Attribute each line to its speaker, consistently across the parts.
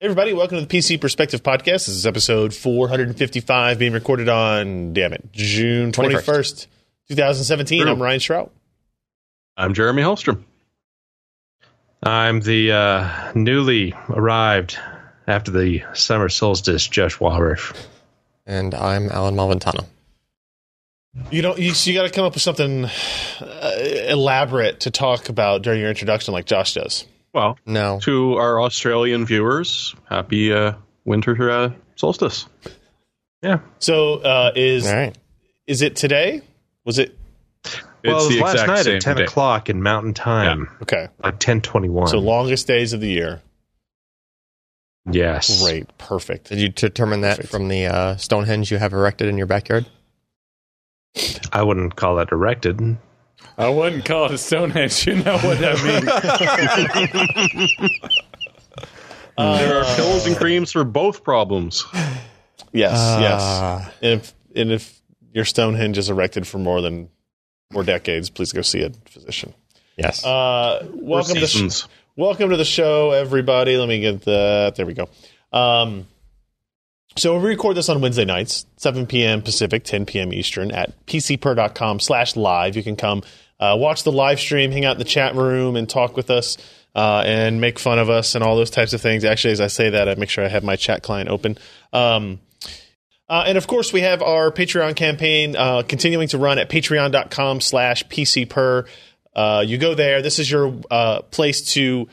Speaker 1: Everybody, welcome to the PC Perspective Podcast. This is episode 455 being recorded on, damn it, June 21st,
Speaker 2: 21st.
Speaker 1: 2017. I'm Ryan Shrout.
Speaker 3: I'm Jeremy Holstrom. I'm the uh, newly arrived after the summer solstice Josh Walrush.
Speaker 2: And I'm Alan Malventano.
Speaker 1: You know, you, so you got to come up with something uh, elaborate to talk about during your introduction, like Josh does.
Speaker 3: Well,
Speaker 2: No.
Speaker 3: to our Australian viewers, happy uh, winter uh, solstice. Yeah,
Speaker 1: So, uh, is
Speaker 2: All right.
Speaker 1: is it today? Was it
Speaker 3: well,
Speaker 4: it's
Speaker 3: it was
Speaker 4: the
Speaker 3: last
Speaker 4: exact
Speaker 3: night
Speaker 4: same
Speaker 3: at ten
Speaker 4: day.
Speaker 3: o'clock in Mountain Time,
Speaker 1: okay?
Speaker 3: like ten twenty one.
Speaker 1: So longest days of the year.
Speaker 3: yes,
Speaker 1: Great, perfect.
Speaker 2: Did you determine that
Speaker 1: Perfect.
Speaker 2: from the uh, Stonehenge you have erected in your backyard?
Speaker 3: I wouldn't call it erected.
Speaker 4: I wouldn't call it a Stonehenge. You know what I mean?
Speaker 3: there are pills and creams for both problems.
Speaker 1: Yes,
Speaker 2: Ah.
Speaker 1: yes. And if and if your Stonehenge is erected for more than four decades, please go see a physician.
Speaker 2: Yes.
Speaker 1: Uh, welcome to the sh-
Speaker 3: seasons.
Speaker 1: welcome to the show, everybody. Let me get that. There we go. Um, so we record this on Wednesday nights, 7 p.m. Pacific, 10 p.m. Eastern at pcper.com slash live. You can come uh, watch the live stream, hang out in the chat room and talk with us uh, and make fun of us and all those types of things. Actually, as I say that, I make sure I have my chat client open. Um, uh, and of course, we have our Patreon campaign uh, continuing to run at patreon.com slash pcper. Uh, you go there. This is your uh, place to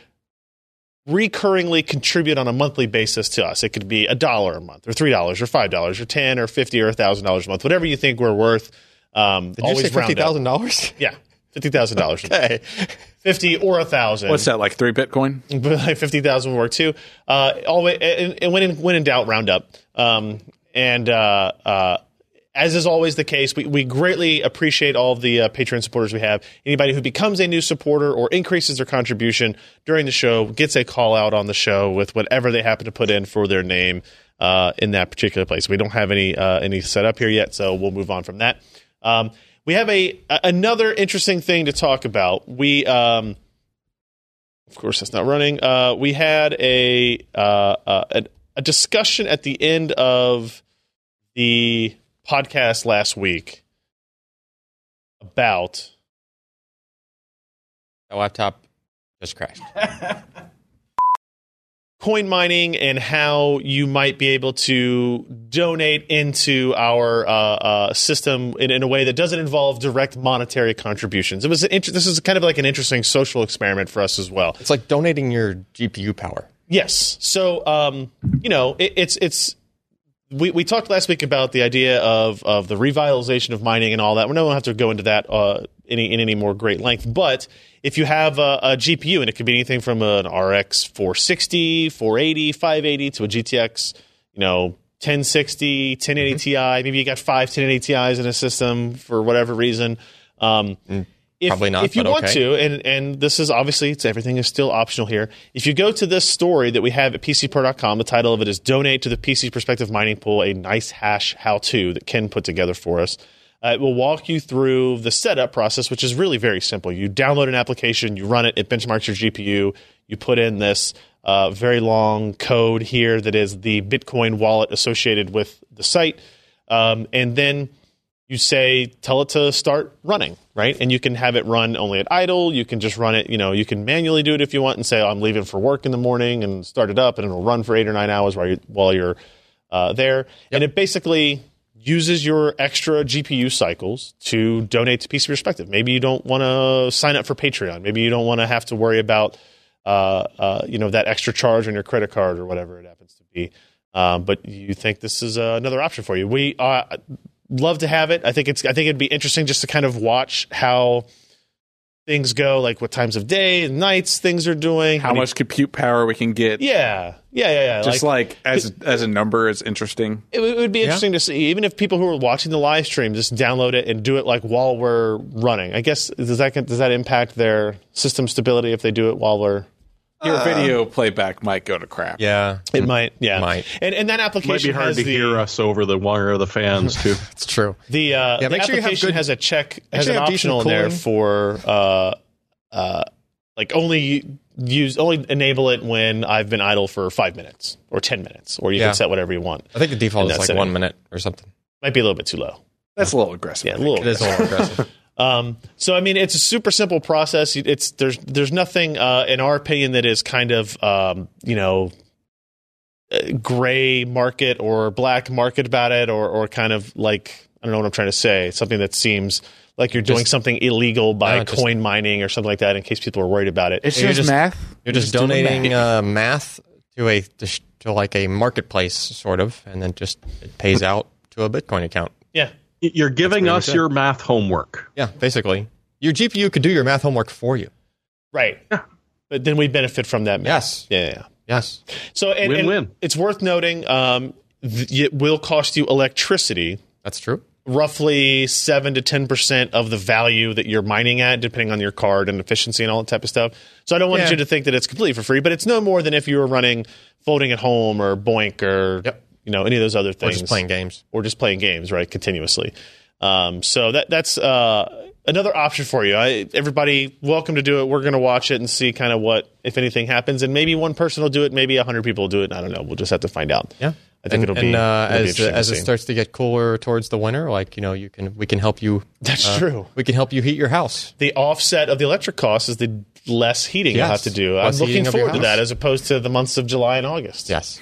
Speaker 1: recurringly contribute on a monthly basis to us. It could be a dollar a month, or three dollars, or five dollars, or ten, or fifty, or a thousand dollars a month, whatever you think we're worth. Um,
Speaker 2: Did you
Speaker 1: always
Speaker 2: say
Speaker 1: round up.
Speaker 2: $50,000?
Speaker 1: Yeah, fifty thousand dollars.
Speaker 2: Hey.
Speaker 1: Fifty or a thousand.
Speaker 4: What's that like? Three Bitcoin?
Speaker 1: But like fifty thousand would work too. Uh, always, and, and when in when in doubt, round up. Um, and uh, uh, as is always the case, we, we greatly appreciate all of the uh, Patreon supporters we have. Anybody who becomes a new supporter or increases their contribution during the show gets a call out on the show with whatever they happen to put in for their name uh, in that particular place. We don't have any uh, any set up here yet, so we'll move on from that. Um, we have a, a another interesting thing to talk about. We um, of course that's not running uh, we had a, uh, uh, a a discussion at the end of the podcast last week about
Speaker 2: The laptop just crashed.
Speaker 1: coin mining and how you might be able to donate into our uh, uh, system in, in a way that doesn't involve direct monetary contributions. It was an inter- this is kind of like an interesting social experiment for us as well.
Speaker 2: It's like donating your GPU power.
Speaker 1: Yes. So, um, you know, it, it's it's we, we talked last week about the idea of of the revitalization of mining and all that. We're not going to have to go into that uh, any in any more great length. But if you have a, a GPU, and it could be anything from an RX 460, 480, 580 to a GTX, you know. 1060, 1080 Ti. Maybe you got five 1080 Ti's in a system for whatever reason. Um, if,
Speaker 2: Probably not,
Speaker 1: If you
Speaker 2: but
Speaker 1: want
Speaker 2: okay.
Speaker 1: to, to, and and this is obviously it's everything is still optional here. If you go to this story that we have at pcpro.com, the title of it is "Donate to the PC Perspective Mining Pool: A Nice Hash How-To" that Ken put together for us. Uh, it will walk you through the setup process, which is really very simple. You download an application, you run it, it benchmarks your GPU, you put in this uh, very long code here that is the Bitcoin wallet associated with the site, um, and then you say tell it to start running right and you can have it run only at idle you can just run it you know you can manually do it if you want and say i'm leaving for work in the morning and start it up and it'll run for eight or nine hours while you're while you're uh, there and it basically uses your extra gpu cycles to donate to pc perspective maybe you don't want to sign up for patreon maybe you don't want to have to worry about uh, uh, you know that extra charge on your credit card or whatever it happens to be um, but you think this is uh, another option for you we uh, love to have it. I think it's I think it'd be interesting just to kind of watch how things go, like what times of day, and nights things are doing.
Speaker 4: How
Speaker 1: many-
Speaker 4: much compute power we can get?
Speaker 1: Yeah, yeah, yeah, yeah.
Speaker 4: Just like, as as a number is interesting.
Speaker 1: it, would- it would be interesting to see, even if people who are watching the live stream just download it and do it like while we're running. I guess does that does that impact their system stability if they do it while we're?
Speaker 4: Your video playback might go to crap.
Speaker 2: Yeah.
Speaker 1: It might, yeah,
Speaker 2: Might.
Speaker 1: and and that
Speaker 3: Might
Speaker 1: application
Speaker 3: be hard
Speaker 1: has
Speaker 3: to
Speaker 1: the
Speaker 3: hear us over the wire of the fans too.
Speaker 2: It's true.
Speaker 1: the uh, the
Speaker 2: make sure you have
Speaker 1: application
Speaker 2: good-
Speaker 1: has a check has
Speaker 2: sure
Speaker 1: an
Speaker 2: you have decent
Speaker 1: optional in there
Speaker 2: cooling.
Speaker 1: for uh, uh, like only use only enable it when I've been idle for five minutes or ten minutes, or you
Speaker 2: Yeah.
Speaker 1: can set whatever you want.
Speaker 2: I think the default
Speaker 1: In
Speaker 2: is
Speaker 1: that
Speaker 2: like
Speaker 1: setting.
Speaker 2: one minute or something.
Speaker 1: Might be a little bit too low.
Speaker 4: That's a little aggressive.
Speaker 1: Yeah, a little.
Speaker 2: It is a little aggressive.
Speaker 1: Um, so I mean, it's a super simple process. It's there's there's nothing uh, in our opinion that is kind of um, you know uh, gray market or black market about it, or or kind of like I don't know what I'm trying to say. Something that seems like you're doing
Speaker 2: Just-
Speaker 1: something illegal by
Speaker 2: No, just-
Speaker 1: coin mining or something like that. In case people are worried about it,
Speaker 4: It's
Speaker 2: You're
Speaker 4: just,
Speaker 2: just-
Speaker 4: math.
Speaker 2: You're just,
Speaker 4: doing
Speaker 2: donating
Speaker 4: math.
Speaker 2: uh, math to a to like a marketplace sort of, and then just it pays out to a Bitcoin account.
Speaker 1: yeah.
Speaker 3: You're giving
Speaker 2: pretty
Speaker 3: us
Speaker 2: much it.
Speaker 3: your math homework.
Speaker 2: Yeah, basically, your GPU could do your math homework for you.
Speaker 1: Right. But then we benefit from that. man.
Speaker 2: Yes,
Speaker 1: Yeah. yeah,
Speaker 2: yes.
Speaker 1: yeah. So and, and
Speaker 3: Win-win.
Speaker 1: it's worth noting um, th- it will cost you electricity,
Speaker 2: That's true.
Speaker 1: roughly 7 to 10% of the value that you're mining at, depending on your card and efficiency and all that type of stuff. So I don't want
Speaker 2: Yeah.
Speaker 1: you to think that it's completely for free, but it's no more than if you were running Folding at Home or Boink or.
Speaker 2: Yep.
Speaker 1: You know any of those other
Speaker 2: We're
Speaker 1: things?
Speaker 2: just playing games.
Speaker 1: or just playing games right continuously. Um, so that that's uh, another option for you. I, everybody, welcome to do it. We're going to watch it and see kind of what if anything happens, and maybe one person will do it, maybe hundred people will do it. I don't know. We'll just have to find out.
Speaker 2: Yeah.
Speaker 1: I think
Speaker 2: and,
Speaker 1: it'll be,
Speaker 2: and, uh,
Speaker 1: it'll be
Speaker 2: as
Speaker 1: interesting to
Speaker 2: as it
Speaker 1: see.
Speaker 2: starts to get cooler towards the winter, like you know, you can we can help you.
Speaker 1: That's
Speaker 2: uh,
Speaker 1: true.
Speaker 2: We can help you heat your house.
Speaker 1: The offset of the electric cost is the less heating you'll have
Speaker 2: Yes.
Speaker 1: to do.
Speaker 2: Less
Speaker 1: I'm looking
Speaker 2: heating of your
Speaker 1: forward to
Speaker 2: house.
Speaker 1: that as opposed to the months of July and August.
Speaker 2: Yes,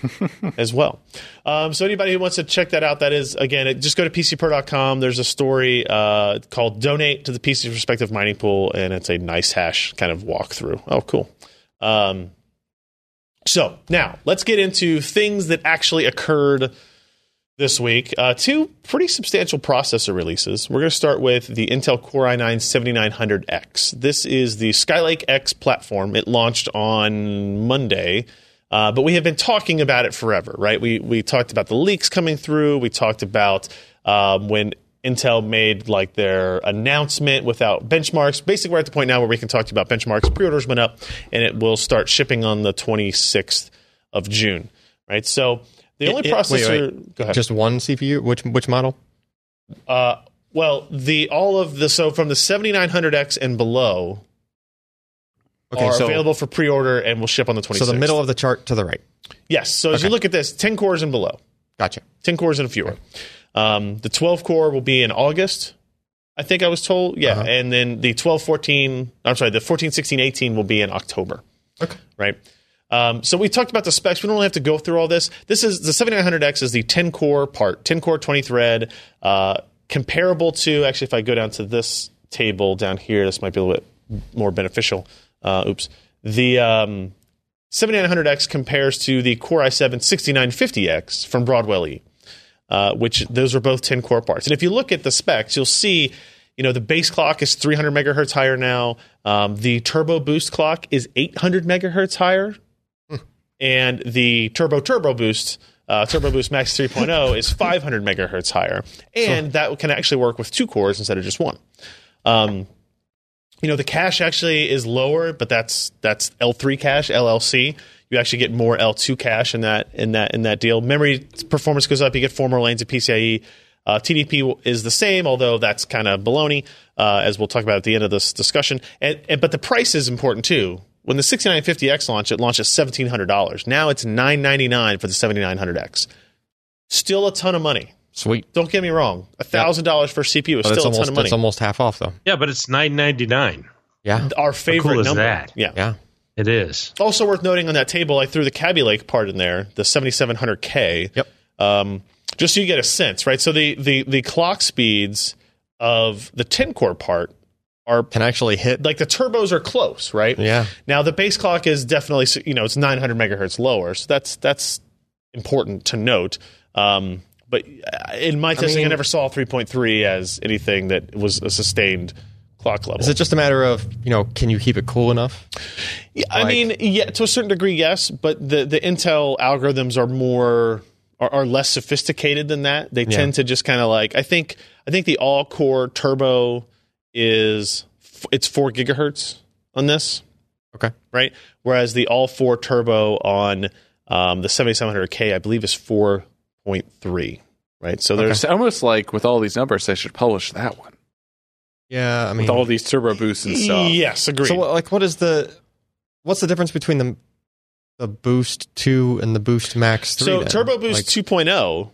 Speaker 1: as well. Um, so anybody who wants to check that out, that is again, it, just go to pcpro.com. There's a story uh, called "Donate to the PC Perspective Mining Pool," and it's a nice hash kind of walkthrough. Oh, cool. Um, so now let's get into things that actually occurred this week. Uh, two pretty substantial processor releases. We're going to start with the Intel Core i9 7900X. This is the Skylake X platform. It launched on Monday. Uh, but we have been talking about it forever, right? We we talked about the leaks coming through. We talked about um, when Intel made like their announcement without benchmarks. Basically, we're at the point now where we can talk about benchmarks. Pre-orders went up, and it will start shipping on the 26th of June, right? So the only
Speaker 2: It- it-
Speaker 1: processor.
Speaker 2: wait, wait.
Speaker 1: Go ahead.
Speaker 2: just one CPU. Which which model?
Speaker 1: Uh, well, the all of the so from the 7900X and below are available for pre-order and will ship on the 26th.
Speaker 2: so the middle of the chart to the right.
Speaker 1: Yes. So as you
Speaker 2: Okay.
Speaker 1: look at this, 10 cores and below.
Speaker 2: Gotcha.
Speaker 1: 10 cores and fewer. Um, the 12 core will be in August, I think I was told. Yeah.
Speaker 2: Uh-huh.
Speaker 1: And then the 12, 14, I'm sorry, the 14, 16, 18 will be in October.
Speaker 2: Okay.
Speaker 1: Right. Um, so we talked about the specs. We don't really have to go through all this. This is the 7900X is the 10 core part, 10 core, 20 thread, uh, comparable to, actually, if I go down to this table down here, this might be a little bit more beneficial. Uh, oops. The. Um, 7900X compares to the Core i7 6950X from Broadwell E, uh, which those are both 10 core parts. And if you look at the specs, you'll see, you know, the base clock is 300 megahertz higher now. Um, the turbo boost clock is 800 megahertz higher. And the turbo turbo boost, uh, turbo boost max 3.0 is 500 megahertz higher. And that can actually work with two cores instead of just one. Um, you know the cache actually is lower, but that's that's L3 cache LLC. You actually get more L2 cache in that in that in that deal. Memory performance goes up. You get four more lanes of PCIe. Uh, TDP is the same, although that's kind of baloney, uh, as we'll talk about at the end of this discussion. And, and but the price is important too. When the 6950X launched, it launched at $1,700. Now it's $999 for the 7900X. Still a ton of money.
Speaker 2: Sweet.
Speaker 1: Don't get me wrong. $1,000 for CPU is still
Speaker 2: But
Speaker 1: a
Speaker 2: it's
Speaker 1: ton
Speaker 2: almost
Speaker 1: of money.
Speaker 2: it's almost half off though.
Speaker 3: Yeah, but it's nine ninety nine.
Speaker 2: Yeah.
Speaker 1: Our favorite
Speaker 3: is
Speaker 1: number.
Speaker 3: that?
Speaker 1: Yeah.
Speaker 2: Yeah.
Speaker 3: It is.
Speaker 1: Also worth noting on that table, I threw the Cabby Lake part in there, the 7700K.
Speaker 2: Yep.
Speaker 1: Um, just so you get a sense, right? So the the the clock speeds of the 10 core part are
Speaker 2: Can actually hit.
Speaker 1: like the turbos are close, right?
Speaker 2: Yeah.
Speaker 1: Now the base clock is definitely you know it's 900 megahertz lower, so that's that's important to note. Um, but uh, in my testing, I,
Speaker 2: mean-
Speaker 1: never saw 3.3 as anything that was a sustained clock level.
Speaker 2: Is it just a matter of you know can you keep it cool enough?
Speaker 1: Yeah, I mean, yeah, to a certain degree, yes, but the, the Intel algorithms are more are, are less sophisticated than that. They tend to just kind of like I think I think the all core turbo is f- it's four gigahertz on this,
Speaker 2: Okay.
Speaker 1: right? Whereas the all four turbo on um, the 7700K I believe is four point three, right? So there's
Speaker 4: It's almost like with all these numbers, I should publish that one
Speaker 2: Yeah. I mean.
Speaker 4: with all these turbo boosts and stuff.
Speaker 1: yes, agreed.
Speaker 2: so what- like what is the what's the difference between the the Boost Two and the Boost Max Three?
Speaker 1: So
Speaker 2: then?
Speaker 1: Turbo Boost
Speaker 2: Like,
Speaker 1: 2.0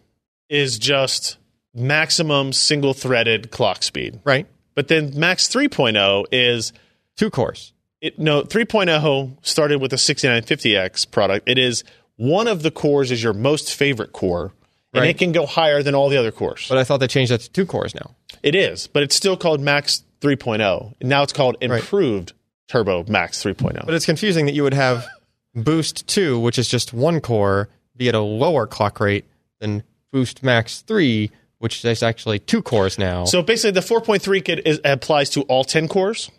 Speaker 1: is just maximum single threaded clock speed.
Speaker 2: right?
Speaker 1: But then Max 3.0 is
Speaker 2: Two cores.
Speaker 1: it, no 3.0 started with the 6950X product. It is one of the cores is your most favorite core and
Speaker 2: Right.
Speaker 1: it can go higher than all the other cores.
Speaker 2: But I thought they changed that to two cores now.
Speaker 1: It is, but it's still called Max 3.0. And now it's called improved Turbo Max oh. 3.0.
Speaker 2: But it's confusing that you would have Boost 2, which is just one core, be at a lower clock rate than Boost Max 3, which is actually two cores now.
Speaker 1: so basically the 4.3 kit is, applies to all 10 cores,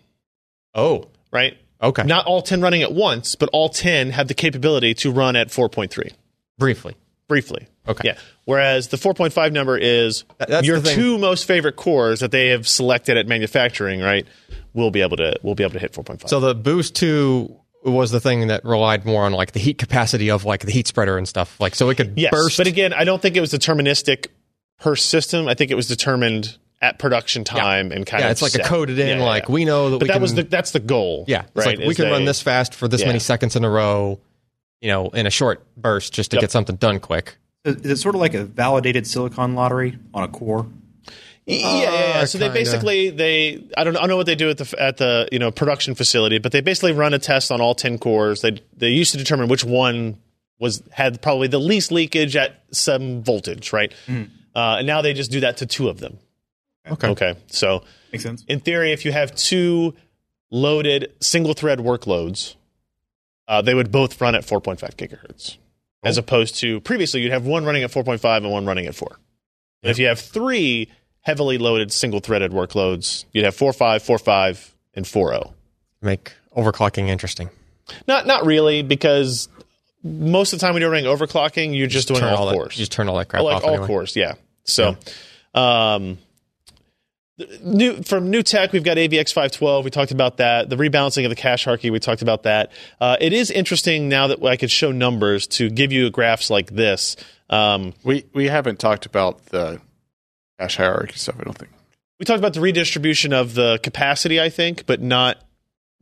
Speaker 2: oh,
Speaker 1: right?
Speaker 2: okay.
Speaker 1: Not all 10 running at once, but all 10 have the capability to run at 4.3
Speaker 2: Briefly.
Speaker 1: briefly.
Speaker 2: Okay.
Speaker 1: Yeah. Whereas the 4.5 number is
Speaker 2: Th- that's
Speaker 1: your
Speaker 2: the thing.
Speaker 1: two most favorite cores that they have selected at manufacturing, right? Will be able to will be able to hit 4.5.
Speaker 2: So the Boost 2 was the thing that relied more on like the heat capacity of like the heat spreader and stuff. Like so it could
Speaker 1: yes,
Speaker 2: burst
Speaker 1: but again, I don't think it was deterministic per system. I think it was determined at production time and kind
Speaker 2: Yeah,
Speaker 1: of
Speaker 2: it's like a
Speaker 1: set.
Speaker 2: coded in
Speaker 1: Yeah,
Speaker 2: like
Speaker 1: yeah.
Speaker 2: we know that
Speaker 1: But
Speaker 2: we
Speaker 1: that
Speaker 2: can
Speaker 1: was the that's the goal.
Speaker 2: Yeah. It's
Speaker 1: right.
Speaker 2: like we
Speaker 1: is
Speaker 2: can
Speaker 1: they-
Speaker 2: run this fast for this
Speaker 1: Yeah.
Speaker 2: many seconds in a row, you know, in a short burst just to
Speaker 1: Yep.
Speaker 2: get something done quick.
Speaker 5: Is is it sort of like a validated silicon lottery on a core?
Speaker 1: Yeah, yeah, yeah.
Speaker 2: Uh,
Speaker 1: So they
Speaker 2: kinda.
Speaker 1: basically they I don't I don't know what they do at the at the you know production facility, but they basically run a test on all ten cores. They they used to determine which one was had probably the least leakage at some voltage, right? Uh, and now they just do that to two of them.
Speaker 2: Okay.
Speaker 1: Okay, so
Speaker 5: Makes sense.
Speaker 1: in theory, if you have two loaded single thread workloads, uh, they would both run at 4.5 gigahertz, as opposed to previously you'd have one running at 4.5 and one running at 4. And if you have three heavily loaded single threaded workloads, you'd have 4.5, 4.5, and oh. 4.0.
Speaker 2: Make overclocking interesting.
Speaker 1: Not, not really, because most of the time when you're running overclocking, you're just, doing
Speaker 2: turn
Speaker 1: all,
Speaker 2: that-
Speaker 1: cores.
Speaker 2: you just turn all that crap
Speaker 1: like
Speaker 2: off.
Speaker 1: all
Speaker 2: anyway.
Speaker 1: cores yeah so um th- new from new tech we've got avx 512 we talked about that the rebalancing of the cache hierarchy we talked about that uh, it is interesting now that i could show numbers to give you graphs like this um,
Speaker 6: We we haven't talked about the cache hierarchy stuff. I don't think.
Speaker 1: we talked about the redistribution of the capacity i think but not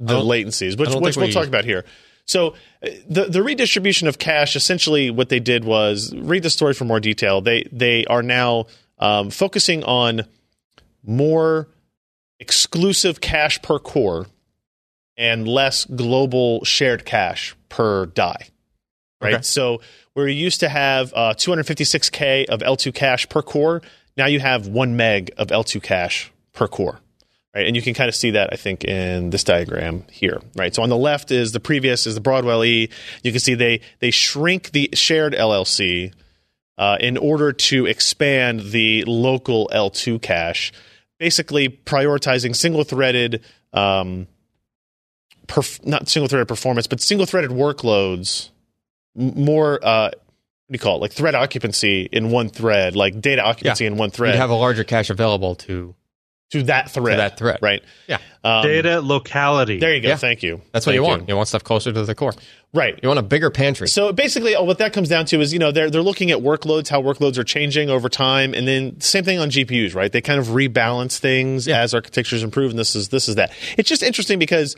Speaker 1: the
Speaker 2: don't-
Speaker 1: latencies which,
Speaker 2: don't
Speaker 1: which
Speaker 2: think
Speaker 1: we'll
Speaker 2: we-
Speaker 1: talk about here so uh, the the redistribution of cache essentially what they did was read the story for more detail they they are now um, focusing on more exclusive cache per core and less global shared cache per die. Right.
Speaker 2: Okay.
Speaker 1: So where you used to have uh, 256k of L2 cache per core, now you have one meg of L2 cache per core. Right. And you can kind of see that I think in this diagram here. Right. So on the left is the previous is the Broadwell E. You can see they they shrink the shared LLC uh, in order to expand the local L2 cache, basically prioritizing single threaded, um, perf- not single threaded performance, but single threaded workloads, m- more, uh, what do you call it, like thread occupancy in one thread, like data occupancy in one thread
Speaker 2: You'd have a larger cache available to.
Speaker 1: to that thread.
Speaker 2: that thread.
Speaker 1: Right.
Speaker 2: Yeah.
Speaker 1: Um,
Speaker 3: Data locality.
Speaker 1: There you go.
Speaker 2: Yeah.
Speaker 1: Thank you.
Speaker 2: That's what
Speaker 1: Thank
Speaker 2: you want. You. want stuff closer to the core.
Speaker 1: Right.
Speaker 2: You want a bigger pantry.
Speaker 1: So basically, oh, what that comes down to is you know they're they're looking at workloads, how workloads are changing over time, and then same thing on GPUs, right? They kind of rebalance things as architectures improve, and this is this is that. It's just interesting because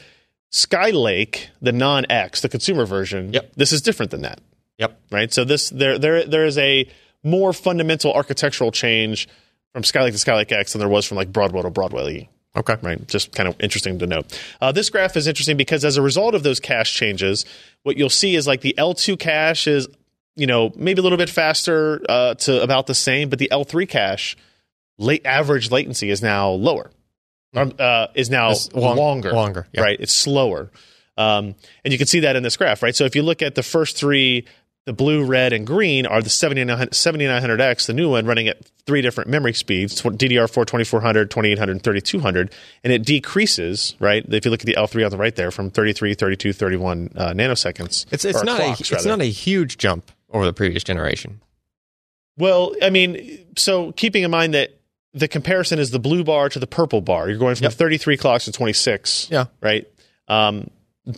Speaker 1: Skylake, the non X, the consumer version,
Speaker 2: Yep.
Speaker 1: this is different than that
Speaker 2: yep.
Speaker 1: right? So this there there there is a more fundamental architectural change from Skylake to Skylake X than there was from like Broadwell to Broadwell E. Okay, right. Just kind of interesting to note. Uh, this graph is interesting because as a result of those cache changes, what you'll see is like the L2 cache is you know maybe a little bit faster uh, to about the same, but the L3 cache late average latency is now lower. Um, uh, is now
Speaker 2: Hmm. It's long-
Speaker 1: longer,
Speaker 2: longer, yeah.
Speaker 1: right? It's slower, um, and you can see that in this graph, right? So if you look at the first three, the blue, red, and green are the 7900 7900X, the new one running at three different memory speeds: tw- DDR4, 2400, 2800, and 3200, and it decreases, right? If you look at the L3 on the right there, from 33, 32, 31 uh, nanoseconds.
Speaker 2: It's it's
Speaker 1: or
Speaker 2: not
Speaker 1: clocks,
Speaker 2: a it's
Speaker 1: rather.
Speaker 2: not a huge jump over the previous generation.
Speaker 1: Well, I mean, so keeping in mind that the comparison is the blue bar to the purple bar. You're going from
Speaker 2: Yep.
Speaker 1: 33 clocks to 26.
Speaker 2: Yeah.
Speaker 1: Right. Um,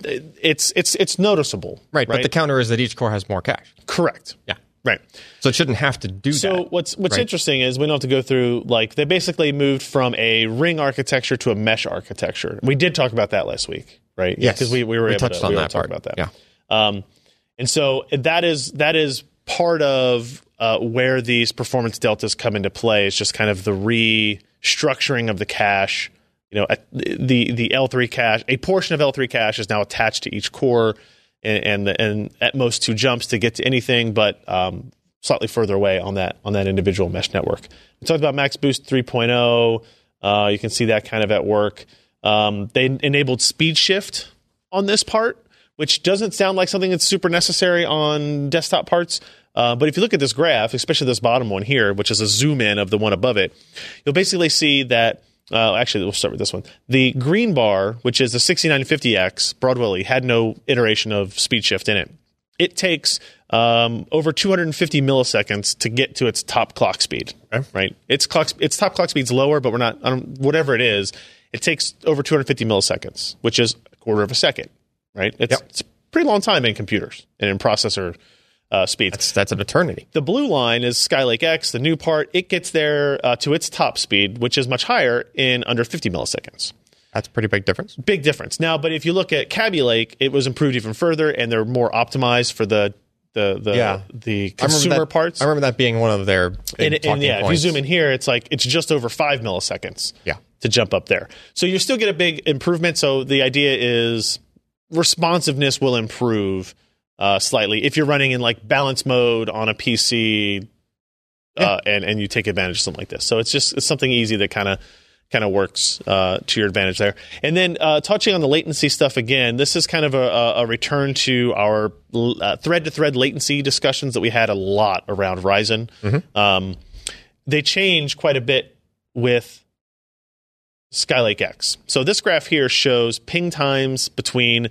Speaker 1: th- it's it's it's noticeable.
Speaker 2: Right, But
Speaker 1: Right.
Speaker 2: the counter is that each core has more cache,
Speaker 1: Correct.
Speaker 2: Yeah.
Speaker 1: Right.
Speaker 2: so it shouldn't have to do
Speaker 1: So
Speaker 2: that.
Speaker 1: what's what's
Speaker 2: Right.
Speaker 1: interesting is we don't have to go through like they basically moved from a ring architecture to a mesh architecture. We did talk about that last week, right? Yeah,
Speaker 2: Yes.
Speaker 1: because we, we were
Speaker 2: We
Speaker 1: able
Speaker 2: touched
Speaker 1: to,
Speaker 2: on
Speaker 1: we were
Speaker 2: that
Speaker 1: able to talk
Speaker 2: part.
Speaker 1: about that. Um, and so that is that is part of uh, where these performance deltas come into play. It's just kind of the restructuring of the cache. You know, at the the L three cache, a portion of L three cache is now attached to each core, and and, the, and at most two jumps to get to anything, but um, slightly further away on that on that individual mesh network. We talked about Max Boost 3.0. Uh, you can see that kind of at work. Um, they enabled speed shift on this part, which doesn't sound like something that's super necessary on desktop parts. Uh, but if you look at this graph, especially this bottom one here, which is a zoom in of the one above it, you'll basically see that. Uh, actually, we'll start with this one. The green bar, which is the 6950X Broadwilly, had no iteration of speed shift in it. It takes um, over 250 milliseconds to get to its top clock speed. Right? Its clock, its top clock speed's lower, but we're not. I don't, whatever it is, it takes over 250 milliseconds, which is a quarter of a second. Right? It's, it's a pretty long time in computers and in processor uh, speeds
Speaker 2: That's that's an eternity.
Speaker 1: the blue line is Skylake X, the new part. It gets there uh, to its top speed, which is much higher in under 50 milliseconds.
Speaker 2: That's a pretty big difference.
Speaker 1: Big difference. Now, but if you look at Cabby Lake, it was improved even further, and they're more optimized for the the the,
Speaker 2: Yeah.
Speaker 1: the
Speaker 2: I remember
Speaker 1: consumer
Speaker 2: that-
Speaker 1: parts.
Speaker 2: I remember that being one of their big
Speaker 1: and, and
Speaker 2: talking
Speaker 1: yeah, if you
Speaker 2: points.
Speaker 1: zoom in here, it's like it's just over five milliseconds.
Speaker 2: Yeah.
Speaker 1: to jump up there. So you still get a big improvement. So the idea is responsiveness will improve uh, slightly if you're running in like balance mode on a PC, uh, and and you take advantage of something like this. So it's just it's something easy that kind of kind of works uh, to your advantage there. And then uh, touching on the latency stuff again, this is kind of a, a, a return to our uh, thread to thread latency discussions that we had a lot around Ryzen. Um, they change quite a bit with Skylake X. So this graph here shows ping times between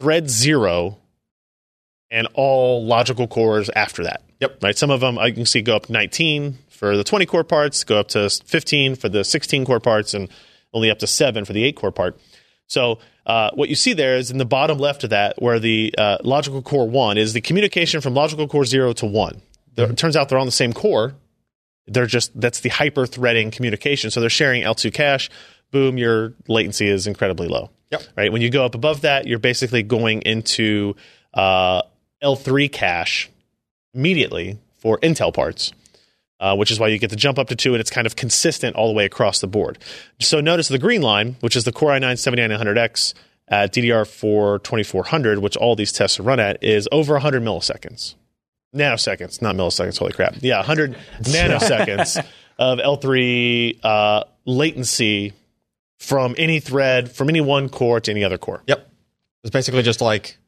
Speaker 1: thread zero and all logical cores after that. Yep. Right. Some of them I can see go up 19 for the 20 core parts, go up to 15 for the 16 core parts, and only up to seven for the eight core part. So uh, what you see there is in the bottom left of that, where the uh, logical core one is the communication from logical core zero to one. There- It turns out they're on the same core, they're just that's the hyper threading communication. So they're sharing L2 cache. Boom, your latency is incredibly low.
Speaker 2: Yep.
Speaker 1: Right. When you go up above that, you're basically going into uh, L3 cache immediately for Intel parts. Uh, which is why you get the jump up to two, and it's kind of consistent all the way across the board. So notice the green line, which is the Core i9 7900X at DDR4 2400, which all these tests run at, is over 100 milliseconds nanoseconds, not milliseconds. Holy crap! Yeah, 100 nanoseconds of L3 uh, latency from any thread, from any one core to any other core.
Speaker 2: Yep. It's basically just like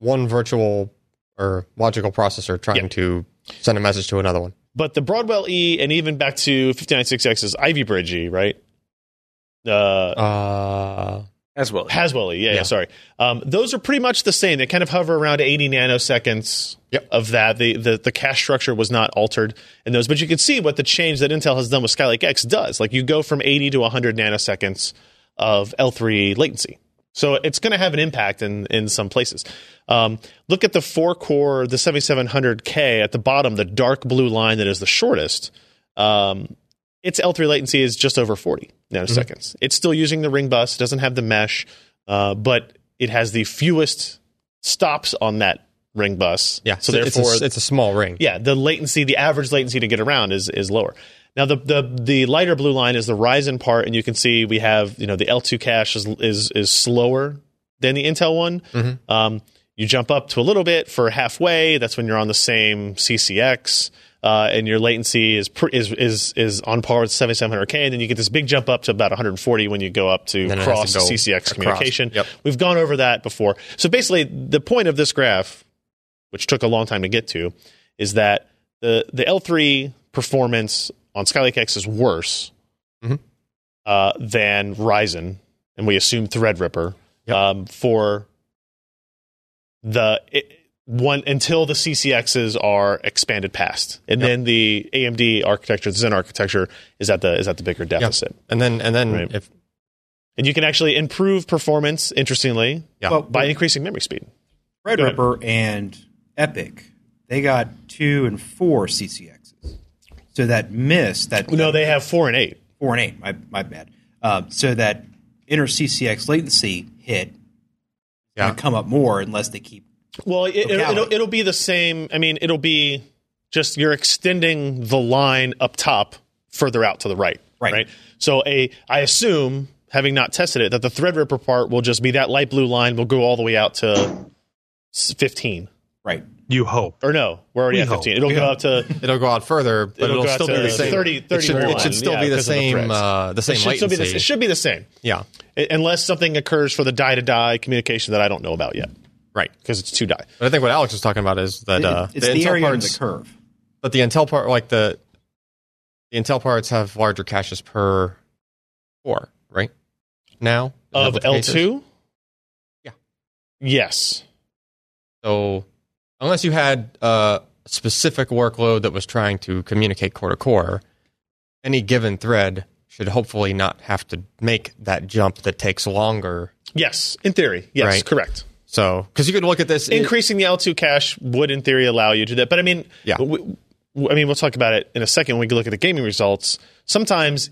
Speaker 2: one virtual or logical processor trying
Speaker 1: Yeah.
Speaker 2: to send a message to another one.
Speaker 1: But the Broadwell E, and even back to 596X's Ivy Bridge E, right? Uh,
Speaker 2: Uh,
Speaker 5: as well.
Speaker 1: Haswell E, yeah, yeah,
Speaker 2: Yeah.
Speaker 1: sorry. Um, those are pretty much the same. They kind of hover around 80 nanoseconds
Speaker 2: Yep.
Speaker 1: of that. The, the the cache structure was not altered in those, but you can see what the change that Intel has done with Skylake X does. Like you go from 80 to 100 nanoseconds of L3 latency. So it's going to have an impact in in some places. Um, look at the four core, the 7700K at the bottom, the dark blue line that is the shortest. Um, its L3 latency is just over 40 nanoseconds.
Speaker 2: Mm-hmm.
Speaker 1: It's still using the ring bus, it doesn't have the mesh, uh, but it has the fewest stops on that ring bus.
Speaker 2: yeah.
Speaker 1: So
Speaker 2: it's a-
Speaker 1: therefore,
Speaker 2: it's a, small ring.
Speaker 1: yeah, the latency, the average latency to get around is is lower. Now the the the lighter blue line is the Ryzen part, and you can see we have you know the L2 cache is is is slower than the Intel one. Um, you jump up to a little bit for halfway. That's when you're on the same CCX. Uh, and your latency is, pr- is is is on par with 7700K, and then you get this big jump up to about 140 when you go up to
Speaker 2: then it has to
Speaker 1: cross
Speaker 2: go
Speaker 1: CCX
Speaker 2: across.
Speaker 1: communication.
Speaker 2: Yep.
Speaker 1: We've gone over that before. So basically, the point of this graph which took a long time to get to, is that the the L3 performance on Skylake X is worse
Speaker 2: Mhm.
Speaker 1: uh, than Ryzen, and we assume Threadripper
Speaker 2: Yep.
Speaker 1: um, for the it, one until the CCXs are expanded past, and then the AMD architecture, the Zen architecture, is at the is at the bigger deficit,
Speaker 2: And then and then
Speaker 1: Right.
Speaker 2: if
Speaker 1: and you can actually improve performance interestingly
Speaker 2: yeah.
Speaker 5: Well,
Speaker 1: by increasing memory speed.
Speaker 5: Red Ripper and Epic, they got two and four CCXs. So that miss, that
Speaker 1: No, they have four and eight.
Speaker 5: four and eight, my, my bad. Um, so that inner CCX latency hit.
Speaker 2: Yeah.
Speaker 5: Yeah. Come up more unless they keep.
Speaker 1: Well, it, it'll,
Speaker 5: Locality.
Speaker 1: it'll, it'll be the same. I mean, it'll be just you're extending the line up top further out to the right.
Speaker 5: Right.
Speaker 1: So a I assume, having not tested it, that the Threadripper part will just be that light blue line will go all the way out to s- 15.
Speaker 5: Right.
Speaker 3: You hope.
Speaker 1: Or no, we're already
Speaker 3: We
Speaker 1: at 15.
Speaker 3: hope.
Speaker 1: It'll go up to
Speaker 2: It'll go out further, but
Speaker 1: It'll
Speaker 2: it'll,
Speaker 1: go out
Speaker 2: still
Speaker 1: to
Speaker 2: be the same.
Speaker 1: 30
Speaker 2: it should, it
Speaker 1: 31,
Speaker 2: should still
Speaker 1: yeah,
Speaker 2: be the
Speaker 1: because of the
Speaker 2: same.
Speaker 1: threads.
Speaker 2: uh, the
Speaker 1: it
Speaker 2: same
Speaker 1: should, still be the,
Speaker 2: latency.
Speaker 1: it should be the same.
Speaker 2: yeah.
Speaker 1: I- Unless something occurs for the die to die communication that I don't know about yet
Speaker 2: Right.
Speaker 1: because it's two die.
Speaker 2: But I think what Alex was talking about is that uh,
Speaker 5: it's the
Speaker 2: Intel
Speaker 5: area under
Speaker 2: parts,
Speaker 5: the curve.
Speaker 2: but the Intel part, like the the Intel parts, have larger caches per core, right? Now Is that
Speaker 1: Of
Speaker 2: what the case is?
Speaker 1: L2?
Speaker 2: Yeah.
Speaker 1: Yes.
Speaker 2: So unless you had a specific workload that was trying to communicate core to core, any given thread should hopefully not have to make that jump that takes longer.
Speaker 1: Yes. In theory. Yes.
Speaker 2: Right.
Speaker 1: Correct.
Speaker 2: So because you could look at this in-
Speaker 1: increasing the L2 cache would, in theory, allow you to do that. But I mean,
Speaker 2: Yeah.
Speaker 1: w- w- I mean, we'll talk about it in a second when we can look at the gaming results. Sometimes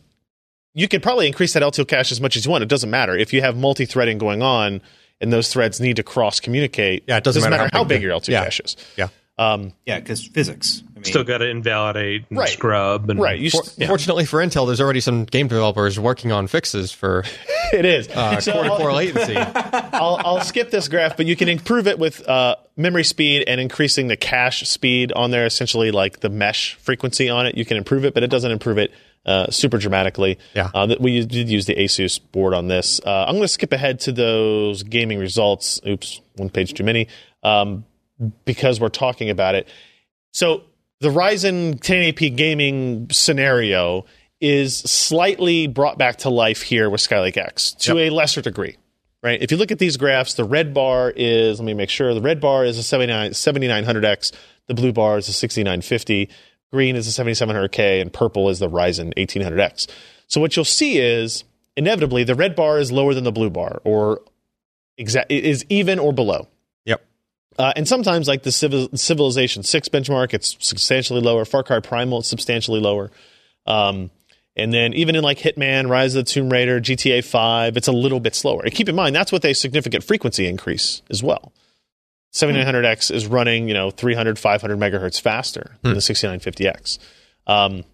Speaker 1: you could probably increase that L2 cache as much as you want. It doesn't matter if you have multi-threading going on and those threads need to cross communicate.
Speaker 2: Yeah, it doesn't matter how
Speaker 1: how
Speaker 2: big
Speaker 1: big your L2
Speaker 2: yeah.
Speaker 1: cache is.
Speaker 2: yeah.
Speaker 5: Yeah, because physics. I mean,
Speaker 3: Still got to invalidate and
Speaker 1: Right.
Speaker 3: scrub.
Speaker 2: Hmm.
Speaker 3: And
Speaker 1: Right. You
Speaker 2: For,
Speaker 1: st- yeah,
Speaker 2: Fortunately for Intel, there's already some game developers working on fixes for
Speaker 1: it is.
Speaker 2: uh,
Speaker 1: So
Speaker 2: core to
Speaker 1: I'll-
Speaker 2: core latency.
Speaker 1: I'll, I'll skip this graph, but you can improve it with uh, memory speed and increasing the cache speed on there, essentially like the mesh frequency on it. You can improve it, but it doesn't improve it uh, super dramatically.
Speaker 2: Yeah.
Speaker 1: Uh, that we used- did use the Asus board on this. Uh, I'm going to skip ahead to those gaming results. Oops, one page too many, um, because we're talking about it. So the Ryzen 1080p gaming scenario is slightly brought back to life here with Skylake X to a lesser degree, right? If you look at these graphs, the red bar is, let me make sure, the red bar is a 79 7900X, the blue bar is a 6950, green is a 7700K, and purple is the Ryzen 1800X. So what you'll see is inevitably the red bar is lower than the blue bar or exa- is even or below.
Speaker 2: Yep.
Speaker 1: Uh, and sometimes, like the Civil- Civilization Six benchmark, it's substantially lower. Far Cry Primal, it's substantially lower. Um, and then even in like Hitman, Rise of the Tomb Raider, GTA Five, it's a little bit slower. And keep in mind that's with a significant frequency increase as well. 7900X is running, you know, 300, 500 megahertz faster than the 6950X. Um,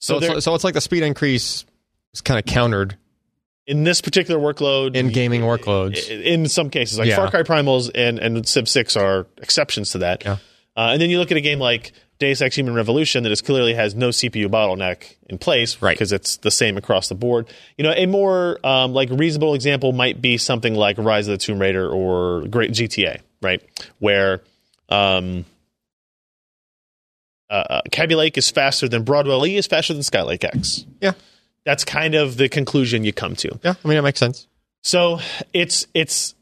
Speaker 2: So,
Speaker 1: so there,
Speaker 2: it's, so it's like the speed increase is kind of countered
Speaker 1: in this particular workload,
Speaker 2: in gaming workloads.
Speaker 1: I- in some cases like
Speaker 2: Yeah.
Speaker 1: far cry primals and, and civ 6 are exceptions to that
Speaker 2: Yeah.
Speaker 1: uh, and then you look at a game like deus ex human revolution that is clearly has no cpu bottleneck in place
Speaker 2: Right.
Speaker 1: because it's the same across the board you know a more um, like reasonable example might be something like rise of the tomb raider or great gta right where um, uh, uh, Cabby Lake is faster than Broadwell E is faster than Skylake X.
Speaker 2: Yeah.
Speaker 1: That's kind of the conclusion you come to.
Speaker 2: yeah, I mean, it makes sense.
Speaker 1: So it's it's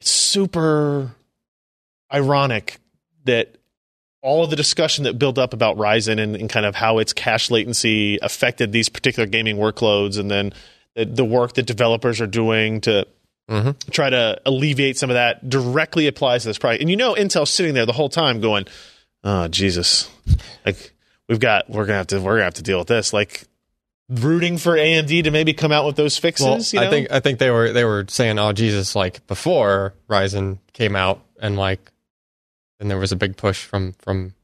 Speaker 1: super ironic that all of the discussion that built up about Ryzen and, and kind of how its cache latency affected these particular gaming workloads, and then the, the work that developers are doing to
Speaker 2: Mhm.
Speaker 1: try to alleviate some of that directly applies to this product. And you know, Intel's sitting there the whole time going, "Oh Jesus, like we've got we're gonna have to we're gonna have to deal with this." Like rooting for AMD to maybe come out with those fixes.
Speaker 2: Well,
Speaker 1: you know?
Speaker 2: I think I think they were they were saying, "Oh Jesus!" Like before Ryzen came out, and like, and there was a big push from from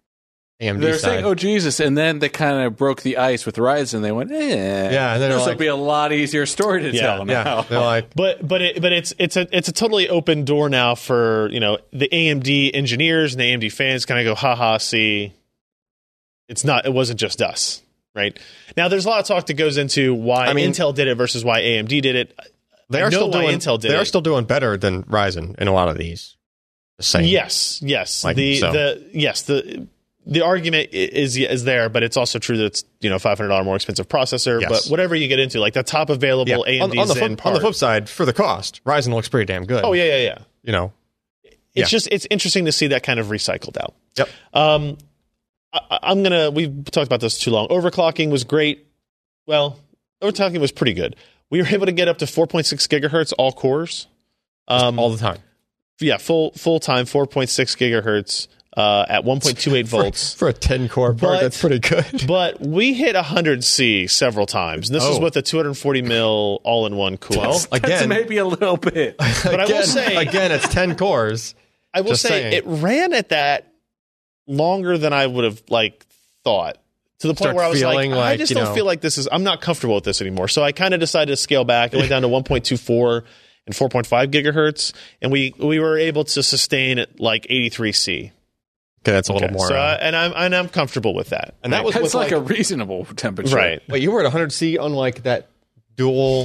Speaker 2: AMD
Speaker 4: They're
Speaker 2: side.
Speaker 4: saying, "Oh Jesus!" and then they kind of broke the ice with Ryzen. They went, "Eh,
Speaker 2: Yeah, and then they're
Speaker 4: this will
Speaker 2: like-
Speaker 4: be a lot easier story to
Speaker 1: Yeah,
Speaker 4: tell now."
Speaker 2: yeah, they're like,
Speaker 1: But but it, but it's it's a it's a totally open door now for you know the AMD engineers and the AMD fans kind of go ha ha see it's not it wasn't just us right now there's a lot of talk that goes into why
Speaker 2: I mean-
Speaker 1: Intel did it versus why AMD did it
Speaker 2: they
Speaker 1: I
Speaker 2: are
Speaker 1: know
Speaker 2: still
Speaker 1: why
Speaker 2: doing
Speaker 1: Intel did
Speaker 2: they are
Speaker 1: it.
Speaker 2: still doing better than Ryzen in a lot of these. Just saying.
Speaker 1: yes yes
Speaker 2: Like,
Speaker 1: the
Speaker 2: so.
Speaker 1: the yes the the argument i- is is there but it's also true that it's you know five hundred dollar more expensive processor
Speaker 2: Yes.
Speaker 1: but whatever you get into like the top
Speaker 2: Yeah.
Speaker 1: available AMD
Speaker 2: On, on the
Speaker 1: Zen
Speaker 2: flip, on the
Speaker 1: part-
Speaker 2: flip side, for the cost, Ryzen looks pretty damn good.
Speaker 1: oh yeah yeah yeah
Speaker 2: you know,
Speaker 1: it's just it's interesting to see that kind of recycled out.
Speaker 2: Yep.
Speaker 1: Um, I, I- I'm gonna. We've talked about this too long. Overclocking was great. Well, overclocking was pretty good. We were able to get up to 4.6 gigahertz all cores. Um,
Speaker 2: all the time.
Speaker 1: yeah, full full time 4.6 gigahertz. uh, at 1.28 volts.
Speaker 2: for a 10 core part.
Speaker 1: But-
Speaker 2: that's pretty good.
Speaker 1: But we hit 100C several times. And this is
Speaker 2: Oh.
Speaker 1: with the 240 mil all in one cooler.
Speaker 2: Well,
Speaker 4: That's
Speaker 2: again,
Speaker 4: maybe a little bit.
Speaker 1: but I will
Speaker 2: again-
Speaker 1: say,
Speaker 2: again, it's 10 cores.
Speaker 1: I will
Speaker 2: Just
Speaker 1: say
Speaker 2: saying.
Speaker 1: it ran at that longer than I would have like thought. To the point
Speaker 2: Start
Speaker 1: where I was like,
Speaker 2: feeling
Speaker 1: I
Speaker 2: like,
Speaker 1: just
Speaker 2: you
Speaker 1: don't
Speaker 2: know-
Speaker 1: feel like this is. I'm not comfortable with this anymore. So I kind of decided to scale back. I went down to 1.24 and 4.5 gigahertz, and we we were able to sustain at like 83c.
Speaker 2: Okay, that's a little more.
Speaker 1: So
Speaker 2: uh,
Speaker 1: I, and I'm and I'm comfortable with that.
Speaker 2: and that was
Speaker 4: That's
Speaker 2: with
Speaker 4: like, a
Speaker 2: like,
Speaker 4: reasonable temperature.
Speaker 1: Right
Speaker 2: Wait, you were at 100C on like that dual,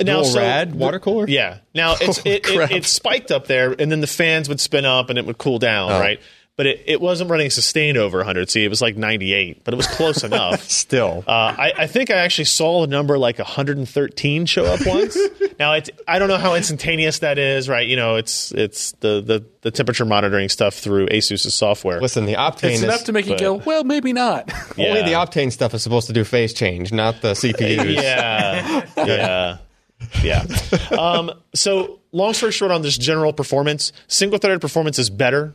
Speaker 1: now,
Speaker 2: dual
Speaker 1: so-
Speaker 2: rad water cooler?
Speaker 1: Yeah. Now it's it, it,
Speaker 2: crap.
Speaker 1: it spiked up there, and then the fans would spin up, and it would cool down,
Speaker 2: Oh.
Speaker 1: right? But it, it wasn't running sustained over 100. See, it was like 98, but it was close enough.
Speaker 2: Still.
Speaker 1: Uh, I, I think I actually saw a number like 113 show up once. now it's I don't know how instantaneous that is, right? You know, it's it's the the, the temperature monitoring stuff through ASUS's software.
Speaker 2: Listen, the Optane
Speaker 4: It's
Speaker 2: is.
Speaker 4: enough to make you go, well, maybe not.
Speaker 1: Yeah.
Speaker 2: Only the Optane stuff is supposed to do phase change, not the CPUs.
Speaker 1: Yeah. yeah. Yeah. Um, so, long story short, on this general performance, single threaded performance is better.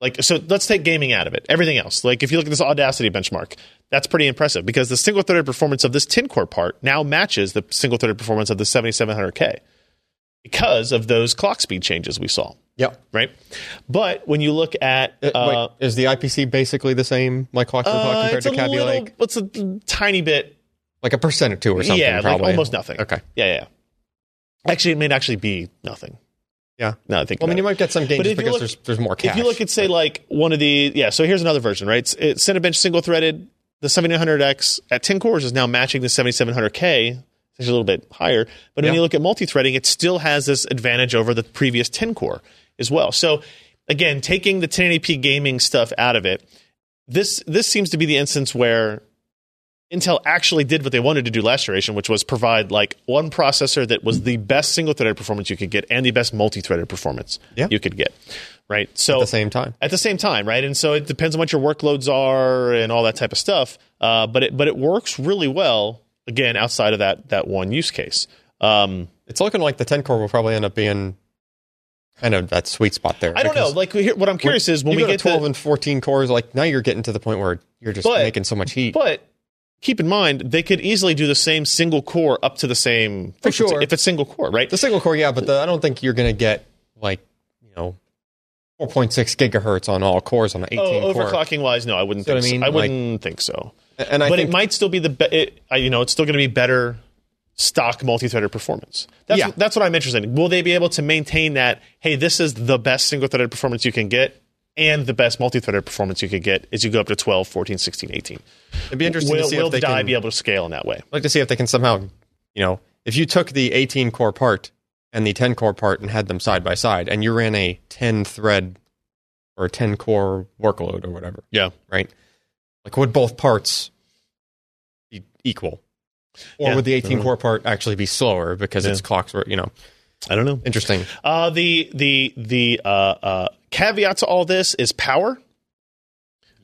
Speaker 1: Like, so let's take gaming out of it. Everything else. Like, if you look at this Audacity benchmark, that's pretty impressive because the single threaded performance of this 10 core part now matches the single threaded performance of the 7700K because of those clock speed changes we saw,
Speaker 2: Yep.
Speaker 1: right? But when you look at.
Speaker 2: Uh,
Speaker 1: uh,
Speaker 2: wait, is the IPC basically the same, like Clockwork Hawk,
Speaker 1: uh,
Speaker 2: compared
Speaker 1: it's a
Speaker 2: to Cabby
Speaker 1: little,
Speaker 2: Lake?
Speaker 1: it's a tiny bit
Speaker 2: Like a percent or two or something,
Speaker 1: yeah,
Speaker 2: probably.
Speaker 1: like almost nothing.
Speaker 2: Okay.
Speaker 1: Yeah, yeah. Actually, it may actually be nothing.
Speaker 2: Yeah.
Speaker 1: No, I think.
Speaker 2: Well, I mean,
Speaker 1: about
Speaker 2: you
Speaker 1: it.
Speaker 2: might get some gains
Speaker 1: But if you
Speaker 2: just because
Speaker 1: look-
Speaker 2: there's, there's more cash.
Speaker 1: If you look at say like one of the yeah, so here's another version, right? It's, it's Cinebench single threaded. The 7900X at 10 cores is now matching the 7700K. It's actually a little bit higher, but when
Speaker 2: Yeah.
Speaker 1: you look at multi-threading, it still has this advantage over the previous 10 core as well. So again, taking the 1080p gaming stuff out of it, this this seems to be the instance where Intel actually did what they wanted to do last generation, which was provide like one processor that was the best single-threaded performance you could get and the best multi-threaded performance
Speaker 2: Yeah.
Speaker 1: you could get. Right. So
Speaker 2: at the same time.
Speaker 1: at the same time, right? And so it depends on what your workloads are and all that type of stuff. Uh, but it but it works really well again outside of that that one use case. Um,
Speaker 2: It's looking like the 10 core will probably end up being kind of that sweet spot there.
Speaker 1: I don't know.
Speaker 2: because
Speaker 1: Like here, what I'm curious is when
Speaker 2: you
Speaker 1: we
Speaker 2: go
Speaker 1: get
Speaker 2: to 12
Speaker 1: to,
Speaker 2: and 14 cores, like now you're getting to the point where you're just
Speaker 1: But-
Speaker 2: making so much heat.
Speaker 1: but keep in mind they could easily do the same single core up to the same frequency
Speaker 2: sure.
Speaker 1: if it's single core, right?
Speaker 2: the single core, yeah, but the, I don't think you're going to get like, you know, 4.6 gigahertz on all cores on an 18
Speaker 1: Oh,
Speaker 2: core.
Speaker 1: overclocking wise, no, I wouldn't.
Speaker 2: See what
Speaker 1: Think
Speaker 2: I mean?
Speaker 1: so. I
Speaker 2: Like-
Speaker 1: wouldn't think so.
Speaker 2: And I
Speaker 1: but
Speaker 2: think
Speaker 1: it might still be the be- it, I- you know it's still going to be better stock multi-threaded performance. That's
Speaker 2: Yeah.
Speaker 1: that's what I'm interested in. Will they be able to maintain that? Hey, this is the best single-threaded performance you can get and the best multi-threaded performance you could get as you go up to 12, 14, 16, 18.
Speaker 2: it'd be interesting to
Speaker 1: Will,
Speaker 2: see
Speaker 1: will
Speaker 2: if they
Speaker 1: die
Speaker 2: can,
Speaker 1: be able to scale in that way?
Speaker 2: like to see if they can somehow, you know, if you took the 18 core part and the 10 core part and had them side by side, and you ran a 10 thread or 10 core workload or whatever,
Speaker 1: Yeah.
Speaker 2: right? Like, would both parts be equal, or
Speaker 1: Yeah. Mm-hmm.
Speaker 2: would the 18 core part actually be slower because its
Speaker 1: Yeah.
Speaker 2: clocks were, you know,
Speaker 1: I don't know.
Speaker 2: interesting?
Speaker 1: Uh, the the the uh, uh, caveat to all this is power.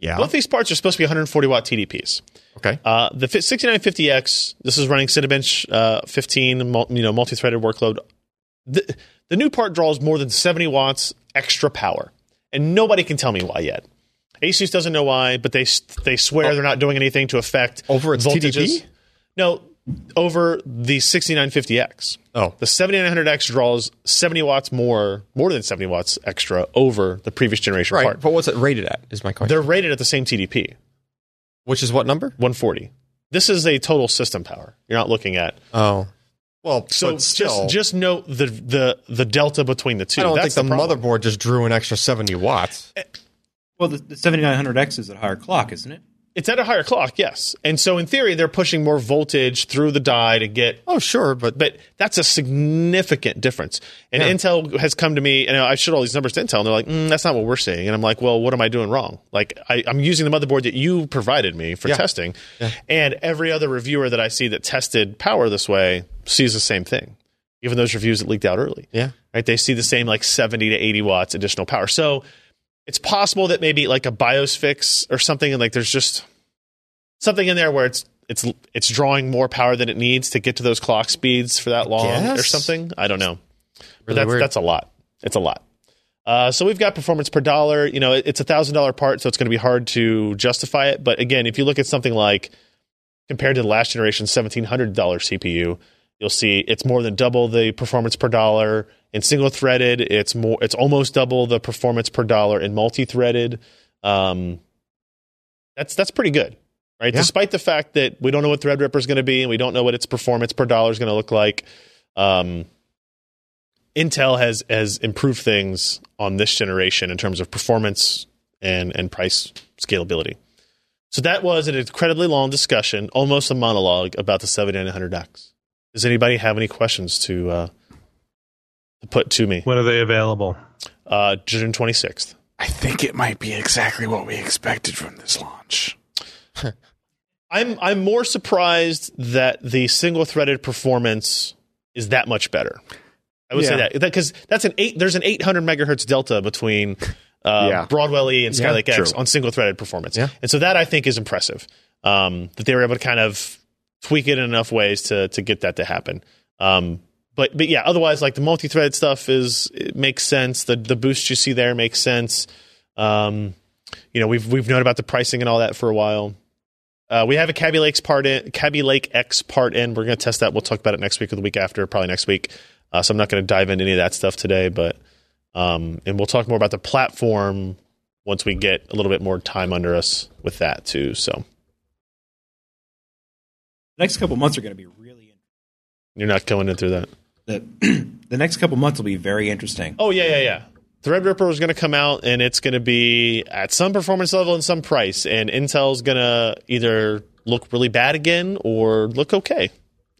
Speaker 2: Yeah.
Speaker 1: Both these parts are supposed to be 140 watt TDPs.
Speaker 2: Okay.
Speaker 1: Uh, the fi- 6950X, this is running Cinebench uh, 15, mul- you know, multi-threaded workload. The, the new part draws more than 70 watts extra power, and nobody can tell me why yet. ASUS doesn't know why, but they s- they swear they're not doing anything to affect
Speaker 2: Oh. Over its TDP?
Speaker 1: No, over the 6950X.
Speaker 2: Oh,
Speaker 1: The 7900X draws 70 watts more, more than 70 watts extra over the previous generation
Speaker 2: right.
Speaker 1: part.
Speaker 2: But what's it rated at? Is my question.
Speaker 1: They're rated at the same TDP.
Speaker 2: Which is what number?
Speaker 1: 140. This is a total system power. You're not looking at
Speaker 2: Oh. Well,
Speaker 1: so
Speaker 2: but still,
Speaker 1: just just note the the the delta between the two.
Speaker 2: I don't
Speaker 1: That's
Speaker 2: think the,
Speaker 1: problem.
Speaker 2: motherboard just drew an extra 70 watts.
Speaker 5: Well, the, the 7900X is at a higher clock, isn't it?
Speaker 1: It's at a higher clock, yes, and so in theory they're pushing more voltage through the die to get.
Speaker 2: Oh, sure, but
Speaker 1: But that's a significant difference. And Intel has come to me, and I showed all these numbers to Intel, and they're like, mm, "That's not what we're saying." And I'm like, "Well, what am I doing wrong? Like, I, I'm using the motherboard that you provided me for
Speaker 2: Yeah.
Speaker 1: testing, and every other reviewer that I see that tested power this way sees the same thing, even those reviews that leaked out early."
Speaker 2: yeah.
Speaker 1: right? They see the same like 70 to 80 watts additional power. So it's possible that maybe like a BIOS fix or something, and like there's just something in there where it's it's it's drawing more power than it needs to get to those clock speeds for that long or
Speaker 2: guess.
Speaker 1: something. I don't know, but
Speaker 2: Really
Speaker 1: that's
Speaker 2: weird.
Speaker 1: that's a lot. It's a lot. Uh, so we've got performance per dollar. You know, it- it's a thousand dollar part, so it's going to be hard to justify it. But again, if you look at something like compared to the last generation seventeen hundred dollar CPU, you'll see it's more than double the performance per dollar in single threaded. It's more, it's almost double the performance per dollar in multi threaded. Um, that's that's pretty good, right?
Speaker 2: Yeah.
Speaker 1: Despite the fact that we don't know what Threadripper is going to be and we don't know what its performance per dollar is going to look like. Um, Intel has has improved things on this generation in terms of performance and and price scalability. So that was an incredibly long discussion, almost a monologue about the 7900X. Does anybody have any questions to uh, to put to me?
Speaker 3: When are they available?
Speaker 1: Uh, June 26th.
Speaker 6: I think it might be exactly what we expected from this launch.
Speaker 1: I'm I'm more surprised that the single threaded performance is that much better. I would
Speaker 6: Yeah.
Speaker 1: say that because that's an eight. There's an 800 megahertz delta between uh,
Speaker 6: Yeah.
Speaker 1: Broadwell E and
Speaker 2: Yeah,
Speaker 1: Skylake X
Speaker 6: true.
Speaker 1: on single threaded performance,
Speaker 2: Yeah.
Speaker 1: and so that I think is impressive um, that they were able to kind of tweak it in enough ways to to get that to happen. Um, but but yeah, otherwise like the multi thread stuff is it makes sense. The the boost you see there makes sense. Um, you know we've we've known about the pricing and all that for a while. Uh, we have a Cabby Lake's part in Cabby Lake X part in. We're going to test that. We'll talk about it next week or the week after, probably next week. Uh, so I'm not going to dive into any of that stuff today, but um, and we'll talk more about the platform once we get a little bit more time under us with that too. So
Speaker 5: The next couple months are going to be really
Speaker 1: you're not going in through that.
Speaker 5: interesting. The, the next couple months will be very interesting.
Speaker 1: Oh yeah, yeah, yeah. Threadripper was going to come out, and it's going to be at some performance level and some price, and Intel's going to either look really bad again or look okay.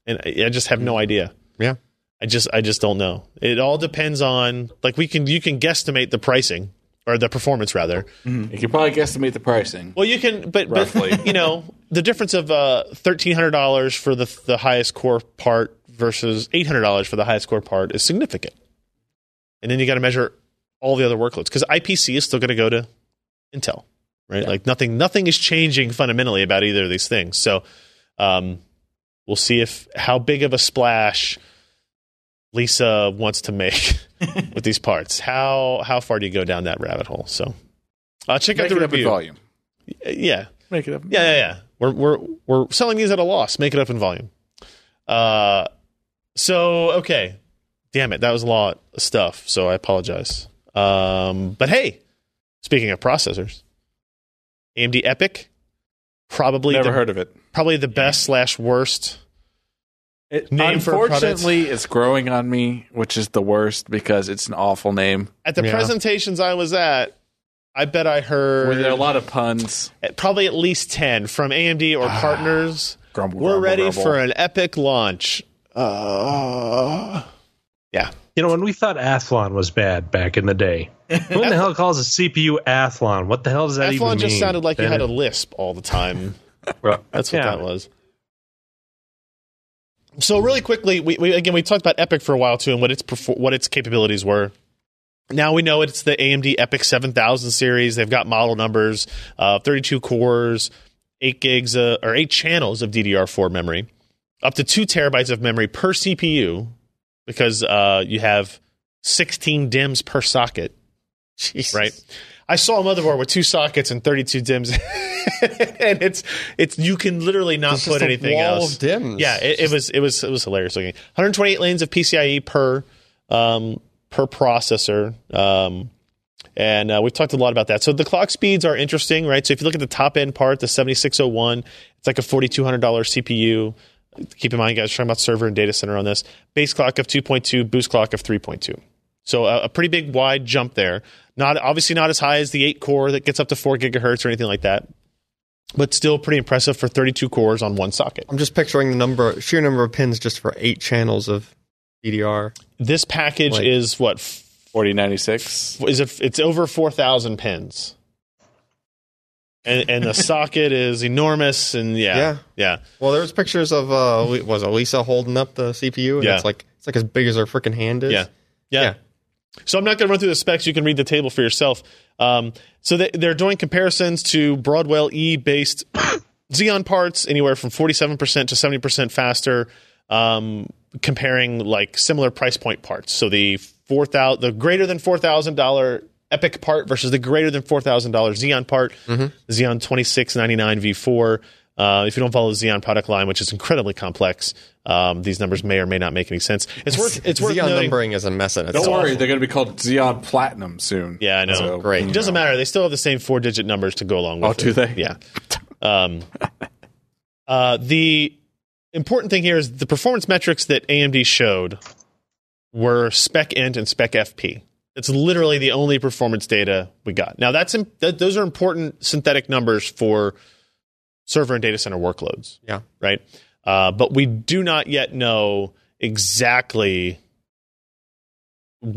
Speaker 1: And I I just have no idea.
Speaker 2: Yeah.
Speaker 1: I just I just don't know. It all depends on like we can you can guesstimate the pricing or the performance rather.
Speaker 7: You could probably guesstimate the pricing.
Speaker 1: Well, you can, but, but
Speaker 7: Roughly.
Speaker 1: you know the difference of uh, thirteen hundred dollars for the the highest core part versus eight hundred dollars for the highest core part is significant. And then you got to measure all the other workloads because IPC is still going to go to Intel, right? Like nothing nothing is changing fundamentally about either of these things. So um, we'll see if how big of a splash Lisa wants to make with these parts. How how far do you go down that rabbit hole? So uh, check
Speaker 6: Make
Speaker 1: out
Speaker 6: it
Speaker 1: the
Speaker 6: up in
Speaker 1: review.
Speaker 6: volume.
Speaker 1: Yeah.
Speaker 7: Make it up.
Speaker 1: Yeah, yeah, yeah. We're we're we're selling these at a loss. Make it up in volume. Uh, so okay, damn it, that was a lot of stuff. So I apologize. Um, but hey, speaking of processors, AMD Epic, probably
Speaker 7: Never
Speaker 1: the,
Speaker 7: heard of it.
Speaker 1: probably the best slash worst.
Speaker 7: It-
Speaker 1: Name for a product.
Speaker 7: unfortunately, it's growing on me, which is the worst because it's an awful name.
Speaker 1: At the
Speaker 2: Yeah.
Speaker 1: presentations I was at, I bet I heard
Speaker 7: Were there a lot of puns?
Speaker 1: at- probably at least 10 from AMD or
Speaker 7: Ah,
Speaker 1: partners.
Speaker 7: Grumble,
Speaker 1: We're
Speaker 7: grumble,
Speaker 1: ready
Speaker 7: grumble.
Speaker 1: for an epic launch. Uh, yeah.
Speaker 3: You know, when we thought Athlon was bad back in the day, who in the hell calls a CPU Athlon? What the hell does that even mean?
Speaker 1: Athlon just sounded like you
Speaker 3: Then
Speaker 1: had a
Speaker 3: it-
Speaker 1: lisp all the time.
Speaker 3: Well,
Speaker 1: That's what
Speaker 3: yeah.
Speaker 1: that was. So really quickly, we, we again we talked about Epic for a while too, and what its perfor- what its capabilities were. Now we know it's the AMD Epic 7000 series. They've got model numbers, uh, 32 cores, eight gigs uh, or eight channels of DDR4 memory, up to two terabytes of memory per CPU, because uh, you have 16 DIMMs per socket
Speaker 2: Jesus.
Speaker 1: right? I saw a motherboard with two sockets and 32 DIMMs, and it's it's you can literally not
Speaker 2: It's just
Speaker 1: put
Speaker 2: a
Speaker 1: anything
Speaker 2: wall
Speaker 1: else.
Speaker 2: of dims.
Speaker 1: Yeah, it, it was it was it was hilarious looking. 128 lanes of PCIe E per um, per processor, um, and uh, we've talked a lot about that. So the clock speeds are interesting, right? So if you look at the top end part, the 7601, it's like a $4,200 CPU. Keep in mind, guys, we're talking about server and data center on this. Base clock of 2.2, boost clock of 3.2. So a, a pretty big wide jump there. Not obviously not as high as the eight core that gets up to four gigahertz or anything like that, but still pretty impressive for 32 cores on one socket.
Speaker 2: I'm just picturing the number, sheer number of pins just for eight channels of DDR.
Speaker 1: This package
Speaker 2: Like-
Speaker 1: is what f-
Speaker 7: 4096.
Speaker 1: is it? It's over 4,000 pins, and and the socket is enormous. And yeah,
Speaker 2: Yeah.
Speaker 1: yeah.
Speaker 2: Well, there was pictures of uh, Li- was it Lisa holding up the CPU, and
Speaker 1: Yeah.
Speaker 2: it's like it's like as big as her freaking hand is.
Speaker 1: Yeah. Yeah.
Speaker 2: Yeah.
Speaker 1: So I'm not going to run through the specs. You can read the table for yourself. Um, so they, they're doing comparisons to Broadwell E based Xeon parts, anywhere from 47% to 70% faster, um, comparing like similar price point parts. So the four thousand, the greater than four thousand dollar Epic part versus the greater than four thousand dollar Xeon part. Xeon twenty six ninety nine V four. Uh, if you don't follow the Xeon product line, which is incredibly complex, um, these numbers may or may not make any sense. It's worth it's worth
Speaker 2: Xeon
Speaker 1: noting.
Speaker 2: numbering is a mess in
Speaker 7: Don't
Speaker 2: itself.
Speaker 7: worry, they're going to be called Xeon Platinum soon.
Speaker 1: Yeah, I know.
Speaker 7: So,
Speaker 2: Great.
Speaker 1: It doesn't matter. They still have the same four digit numbers to go along with.
Speaker 7: Oh, do
Speaker 1: it.
Speaker 7: they?
Speaker 1: Yeah. Um, uh, the important thing here is the performance metrics that AMD showed were spec int and spec FP. It's literally the only performance data we got. Now that's im- th- those are important synthetic numbers for server and data center workloads.
Speaker 2: Yeah.
Speaker 1: Right. Uh, but we do not yet know exactly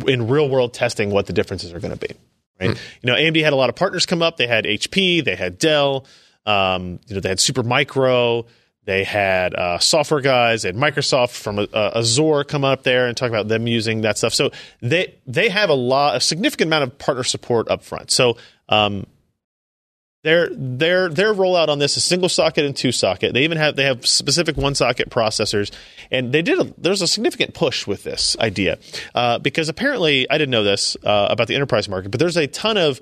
Speaker 1: in real world testing what the differences are going to be. Right? You know, AMD had a lot of partners come up. They had HP, they had Dell, um, you know, they had Supermicro, they had uh, software guys, they had Microsoft from uh, Azure come up there and talk about them using that stuff. So they they have a lot, a significant amount of partner support up front. So um, their their their rollout on this is single socket and two socket. They even have they have specific one socket processors, and they did a, there's a significant push with this idea uh, because apparently I didn't know this uh, about the enterprise market, but there's a ton of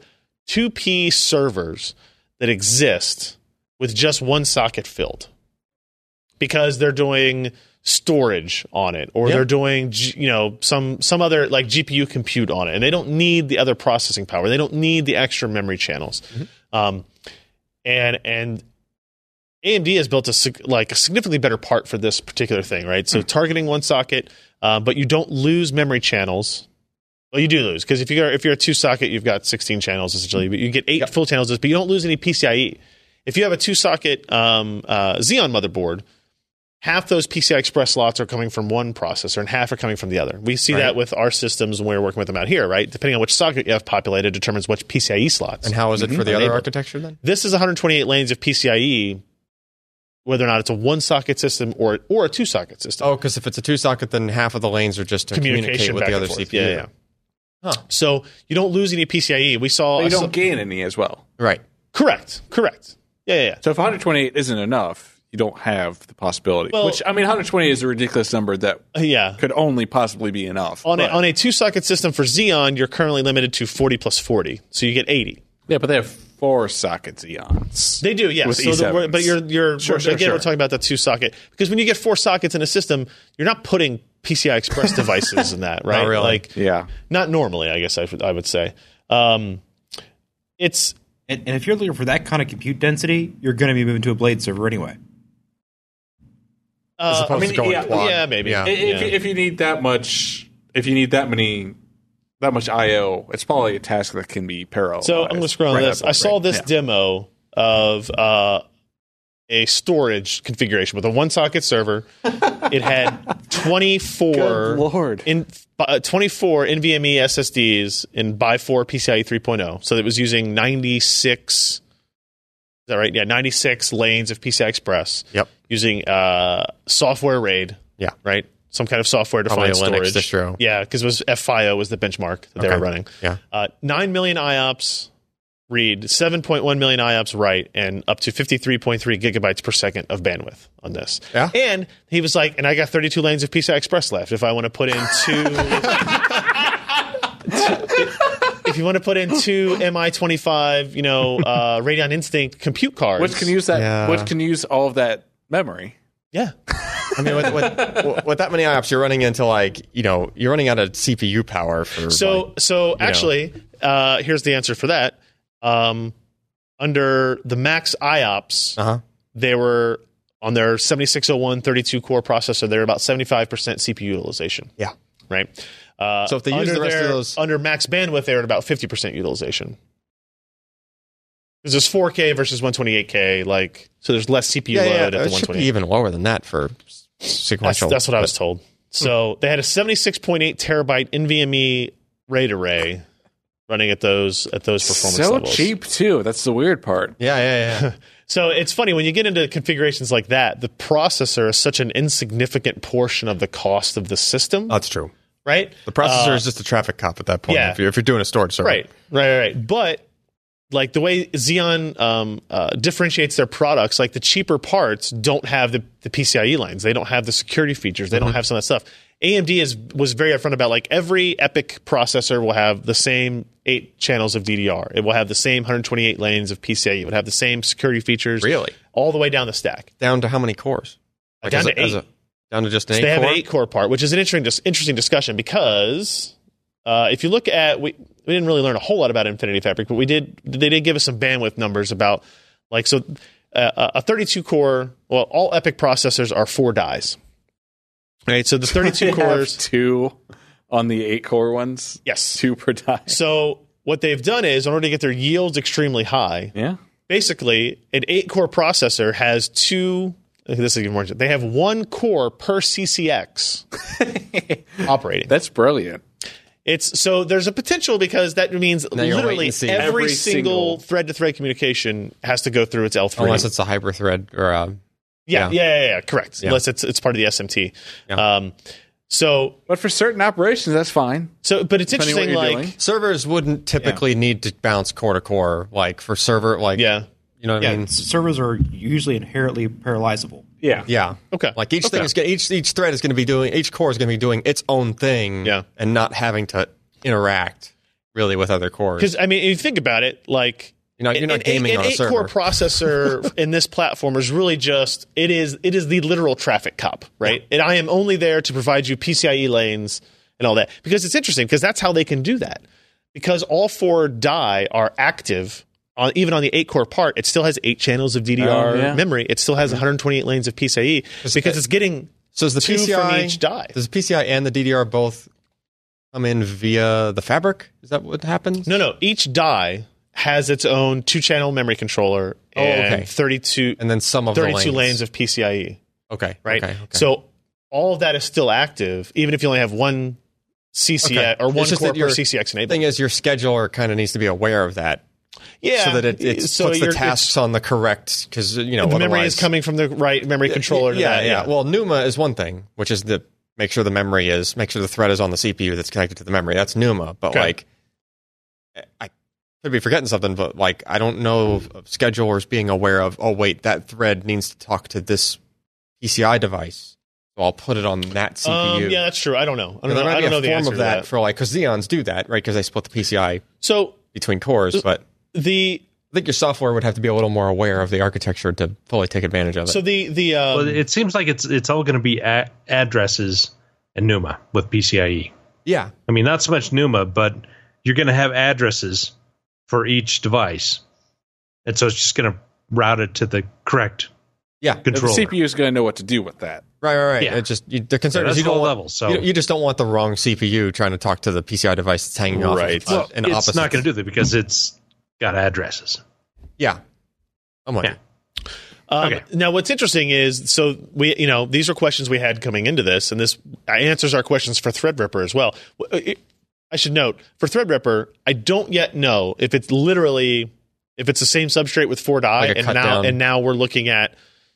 Speaker 1: 2P servers that exist with just one socket filled because they're doing storage on it or they're doing G- you know some some other like GPU compute on it and they don't need the other processing power they don't need the extra memory channels um, and and AMD has built a sig- like a significantly better part for this particular thing right so targeting one socket uh, but you don't lose memory channels well you do lose because if you are if you're a two socket you've got 16 channels essentially but you get eight full channels but you don't lose any PCIe E. if you have a two socket um, uh, Xeon motherboard half those PCI Express slots are coming from one processor and half are coming from the other. We see that with our systems when we're working with them out here, right? Depending on which socket you have populated determines which PCIe E slots.
Speaker 2: And how is it for the other
Speaker 1: Unable.
Speaker 2: architecture then?
Speaker 1: this is 128 lanes of PCIe, E, whether or not it's a one socket system or or a two socket system.
Speaker 2: Oh, because if it's a two socket, then half of the lanes are just to communicate with
Speaker 1: back
Speaker 2: the
Speaker 1: and
Speaker 2: other
Speaker 1: forth.
Speaker 2: CPU.
Speaker 1: Yeah, yeah.
Speaker 2: Huh.
Speaker 1: So you don't lose any PCIe. We saw
Speaker 7: But you
Speaker 1: I saw-
Speaker 7: don't gain any as well.
Speaker 2: Right.
Speaker 1: correct, correct. Yeah, yeah, yeah.
Speaker 7: So if 128 isn't enough, you don't have the possibility.
Speaker 1: Well-
Speaker 7: Which I mean, 128 is a ridiculous number that
Speaker 1: yeah.
Speaker 7: could only possibly be enough.
Speaker 1: On a,
Speaker 7: but-
Speaker 1: on a two socket system for Xeon, you're currently limited to 40 plus 40, so you get 80.
Speaker 7: yeah, but they have four sockets eons.
Speaker 1: They do, yeah.
Speaker 7: With
Speaker 1: so the,
Speaker 7: E7s.
Speaker 1: but you're you're
Speaker 7: Sure, sure,
Speaker 1: again
Speaker 7: sure.
Speaker 1: we're talking about the two socket because when you get four sockets in a system, you're not putting PCI Express devices in that, right?
Speaker 2: really.
Speaker 1: Like
Speaker 7: yeah,
Speaker 1: not normally, I guess I would I would say. Um, it's
Speaker 5: And, and if you're looking for that kind of compute density, you're going to be moving to a blade server anyway.
Speaker 1: uh,
Speaker 2: As opposed
Speaker 7: mean,
Speaker 2: to going
Speaker 7: yeah,
Speaker 2: quad.
Speaker 1: yeah, maybe.
Speaker 2: Yeah.
Speaker 7: I- if,
Speaker 1: Yeah.
Speaker 7: you- if you need that much, if you need that many, that much I/O, it's probably a task that can be parallel.
Speaker 1: So I'm going to scroll on this. I saw this demo of uh, a storage configuration with a one socket server. it had 24
Speaker 7: Good Lord.
Speaker 1: in uh, 24 NVMe SSDs in by 4 PCIe 3.0. oh. So it was using 96 is that right? Yeah, 96 lanes of PCI E Express
Speaker 2: Yep.
Speaker 1: using uh, software RAID.
Speaker 2: Yeah.
Speaker 1: Right? Some kind of software
Speaker 2: Probably a
Speaker 1: defined
Speaker 2: Linux
Speaker 1: storage.
Speaker 2: distro.
Speaker 1: Yeah, because it was FIO was the benchmark that they
Speaker 2: Okay.
Speaker 1: were running.
Speaker 2: Yeah.
Speaker 1: Uh, 9 million IOPS read, 7.1 million IOPS write, and up to 53.3 gigabytes per second of bandwidth on this.
Speaker 2: Yeah.
Speaker 1: And he was like, and I got 32 lanes of PCI Express left if I want to put in two. If you want to put in two MI25, you know, uh, Radeon Instinct compute cards,
Speaker 7: Which can use that?
Speaker 2: Yeah.
Speaker 7: Which can use all of that memory?
Speaker 1: yeah,
Speaker 2: I mean, with, with, with that many IOPS, you're running into like you know you're running out of CPU power for. like,
Speaker 1: So, so actually, uh, here's the answer for that. Um, under the max IOPS,
Speaker 2: Uh-huh.
Speaker 1: they were on their 7601 32 core processor. They're about 75 percent CPU utilization.
Speaker 2: Yeah.
Speaker 1: Right. Uh,
Speaker 2: So if they use
Speaker 1: under
Speaker 2: the rest of
Speaker 1: their-
Speaker 2: those-
Speaker 1: under max bandwidth, they're at about 50 percent utilization. Because there's 4K versus 128K, like so. There's less CPU
Speaker 2: yeah,
Speaker 1: load
Speaker 2: yeah,
Speaker 1: at the
Speaker 2: it should
Speaker 1: 128.
Speaker 2: be even lower than that for s-
Speaker 1: That's,
Speaker 2: sequential.
Speaker 1: that's what I was told. So they had a 76.8 terabyte NVMe RAID array running at those at those performance
Speaker 7: So
Speaker 1: levels.
Speaker 7: cheap too. That's the weird part.
Speaker 2: Yeah, yeah, yeah.
Speaker 1: So it's funny when you get into configurations like that, the processor is such an insignificant portion of the cost of the
Speaker 7: Uh,
Speaker 1: system,
Speaker 2: that's true.
Speaker 1: right?
Speaker 2: The processor is just a traffic cop at that point.
Speaker 1: Uh, yeah.
Speaker 2: If, you're, if you're doing a storage server,
Speaker 1: Right, right, right, right. But like the way Xeon um, uh, differentiates their products, E like the cheaper parts don't have the, the PCIe lines. They don't have the security features. They don't have some of that stuff. AMD is was very upfront about like every EPIC processor will have the same eight channels of DDR. It will have the same 128 lanes of PCIe. E. It would have the same security features.
Speaker 2: Really?
Speaker 1: all the way down the stack.
Speaker 2: Down to how many cores? Like
Speaker 1: Down
Speaker 2: as
Speaker 1: to
Speaker 2: a- as
Speaker 1: eight.
Speaker 2: a- down to just an
Speaker 1: So
Speaker 2: eight
Speaker 1: they have
Speaker 2: core?
Speaker 1: an eight core part, which is an interesting dis- interesting discussion because uh, if you look at we we didn't really learn a whole lot about Infinity Fabric, but we did they did give us some bandwidth numbers about like so uh, a 32 core. Well, all EPIC processors are four dies. Right, so the 32 cores.
Speaker 7: two on the eight core ones.
Speaker 1: Yes.
Speaker 7: two per die.
Speaker 1: So what they've done is, in order to get their yields extremely high,
Speaker 7: Yeah,
Speaker 1: basically an eight-core processor has two. This is even more. They have one core per CCX operating.
Speaker 7: that's brilliant.
Speaker 1: It's so there's a potential because that means
Speaker 2: you're
Speaker 1: literally
Speaker 2: waiting to see.
Speaker 1: every,
Speaker 7: Every
Speaker 1: single
Speaker 7: single-
Speaker 1: thread-to-thread communication has to go through its L3.
Speaker 2: Unless it's a hybrid thread or uh,
Speaker 1: yeah, yeah, yeah, yeah, yeah, correct.
Speaker 2: Yeah.
Speaker 1: Unless it's it's part of the SMT.
Speaker 2: Yeah.
Speaker 1: Um, so
Speaker 7: But for certain operations, that's fine.
Speaker 1: so, but it's
Speaker 7: Depending what
Speaker 1: interesting.
Speaker 7: you're
Speaker 1: Like,
Speaker 7: doing.
Speaker 2: servers wouldn't typically need to bounce core to core like for server like
Speaker 1: yeah,
Speaker 2: you know what
Speaker 1: Yeah.
Speaker 2: I mean
Speaker 5: Servers are usually inherently parallelizable.
Speaker 7: Yeah,
Speaker 2: yeah
Speaker 1: Okay.
Speaker 2: like each thing
Speaker 1: Okay.
Speaker 2: is gonna- each each thread is going to be doing each core is going to be doing its own thing
Speaker 1: Yeah.
Speaker 2: and not having to interact really with other cores
Speaker 1: because I mean, if you think about it, like
Speaker 2: you know you're not gaming
Speaker 1: an
Speaker 2: on a
Speaker 1: eight core
Speaker 2: server
Speaker 1: processor in this platform is really just it is it is the literal traffic cop, right? And I am only there to provide you PCIe lanes and all that because it's interesting because that's how they can do that because all four die are active. On, even on the eight core part, it still has eight channels of DDR
Speaker 7: Oh, yeah.
Speaker 1: memory. It still has 128 lanes of PCIe because it's getting
Speaker 2: so is the
Speaker 1: two
Speaker 2: PCI
Speaker 1: from each die.
Speaker 2: does the PCI and the DDR both come in via the fabric is that what happens
Speaker 1: No, no. Each die has its own two channel memory controller and
Speaker 2: Oh, okay.
Speaker 1: 32,
Speaker 2: and then some of
Speaker 1: 32
Speaker 2: the
Speaker 1: lanes. of PCIe,
Speaker 2: okay
Speaker 1: E, right?
Speaker 2: okay, okay.
Speaker 1: So all of that is still active, even if you only have one CCX
Speaker 2: Okay.
Speaker 1: or
Speaker 2: It's
Speaker 1: one
Speaker 2: just
Speaker 1: core
Speaker 2: that
Speaker 1: per
Speaker 2: your
Speaker 1: CCX
Speaker 2: The thing
Speaker 1: enabled.
Speaker 2: is your scheduler kind of needs to be aware of that
Speaker 1: Yeah.
Speaker 2: so that it, it
Speaker 1: So
Speaker 2: puts the
Speaker 1: you're-
Speaker 2: tasks on the correct because you know
Speaker 1: The memory
Speaker 2: otherwise-
Speaker 1: is coming from the right memory controller. to
Speaker 2: Yeah,
Speaker 1: that,
Speaker 2: yeah, Well, NUMA is one thing, which is the make sure the memory is make sure the thread is on the CPU that's connected to the memory. That's NUMA. But
Speaker 1: Okay.
Speaker 2: like, I could be forgetting something, but like, I don't know of schedulers being aware of. Oh, wait, that thread needs to talk to this PCI device, so I'll put it on that CPU.
Speaker 1: Um, yeah, that's true. I don't know. I
Speaker 2: And
Speaker 1: don't know.
Speaker 2: there might
Speaker 1: I
Speaker 2: be
Speaker 1: don't
Speaker 2: a
Speaker 1: know the
Speaker 2: form
Speaker 1: answer
Speaker 2: of
Speaker 1: to
Speaker 2: that,
Speaker 1: that.
Speaker 2: for like because Xeons do that right because they split the PCI
Speaker 1: So
Speaker 2: between cores, but.
Speaker 1: the
Speaker 2: I think your software would have to be a little more aware of the architecture to fully take advantage of it.
Speaker 1: so the the um,
Speaker 3: Well, it seems like it's it's all going to be a- addresses and NUMA with PCIe.
Speaker 2: yeah,
Speaker 3: E. I mean, not so much NUMA, but you're going to have addresses for each device, and so it's just going to route it to the correct
Speaker 2: yeah,
Speaker 7: The
Speaker 3: controller.
Speaker 7: CPU is going to know what to do with that.
Speaker 2: Right, right, right.
Speaker 3: Yeah.
Speaker 2: It's just you, the concern
Speaker 3: Yeah,
Speaker 2: is
Speaker 3: that's
Speaker 2: you don't
Speaker 3: low
Speaker 2: want,
Speaker 3: level, so-
Speaker 2: you, you just don't want the wrong CPU trying to talk to the PCI device that's hanging off.
Speaker 1: Right.
Speaker 2: Of, an
Speaker 3: it's
Speaker 2: opposite.
Speaker 3: not going to do that because it's got addresses.
Speaker 2: Yeah. I'm like,
Speaker 3: Yeah.
Speaker 1: Um,
Speaker 3: Okay.
Speaker 1: Now, what's interesting is so we, you know, these are questions we had coming into this, and this answers our questions for Threadripper as well. W- uh, it- I should note for Threadripper, I don't yet know if it's literally if it's the same substrate with four die,
Speaker 2: Like a
Speaker 1: and now
Speaker 2: cut down.
Speaker 1: and now we're looking at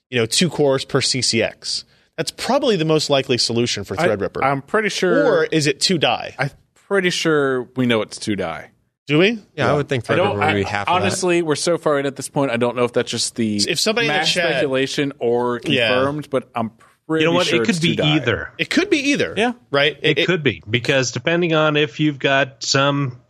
Speaker 1: you know two cores per CCX. That's probably the most likely solution for Threadripper.
Speaker 7: I, am pretty sure.
Speaker 1: or is it two die?
Speaker 7: I'm pretty sure we know it's two die.
Speaker 1: Do we?
Speaker 2: yeah, I would think
Speaker 7: I
Speaker 2: Threadripper
Speaker 7: don't.
Speaker 2: would be
Speaker 7: I-
Speaker 2: half of
Speaker 7: honestly, we're so far in at this point. I don't know if that's just the
Speaker 1: If somebody in the
Speaker 7: mass
Speaker 1: chat-
Speaker 7: speculation or
Speaker 1: Yeah.
Speaker 7: confirmed, but I'm pretty.
Speaker 3: You know what?
Speaker 7: Sure
Speaker 3: it could
Speaker 7: it's
Speaker 3: be
Speaker 7: two die.
Speaker 3: either.
Speaker 1: It could be either.
Speaker 7: Yeah.
Speaker 1: Right.
Speaker 3: It, could be because depending on if you've got some.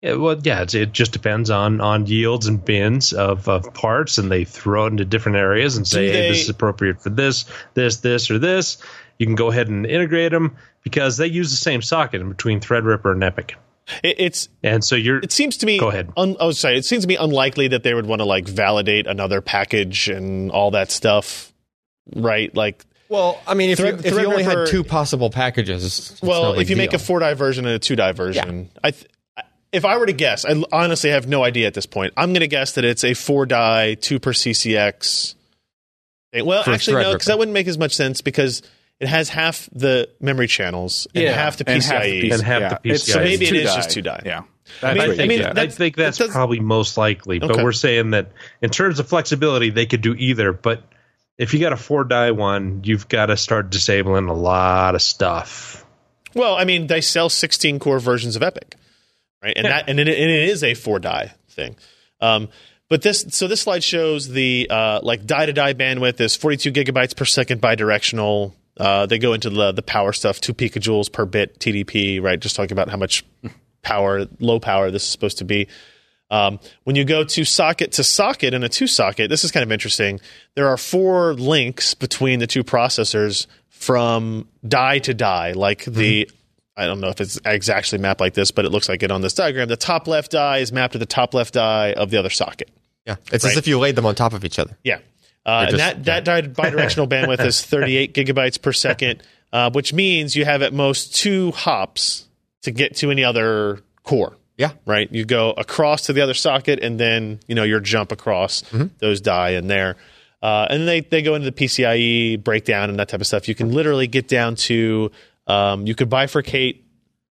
Speaker 3: Yeah, well, yeah, it's, it just depends on, on yields and bins of, of parts, and they throw it into different areas and say,
Speaker 1: they-
Speaker 3: hey, this is appropriate for this, this, this, or this. You can go ahead and integrate them because they use the same socket in between Threadripper and Epic.
Speaker 1: It, it's
Speaker 3: And so you're.
Speaker 1: it seems to me
Speaker 3: Go ahead.
Speaker 1: un- oh sorry it seems to me unlikely that they would want to like validate another package and all that stuff right like
Speaker 2: Well, I mean, if,
Speaker 1: Thread-
Speaker 2: you, if you only had
Speaker 1: Threadripper-
Speaker 2: two possible packages, it's- it's no
Speaker 1: well
Speaker 2: big
Speaker 1: if you make a
Speaker 2: deal.
Speaker 1: four die version and a two die version i th- I- if i were to guess i l- honestly have no idea at this point i'm going to guess that it's a four die two per ccx thing. Eh, well
Speaker 2: For
Speaker 1: actually no because
Speaker 2: Threadripper.
Speaker 1: that wouldn't make as much sense because it has half the memory channels and
Speaker 7: Yeah,
Speaker 1: half the pcie
Speaker 7: and half the
Speaker 3: And half the
Speaker 7: E. It's-
Speaker 3: PCIe. So
Speaker 1: E. maybe it
Speaker 7: two
Speaker 1: is
Speaker 7: die.
Speaker 1: just two die.
Speaker 7: Yeah,
Speaker 1: I mean-
Speaker 7: That's what
Speaker 1: I
Speaker 7: you
Speaker 1: mean,
Speaker 7: get.
Speaker 1: that-
Speaker 3: I think that's
Speaker 1: that does-
Speaker 3: probably most likely.
Speaker 1: Okay.
Speaker 3: But we're saying that in terms of flexibility, they could do either. But if you got a four die one, you've got to start disabling a lot of stuff.
Speaker 1: Well, I mean, they sell 16 core versions of Epic, right? And that and it, and it is a four die thing. Um, but this so this slide shows the uh, like die to die bandwidth is 42 gigabytes per second bidirectional. Uh, they go into the the power stuff, two picojoules per bit TDP, right? Just talking about how much power, low power this is supposed to be. Um, when you go to socket to socket in a two socket, this is kind of interesting. There are four links between the two processors from die to die, like the. I don't know if it's exactly mapped like this, but it looks like it on this diagram. The top left die is mapped to the top left die of the other socket.
Speaker 2: Yeah, it's
Speaker 1: Right.
Speaker 2: as if you laid them on top of each other.
Speaker 1: Yeah. Uh,
Speaker 2: Or just-
Speaker 1: and that, that di- bidirectional bandwidth is 38 gigabytes per second, uh, which means you have at most two hops to get to any other core,
Speaker 2: Yeah,
Speaker 1: right? You go across to the other socket and then, you know, your jump across
Speaker 2: Mm-hmm.
Speaker 1: those die in there. Uh, and then they, they go into the PCIe E breakdown and that type of stuff. You can literally get down to, um, you could bifurcate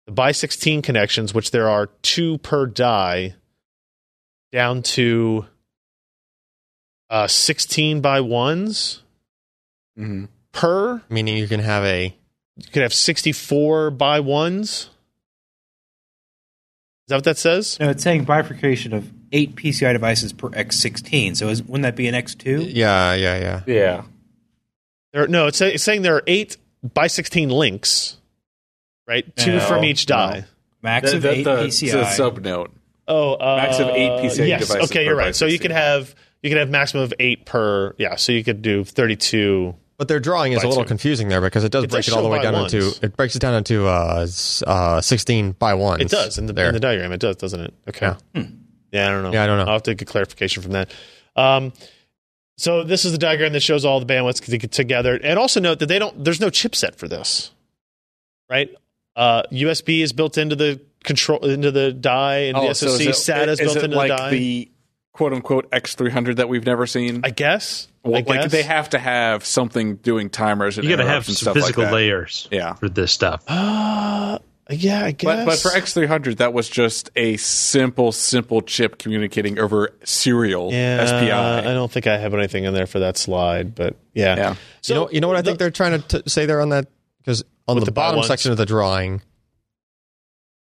Speaker 1: the by 16 connections, which there are two per die, down to uh, 16 by ones
Speaker 7: Mm-hmm.
Speaker 6: Mhm.
Speaker 1: per.
Speaker 2: meaning you can have a
Speaker 1: You could have 64 by ones. Is that what that says?
Speaker 5: No, it's saying bifurcation of eight PCI devices per X16. So is, wouldn't that be an X2?
Speaker 2: yeah, yeah, yeah.
Speaker 7: Yeah.
Speaker 1: There, no, it's, it's saying there are eight by 16 links, right? Two
Speaker 5: No,
Speaker 1: from each die.
Speaker 5: Max
Speaker 7: The,
Speaker 5: of
Speaker 7: the,
Speaker 5: eight
Speaker 7: the,
Speaker 5: PCI.
Speaker 7: the sub note.
Speaker 1: Oh, uh,
Speaker 7: Max of eight PCIe
Speaker 1: yes.
Speaker 7: devices
Speaker 1: Okay,
Speaker 7: per
Speaker 1: you're
Speaker 7: by
Speaker 1: right. So you
Speaker 7: 16.
Speaker 1: could have you could have maximum of eight per. Yeah, so you could do 32.
Speaker 2: But their drawing is
Speaker 1: By
Speaker 2: a little
Speaker 1: two.
Speaker 2: confusing there because it does
Speaker 1: It
Speaker 2: break
Speaker 1: does
Speaker 2: it all the
Speaker 1: show
Speaker 2: way
Speaker 1: by
Speaker 2: down
Speaker 1: ones.
Speaker 2: into it breaks it down into uh, s- uh, sixteen by ones.
Speaker 1: It does in the,
Speaker 2: there.
Speaker 1: in the diagram. It does, doesn't it? Okay. Yeah.
Speaker 3: Hmm.
Speaker 1: I don't know.
Speaker 2: Yeah, I don't know.
Speaker 1: I'll have to get clarification from that. Um, so this is the diagram that shows all the bandwidths to- together, and also note that they don't. There's no chipset for this, right? Uh, USB is built into the control into the die, and the SoC SATA is,
Speaker 7: Oh, is
Speaker 1: built
Speaker 7: it
Speaker 1: into
Speaker 7: like
Speaker 1: the die.
Speaker 7: the quote unquote X300 that we've never seen?
Speaker 1: I guess.
Speaker 7: Well,
Speaker 1: I guess.
Speaker 7: Like they have to have something doing timers and
Speaker 3: You got to have
Speaker 7: interrupts and
Speaker 3: some
Speaker 7: stuff like
Speaker 3: physical
Speaker 7: that.
Speaker 3: layers
Speaker 7: Yeah.
Speaker 3: for this stuff.
Speaker 1: Uh, yeah, I guess.
Speaker 7: But, but for X300, that was just a simple, simple chip communicating over serial
Speaker 1: yeah,
Speaker 7: SPI.
Speaker 1: I don't think I have anything in there for that slide, but yeah.
Speaker 7: Yeah.
Speaker 1: So
Speaker 2: you know, you know what I think they're trying to t- say there on that because on the,
Speaker 1: the by
Speaker 2: bottom
Speaker 1: ones.
Speaker 2: section of the drawing,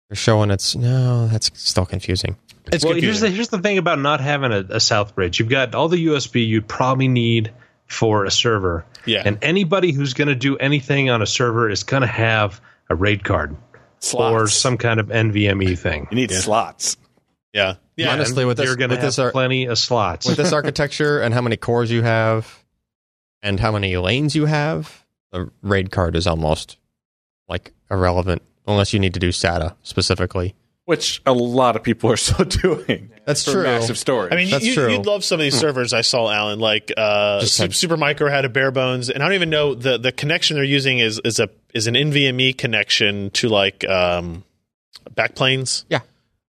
Speaker 2: they're showing it's no, that's still confusing.
Speaker 1: it's
Speaker 3: well, here's
Speaker 1: confusing.
Speaker 3: the, here's the thing about not having a, a South Bridge. You've got all the USB you'd probably need for a server.
Speaker 1: Yeah.
Speaker 3: And anybody who's going to do anything on a server is going to have a RAID card or
Speaker 6: Slots.
Speaker 3: some kind of NVMe E thing.
Speaker 6: You need slots.
Speaker 1: yeah. Yeah.
Speaker 2: Honestly, with this
Speaker 3: You're going to
Speaker 2: with
Speaker 3: have
Speaker 2: this, ar-
Speaker 3: plenty of slots.
Speaker 2: with this architecture and how many cores you have, and how many lanes you have, the raid card is almost like irrelevant unless you need to do SATA specifically.
Speaker 7: Which a lot of people are still doing.
Speaker 2: That's
Speaker 7: for
Speaker 2: true.
Speaker 7: Massive storage.
Speaker 1: I mean,
Speaker 2: That's
Speaker 1: you,
Speaker 2: true. Hmm.
Speaker 1: you'd love some of these servers I saw, Alan. Like uh,
Speaker 2: Just
Speaker 1: Su-
Speaker 2: had-
Speaker 1: Supermicro had a bare bones, and I don't even know the, the connection they're using is is a is an NVMe connection to like um, backplanes.
Speaker 2: Yeah.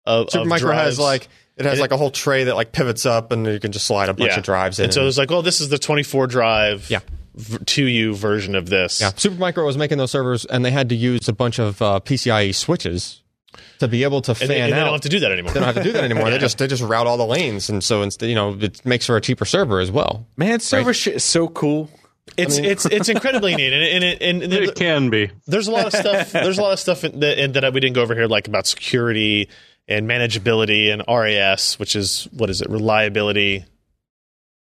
Speaker 1: Of, of
Speaker 2: Supermicro
Speaker 1: drives.
Speaker 2: has like it has
Speaker 1: It-
Speaker 2: like a whole tray that like pivots up and you can just slide a bunch
Speaker 1: Yeah.
Speaker 2: of drives in.
Speaker 1: and so it was like, oh, this is the 24 drive
Speaker 2: Yeah.
Speaker 1: v- 2U version of this.
Speaker 2: yeah, Supermicro was making those servers and they had to use a bunch of uh, PCIe switches to be able to
Speaker 1: And,
Speaker 2: fan
Speaker 1: they, and
Speaker 2: out.
Speaker 1: they don't have to do that anymore.
Speaker 2: They don't have to do that anymore. They just they just route all the lanes, and so instead, you know, it makes for a cheaper server as well.
Speaker 7: man, server shit is so cool.
Speaker 1: It's it's it's incredibly neat, and it, and, it, and
Speaker 4: It can be.
Speaker 1: there's a lot of stuff. There's a lot of stuff in that, in, that we didn't go over here, like about security and manageability and RAS, which is what is it? Reliability,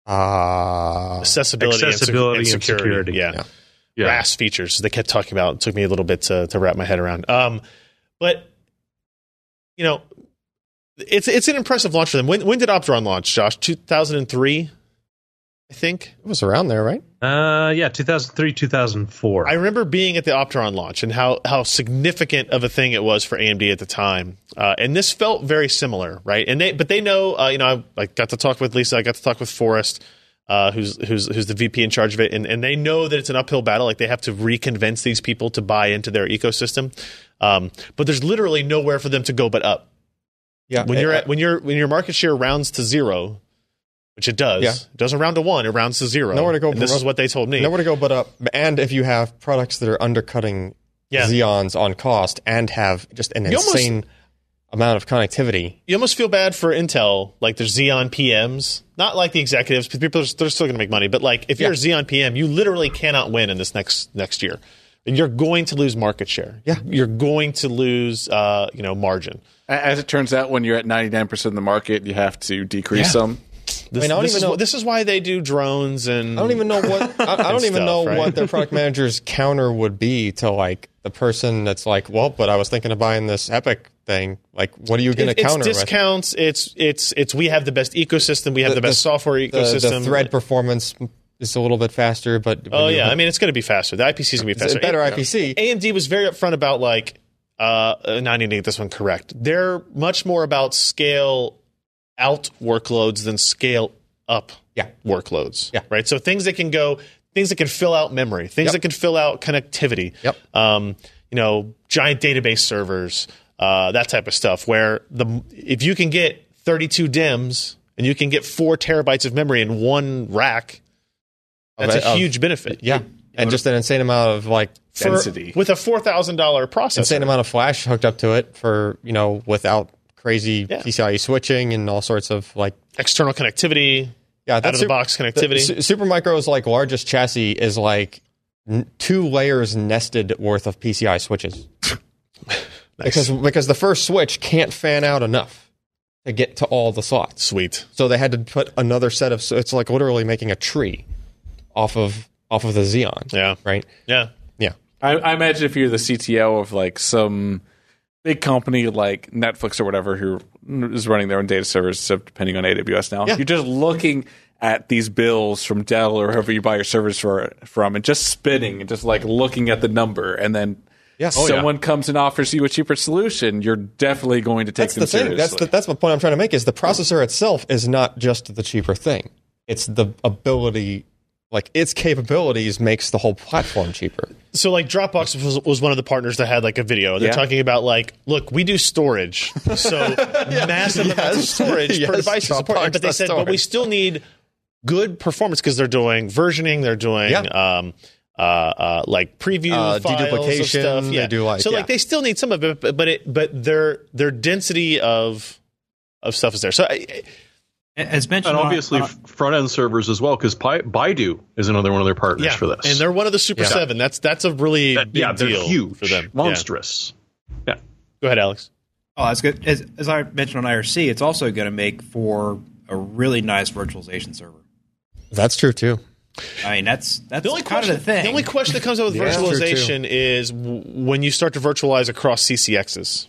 Speaker 1: Uh,
Speaker 2: Ah,
Speaker 1: accessibility, and sec-
Speaker 3: Accessibility
Speaker 1: and,
Speaker 3: and
Speaker 1: security.
Speaker 3: security.
Speaker 1: Yeah.
Speaker 2: Yeah.
Speaker 4: Yeah.
Speaker 1: RAS features they kept talking about. It took me a little bit to to wrap my head around. Um, but you know, it's it's an impressive launch for them. When when did Opteron launch, Josh? Two thousand and three, I think.
Speaker 2: it was around there, right?
Speaker 3: uh, yeah, 2003, 2004.
Speaker 1: I remember being at the Opteron launch and how how significant of a thing it was for AMD at the time. Uh, and this felt very similar, right? And they but they know, uh, you know, I, I got to talk with Lisa, I got to talk with Forrest, uh, who's who's who's the VP in charge of it, and and they know that it's an uphill battle. Like they have to reconvince these people to buy into their ecosystem. Um, but there's literally nowhere for them to go but up.
Speaker 2: Yeah. Uh,
Speaker 1: When you're at, when your when your market share rounds to zero. Which it does.
Speaker 2: Yeah.
Speaker 1: It doesn't round to one. It rounds to zero.
Speaker 2: Nowhere to go
Speaker 1: And this
Speaker 2: but
Speaker 1: is
Speaker 2: up.
Speaker 1: what they told me.
Speaker 2: nowhere to go but up, and if you have products that are undercutting
Speaker 1: Yeah.
Speaker 2: Xeons on cost and have just an
Speaker 1: You almost-
Speaker 2: insane amount of connectivity,
Speaker 1: you almost feel bad for Intel, like there's Xeon PMs, not like the executives, but people are, they're still going to make money. But like if you're a Xeon PM, you literally cannot win in this next next year. You're going to lose market share.
Speaker 2: Yeah.
Speaker 1: you're going to lose, uh, you know, margin.
Speaker 7: A- As it turns out, when you're at 99% of the market, you have to decrease some.
Speaker 1: This,
Speaker 2: mean, I don't
Speaker 1: this
Speaker 2: even
Speaker 1: is,
Speaker 2: know-
Speaker 1: wh- this is why they do drones and
Speaker 2: I don't even know what I, I don't even
Speaker 1: stuff,
Speaker 2: know
Speaker 1: right?
Speaker 2: what their product manager's counter would be to like the person that's like, well, but I was thinking of buying this Epic thing. Like, what are you going to
Speaker 1: It- it's
Speaker 2: counter with?
Speaker 1: discounts. It's it's it's we have the best ecosystem. We have the,
Speaker 2: The-
Speaker 1: best
Speaker 2: the-
Speaker 1: software
Speaker 2: The,
Speaker 1: ecosystem.
Speaker 2: the thread performance is a little bit faster, but when
Speaker 1: Oh
Speaker 2: you-
Speaker 1: yeah, I mean it's going to be faster. The IPC is going to be
Speaker 2: it's
Speaker 1: faster.
Speaker 2: a better
Speaker 1: A-
Speaker 2: IPC.
Speaker 1: AMD was very upfront about like, uh, uh, no, I need to get this one correct. They're much more about scale out workloads than scale up
Speaker 2: Yeah.
Speaker 1: workloads.
Speaker 2: Yeah.
Speaker 1: Right. So things that can go, things that can fill out memory, things
Speaker 2: Yep.
Speaker 1: that can fill out connectivity.
Speaker 2: Yep.
Speaker 1: Um, you know, giant database servers, uh, that type of stuff. Where the if you can get 32 DIMMs and you can get four terabytes of memory in one rack,
Speaker 2: Of-
Speaker 1: that's a
Speaker 2: of-
Speaker 1: huge benefit
Speaker 2: yeah, and just an insane amount of like
Speaker 1: for-
Speaker 7: Density.
Speaker 1: with a four thousand dollar processor.
Speaker 2: insane amount of flash hooked up to it for you know without crazy
Speaker 1: Yeah.
Speaker 2: PCIe E switching and all sorts of like
Speaker 1: External connectivity,
Speaker 2: yeah that's
Speaker 1: out of the
Speaker 2: super-
Speaker 1: box connectivity.
Speaker 2: Su- Supermicro's like largest chassis is like n- two layers nested worth of PCI switches. Because because the first switch can't fan out enough to get to all the slots.
Speaker 1: Sweet.
Speaker 2: So they had to put another set of so it's like literally making a tree off of off of the Xeon,
Speaker 1: Yeah.
Speaker 2: right?
Speaker 1: Yeah.
Speaker 2: Yeah.
Speaker 7: I, I imagine if you're the CTO of like some big company like Netflix or whatever who is running their own data servers, so depending on AWS now, you're just looking at these bills from Dell or whoever you buy your servers for, from, and just spinning and just like looking at the number, and then
Speaker 2: Yeah. Oh, yeah.
Speaker 7: someone comes and offers you a cheaper solution, you're definitely going to take
Speaker 2: That's
Speaker 7: them
Speaker 2: the thing.
Speaker 7: seriously.
Speaker 2: That's the, that's the point I'm trying to make is the processor itself is not just the cheaper thing. It's the ability like its capabilities makes the whole platform cheaper.
Speaker 1: So like Dropbox was, was one of the partners that had like a video. They're
Speaker 7: Yeah.
Speaker 1: talking about like, look, we do storage, so massive amounts of storage per
Speaker 2: Yes,
Speaker 1: device is
Speaker 2: Dropbox
Speaker 1: important. But they
Speaker 2: does
Speaker 1: said, but we
Speaker 2: storage.
Speaker 1: still need good performance because they're doing versioning, they're doing
Speaker 2: Yeah.
Speaker 1: um, uh, uh, like preview
Speaker 2: Uh,
Speaker 1: files of
Speaker 2: deduplication,
Speaker 1: stuff.
Speaker 2: they
Speaker 1: Yeah.
Speaker 2: do, like-
Speaker 1: so
Speaker 2: yeah.
Speaker 1: like they still need some of it, but but, it, but their their density of of stuff is there. So I,
Speaker 5: As mentioned,
Speaker 8: And
Speaker 5: on-
Speaker 8: obviously,
Speaker 5: on-
Speaker 8: front end servers as well, because Pi- Baidu is another one of their partners for this.
Speaker 1: And they're one of the Super
Speaker 2: Yeah.
Speaker 1: Seven. That's that's a really
Speaker 8: That-
Speaker 1: big
Speaker 8: yeah, they're
Speaker 1: deal
Speaker 8: huge
Speaker 1: for them. Yeah.
Speaker 8: monstrous.
Speaker 1: Go ahead, Alex.
Speaker 5: Oh, that's good. As, as I mentioned on IRC, it's also going to make for a really nice virtualization server.
Speaker 2: That's true too.
Speaker 5: I mean, that's that's
Speaker 1: The only
Speaker 5: kind
Speaker 1: question,
Speaker 5: of the thing.
Speaker 1: the only question that comes up with
Speaker 2: Yeah. True, too.
Speaker 1: virtualization is w- when you start to virtualize across CCXs.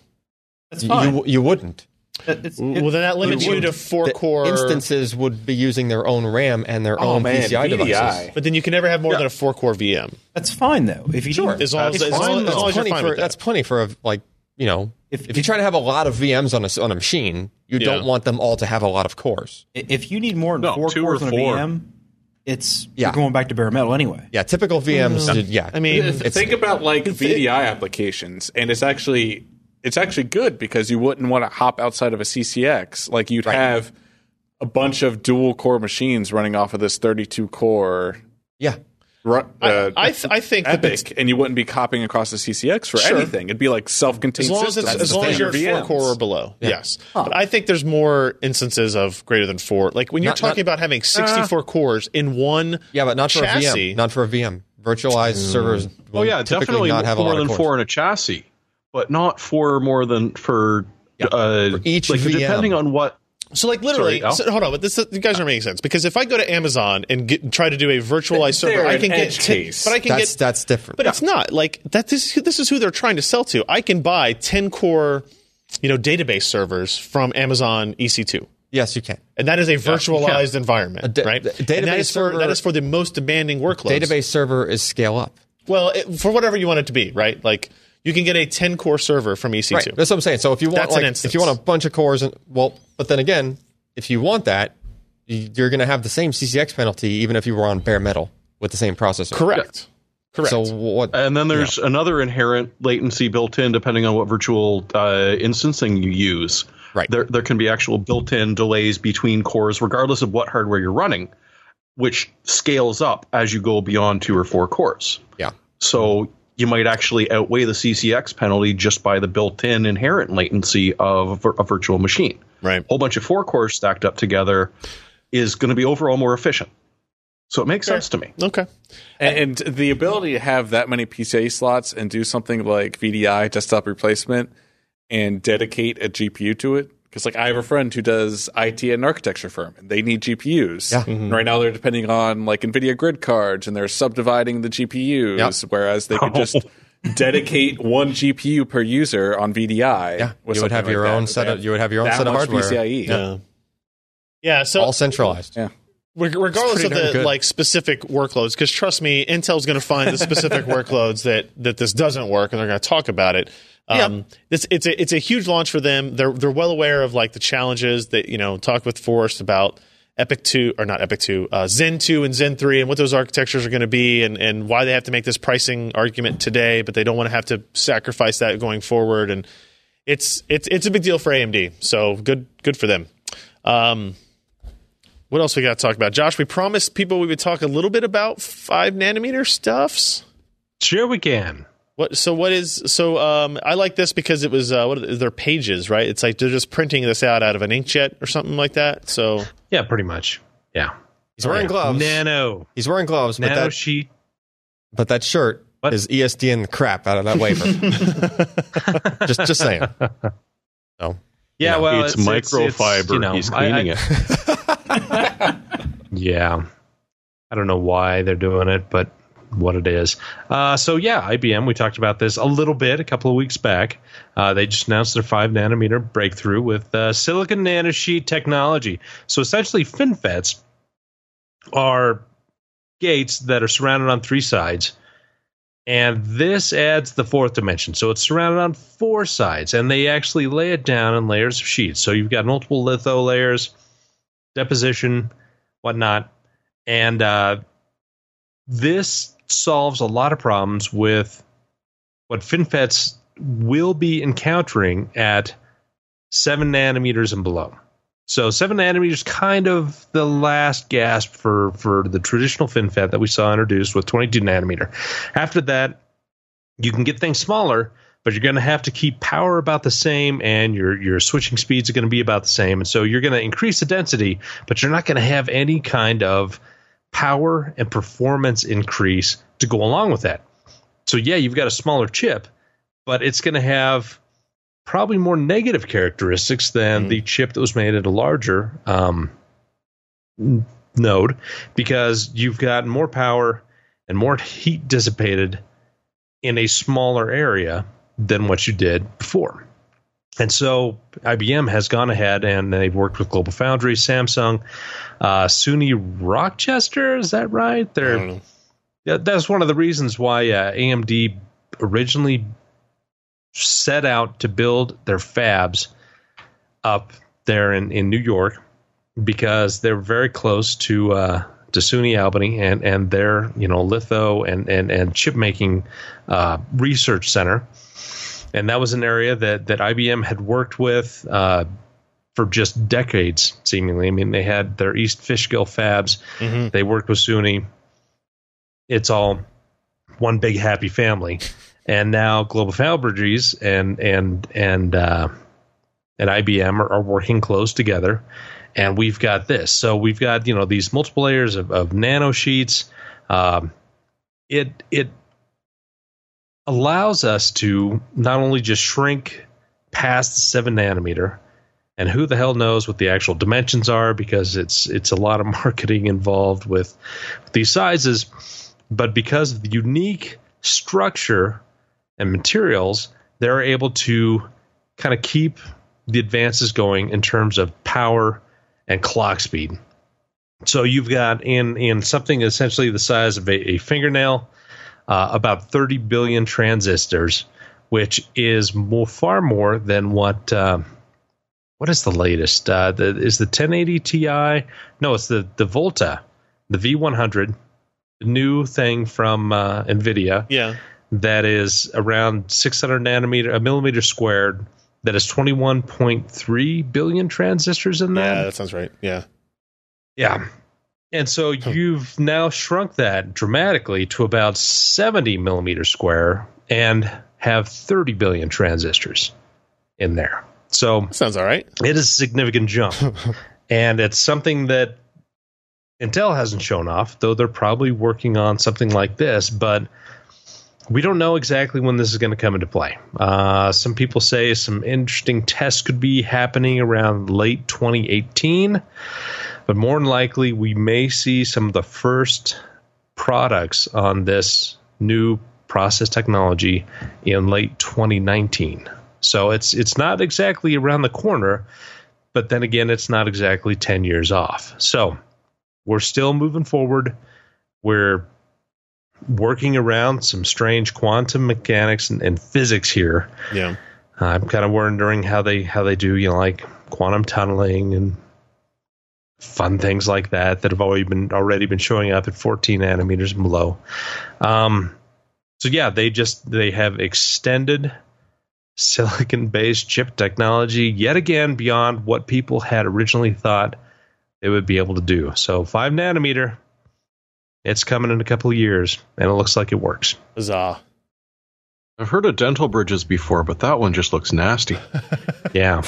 Speaker 5: that's
Speaker 2: You,
Speaker 5: fine.
Speaker 2: you you wouldn't.
Speaker 5: That- it's- it-
Speaker 1: Well, then that limits you, to four
Speaker 2: The
Speaker 1: core Oh,
Speaker 2: instances would be using their own RAM and their own PCI devices.
Speaker 1: But then you can never have more than a four core VM.
Speaker 5: that's fine though. If you sure.
Speaker 1: As long as, as, long, as, long as you're
Speaker 2: plenty
Speaker 1: fine
Speaker 2: for,
Speaker 1: with that.
Speaker 2: that's plenty for a, like you know
Speaker 5: If-
Speaker 2: if, you try to have a lot of VMs on a s- on a machine, you don't
Speaker 1: Yeah.
Speaker 2: want them all to have a lot of cores.
Speaker 5: if you need more than
Speaker 8: No,
Speaker 5: four
Speaker 8: two
Speaker 5: cores
Speaker 8: or
Speaker 5: on a
Speaker 8: four.
Speaker 5: VM, it's
Speaker 2: Yeah.
Speaker 5: you're going back to bare metal anyway.
Speaker 2: Yeah, typical VMs. did- yeah,
Speaker 1: Mm. I mean,
Speaker 2: it's-
Speaker 7: think about like VDI applications, and it's actually it's actually good because you wouldn't want to hop outside of a CCX. Like you'd have a bunch of dual core machines running off of this 32 core.
Speaker 2: yeah,
Speaker 7: ru- Uh,
Speaker 1: I, th- I think that it's-
Speaker 7: Epic, and you wouldn't be copying across the CCX for anything. It'd be like self-contained
Speaker 1: as long as,
Speaker 7: systems.
Speaker 1: it's, as, long as you're at four core or below, yes. But I think there's more instances of greater than four. Like when you're
Speaker 2: Not-
Speaker 1: talking
Speaker 2: not-
Speaker 1: about having 64 cores in one
Speaker 2: yeah, but not for
Speaker 1: chassis.
Speaker 2: a VM. Not for a VM. Virtualized servers. Will
Speaker 8: Oh yeah,
Speaker 2: typically
Speaker 8: definitely
Speaker 2: not have a
Speaker 8: more
Speaker 2: lot
Speaker 8: than
Speaker 2: of cores.
Speaker 8: four in a chassis, but not four more than for, uh,
Speaker 2: For each
Speaker 8: like,
Speaker 2: VM.
Speaker 8: depending on what.
Speaker 1: So like literally,
Speaker 8: Sorry, Al.
Speaker 1: so- hold on, but this you guys aren't making sense because if I go to Amazon and get, try to do a virtualized server, I
Speaker 7: an
Speaker 1: can get
Speaker 7: edge
Speaker 1: ti-
Speaker 7: case.
Speaker 1: but I can
Speaker 2: That's
Speaker 1: get
Speaker 2: that's different.
Speaker 1: but it's not like that. This is- this is who they're trying to sell to. I can buy ten core, you know, database servers from Amazon EC2,
Speaker 2: yes, you can.
Speaker 1: and that is a virtualized environment,
Speaker 2: da-
Speaker 1: right?
Speaker 2: the
Speaker 1: And that
Speaker 2: database
Speaker 1: is for
Speaker 2: server-
Speaker 1: that is for the most demanding workloads.
Speaker 2: Database server is scale up.
Speaker 1: well, it, for whatever you want it to be, right? Like you can get a ten core server from E EC2.
Speaker 2: Right. That's what I'm saying. So if you want
Speaker 1: That's an
Speaker 2: like,
Speaker 1: instance.
Speaker 2: if you want a bunch of cores and well, but then again, if you want that, y- you're going to have the same CCX penalty even if you were on bare metal with the same processor.
Speaker 1: Correct. Correct.
Speaker 2: So what
Speaker 8: And then there's another inherent latency built in, depending on what virtual uh, instancing you use.
Speaker 2: Right.
Speaker 8: There, there can be actual built-in delays between cores, regardless of what hardware you're running, which scales up as you go beyond two or four cores.
Speaker 2: yeah.
Speaker 8: So you might actually outweigh the CCX penalty just by the built-in inherent latency of a vir- a virtual machine.
Speaker 1: right.
Speaker 8: A whole bunch of four cores stacked up together is going to be overall more efficient. So it makes sense to me.
Speaker 1: Okay.
Speaker 7: And, and the ability to have that many PCIe slots and do something like VDI desktop replacement and dedicate a GPU to it Because like I have a friend who does IT at an architecture firm, and they need GPUs.
Speaker 2: Yeah.
Speaker 1: Mm-hmm.
Speaker 7: And right now they're depending on like NVIDIA grid cards, and they're subdividing the GPUs, whereas they could just dedicate one GPU per user on VDI.
Speaker 2: Yeah,
Speaker 7: with
Speaker 2: you would
Speaker 7: something
Speaker 2: have
Speaker 7: like
Speaker 2: your
Speaker 7: that.
Speaker 2: own
Speaker 7: They
Speaker 2: set of
Speaker 7: have
Speaker 2: you would have your own
Speaker 7: that
Speaker 2: set of
Speaker 7: much
Speaker 2: hardware,
Speaker 7: PCIe.
Speaker 1: Yeah. Yeah. So
Speaker 2: all centralized.
Speaker 1: Reg- regardless
Speaker 2: pretty
Speaker 1: of
Speaker 2: darn
Speaker 1: the
Speaker 2: good.
Speaker 1: like specific workloads because trust me intel's going to find the specific workloads that that this doesn't work and they're going to talk about it um, this, it's a it's a huge launch for them. They're they're well aware of like the challenges that you know talk with Forrest about Epic two or not Epic two uh, Zen two and Zen three and what those architectures are going to be and and why they have to make this pricing argument today, but they don't want to have to sacrifice that going forward. And it's it's it's a big deal for AMD. So good good for them. Um, what else we got to talk about, Josh? We promised people we would talk a little bit about five nanometer stuffs.
Speaker 3: Sure, we can.
Speaker 1: What? So what is? So um, I like this because it was uh, what are their pages, right? It's like they're just printing this out out of an inkjet or something like that. So
Speaker 3: Yeah, pretty much. Yeah.
Speaker 2: He's wearing gloves.
Speaker 3: Nano.
Speaker 2: He's wearing gloves, but
Speaker 3: Nano
Speaker 2: that
Speaker 3: sheet.
Speaker 2: but that shirt
Speaker 3: What?
Speaker 2: is E ESDing the crap out of that wafer. just just saying.
Speaker 3: Yeah,
Speaker 8: know,
Speaker 3: well,
Speaker 8: it's microfiber. He's cleaning it.
Speaker 3: Yeah. I don't know why they're doing it, but what it is. Uh, so, yeah, IBM, we talked about this a little bit a couple of weeks back. Uh, they just announced their 5 nanometer breakthrough with uh, silicon nanosheet technology. So, essentially, FinFETs are gates that are surrounded on three sides. And this adds the fourth dimension. So it's surrounded on four sides, and they actually lay it down in layers of sheets. So you've got multiple litho layers, deposition, whatnot. And uh, this solves a lot of problems with what FinFETs will be encountering at seven nanometers and below. So seven nanometers, kind of the last gasp for for the traditional FinFET that we saw introduced with 22 nanometer. After that, you can get things smaller, but you're going to have to keep power about the same, and your your switching speeds are going to be about the same, and so you're going to increase the density, but you're not going to have any kind of power and performance increase to go along with that. So yeah, you've got a smaller chip, but it's going to have probably more negative characteristics than the chip that was made at a larger um, n- node because you've got more power and more heat dissipated in a smaller area than what you did before. And so IBM has gone ahead and they've worked with Global Foundries, Samsung, uh, SUNY Rochester. Is that right? They're yeah, that's one of the reasons why uh, AMD originally set out to build their fabs up there in, in New York because they're very close to uh, to SUNY Albany and and their you know litho and and and chip making uh, research center, and that was an area that that IBM had worked with. Uh, for just decades, seemingly. I mean, they had their East Fishkill fabs. They worked with SUNY it's all one big happy family. And now Global Foundries and and and uh, and IBM are, are working close together, and we've got this. So we've got you know these multiple layers of, of nano sheets. Um, it it allows us to not only just shrink past the seven nanometer, and who the hell knows what the actual dimensions are because it's it's a lot of marketing involved with these sizes but because of the unique structure and materials, they're able to kind of keep the advances going in terms of power and clock speed. So you've got in in something essentially the size of a, a fingernail, uh, about 30 billion transistors, which is more far more than what. Uh, what is the latest? Uh, the, is the 1080 Ti? No, it's the the Volta, the V100 new thing from uh, NVIDIA
Speaker 1: yeah,
Speaker 3: that is around 600 nanometer, a millimeter squared, that is 21.3 billion transistors in
Speaker 1: yeah,
Speaker 3: that.
Speaker 1: that sounds right. Yeah,
Speaker 3: Yeah. And so you've now shrunk that dramatically to about 70 millimeters square and have 30 billion transistors in there. So
Speaker 1: sounds all right.
Speaker 3: it is a significant jump. and it's something that Intel hasn't shown off, though they're probably working on something like this. But we don't know exactly when this is going to come into play. Uh, some people say some interesting tests could be happening around late 2018, but more than likely, we may see some of the first products on this new process technology in late 2019. So it's it's not exactly around the corner, but then again, it's not exactly 10 years off. So we're still moving forward. We're working around some strange quantum mechanics and, and physics here.
Speaker 1: Yeah.
Speaker 3: Uh, I'm kind of wondering how they how they do you know like quantum tunneling and fun things like that that have already been already been showing up at 14 nanometers and below. Um, so yeah, they just they have extended silicon based chip technology yet again beyond what people had originally thought they would be able to do. So five nanometer, it's coming in a couple of years, and it looks like it works.
Speaker 1: Huzzah.
Speaker 8: I've heard of dental bridges before, but that one just looks nasty.
Speaker 3: Yeah.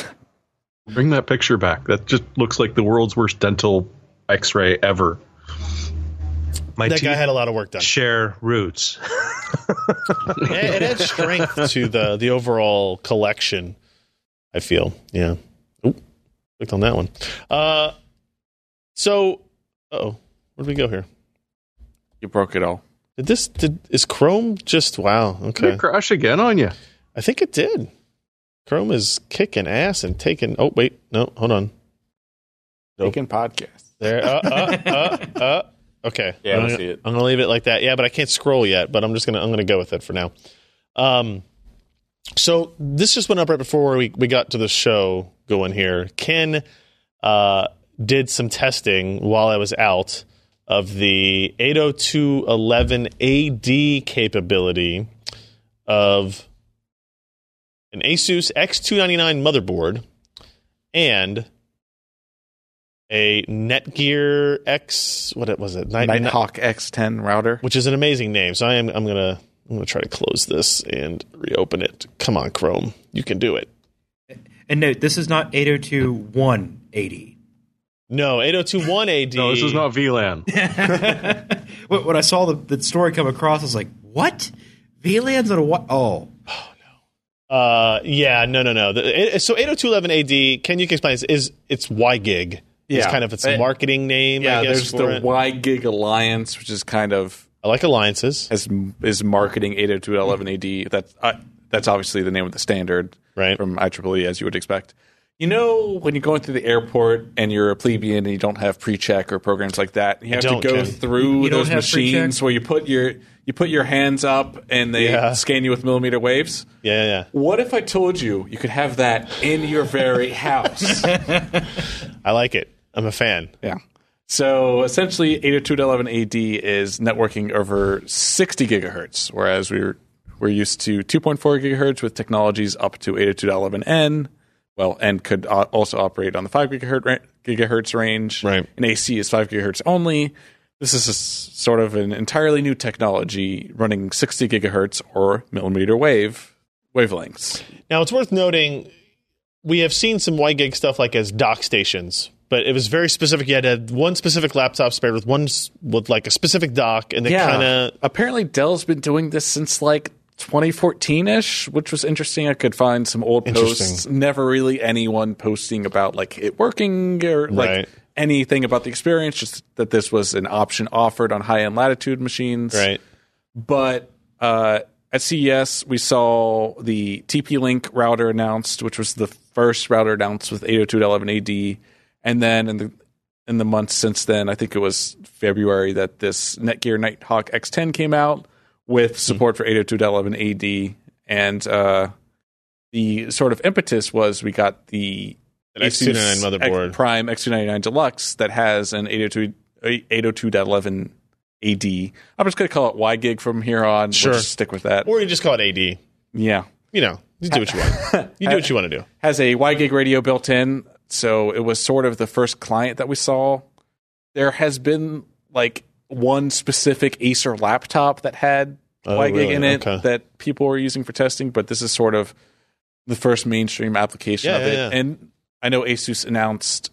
Speaker 8: Bring that picture back. That just looks like the world's worst dental x ray ever.
Speaker 3: My
Speaker 1: that
Speaker 3: teeth
Speaker 1: guy had a lot of work done.
Speaker 3: share roots.
Speaker 1: it, it adds strength to the the overall collection. I feel, yeah. Oop, clicked on that one. Uh, so, oh, where did we go here?
Speaker 7: You broke it all.
Speaker 1: Did this? Did is Chrome just wow?
Speaker 8: Did
Speaker 1: Okay,
Speaker 8: it crash again on you?
Speaker 1: I think it did. Chrome is kicking ass and taking. Oh wait, no, hold on. Nope.
Speaker 7: Taking podcast.
Speaker 1: There, uh, uh, uh, uh. Okay,
Speaker 7: Yeah, I
Speaker 1: I'm
Speaker 7: don't
Speaker 1: gonna,
Speaker 7: see it.
Speaker 1: I'm gonna leave it like that. Yeah, but I can't scroll yet. But I'm just gonna I'm gonna go with it for now. Um, so this just went up right before we we got to the show going here. Ken uh did some testing while I was out of the 802.11 AD capability of an Asus X299 motherboard and a Netgear X what it was it Night-
Speaker 7: Nighthawk X10 router.
Speaker 1: which is an amazing name. So I am I'm gonna I'm gonna try to close this and reopen it. Come on, Chrome, you can do it.
Speaker 5: And note, this is not 802.180.
Speaker 1: No, 8021 AD.
Speaker 8: No, this is not VLAN.
Speaker 5: When when I saw the, the story come across, I was like, what? VLAN's on a what? Oh,
Speaker 1: Uh, yeah, no, no, no. The, it, so 80211 AD. Can you explain? Is, is it's YGig? It's
Speaker 7: Yeah.
Speaker 1: kind of its
Speaker 7: It-
Speaker 1: marketing name.
Speaker 7: yeah,
Speaker 1: I guess,
Speaker 7: there's
Speaker 1: for
Speaker 7: the
Speaker 1: it.
Speaker 7: Y Gig Alliance, which is kind of
Speaker 1: I like alliances,
Speaker 7: as is marketing 802.11ad. That's uh, that's obviously the name of the standard
Speaker 1: right?
Speaker 7: from IEEE, as you would expect. You know, when you're going through the airport and you're a plebeian and you don't have pre-check or programs like that, you have to
Speaker 1: don't,
Speaker 7: go
Speaker 1: Ken.
Speaker 7: through
Speaker 5: You don't
Speaker 7: those
Speaker 5: have
Speaker 7: machines
Speaker 5: pre-check?
Speaker 7: where you put your you put your hands up and they
Speaker 1: Yeah.
Speaker 7: scan you with millimeter waves.
Speaker 1: Yeah, yeah, yeah.
Speaker 7: What if I told you you could have that in your very house?
Speaker 1: I like it. I'm a fan.
Speaker 7: Yeah. So essentially, 802.11ad is networking over 60 gigahertz, whereas we're we're used to 2.4 gigahertz with technologies up to 802.11n. Well, n could o- also operate on the 5 gigahertz, ra- gigahertz range.
Speaker 1: Right.
Speaker 7: And AC is 5 gigahertz only. This is a s sort of an entirely new technology running 60 gigahertz or millimeter wave wavelengths.
Speaker 1: Now it's worth noting we have seen some YGig stuff like as dock stations, but it was very specific. You had to have one specific laptop spared with one s- with like a specific dock, and they kind of
Speaker 7: Apparently, Dell's been doing this since like 2014 ish, which was interesting. I could find some old posts.
Speaker 1: Interesting.
Speaker 7: Never really anyone posting about like it working or like
Speaker 1: Right.
Speaker 7: anything about the experience. Just that this was an option offered on high end latitude machines.
Speaker 1: right.
Speaker 7: But uh, at CES, we saw the TP-Link router announced, which was the first router announced with 802.11ad, and then in the in the months since then, I think it was February that this Netgear Nighthawk X10 came out
Speaker 1: Mm-hmm.
Speaker 7: with support for 802.11ad, and uh, the sort of impetus was we got the
Speaker 1: An X299
Speaker 7: Asus
Speaker 1: motherboard.
Speaker 7: X- Prime X299 Deluxe that has an 802 802.11 AD. I'm just going to call it Y gig from here on. We'll
Speaker 1: Sure.
Speaker 7: just stick with that.
Speaker 1: Or you just call it AD.
Speaker 7: yeah.
Speaker 1: You know, you do what you want. You do what you want to do.
Speaker 7: Has a Y gig radio built in. So it was sort of the first client that we saw. There has been like one specific Acer laptop that had
Speaker 1: Oh,
Speaker 7: Y gig
Speaker 1: really?
Speaker 7: in it
Speaker 1: Okay.
Speaker 7: that people were using for testing, but this is sort of the first mainstream application
Speaker 1: Yeah,
Speaker 7: of
Speaker 1: yeah,
Speaker 7: it.
Speaker 1: yeah.
Speaker 7: And I know Asus announced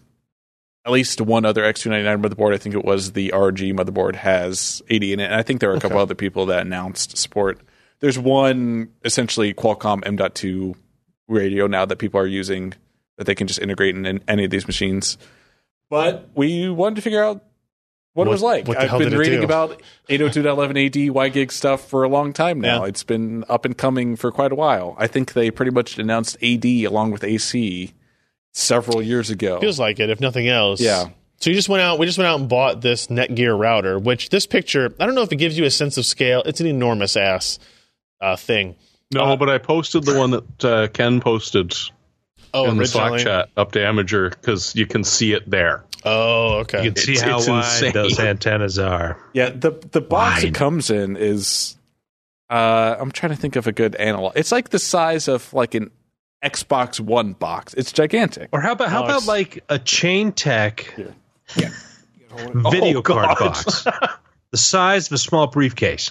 Speaker 7: at least one other X299 motherboard. I think it was the RG motherboard has 80 in it. And I think there are a couple other people that announced support. there's one essentially Qualcomm M.2 radio now that people are using that they can just integrate in, in any of these machines. But we wanted to figure out
Speaker 1: What-
Speaker 7: what, it was like.
Speaker 1: what the
Speaker 7: I've
Speaker 1: hell
Speaker 7: been
Speaker 1: did it
Speaker 7: reading
Speaker 1: do?
Speaker 7: about 802.11 AD YGIG stuff for a long time now.
Speaker 1: Yeah.
Speaker 7: It's been up and coming for quite a while. I think they pretty much announced AD along with AC several years ago.
Speaker 1: Feels like it, if nothing else.
Speaker 7: Yeah.
Speaker 1: So you just went out. We just went out and bought this Netgear router, which this picture. I don't know if it gives you a sense of scale. It's an enormous ass uh, thing.
Speaker 8: No, but I posted the one that uh, Ken posted
Speaker 1: Oh,
Speaker 8: in the Slack
Speaker 1: originally?
Speaker 8: chat up to Imager because you can see it there.
Speaker 1: Oh,
Speaker 3: You
Speaker 1: okay.
Speaker 3: can see
Speaker 8: It's-
Speaker 3: how
Speaker 8: it's
Speaker 3: wide
Speaker 8: insane.
Speaker 3: those antennas are.
Speaker 7: Yeah, the the box it
Speaker 3: Wide.
Speaker 7: comes in is uh I'm trying to think of a good analog. It's like the size of like an Xbox One box. It's gigantic.
Speaker 3: Or how about how
Speaker 1: Nice.
Speaker 3: about like a chain tech video
Speaker 8: Oh,
Speaker 3: card
Speaker 8: God.
Speaker 3: box, the size of a small briefcase.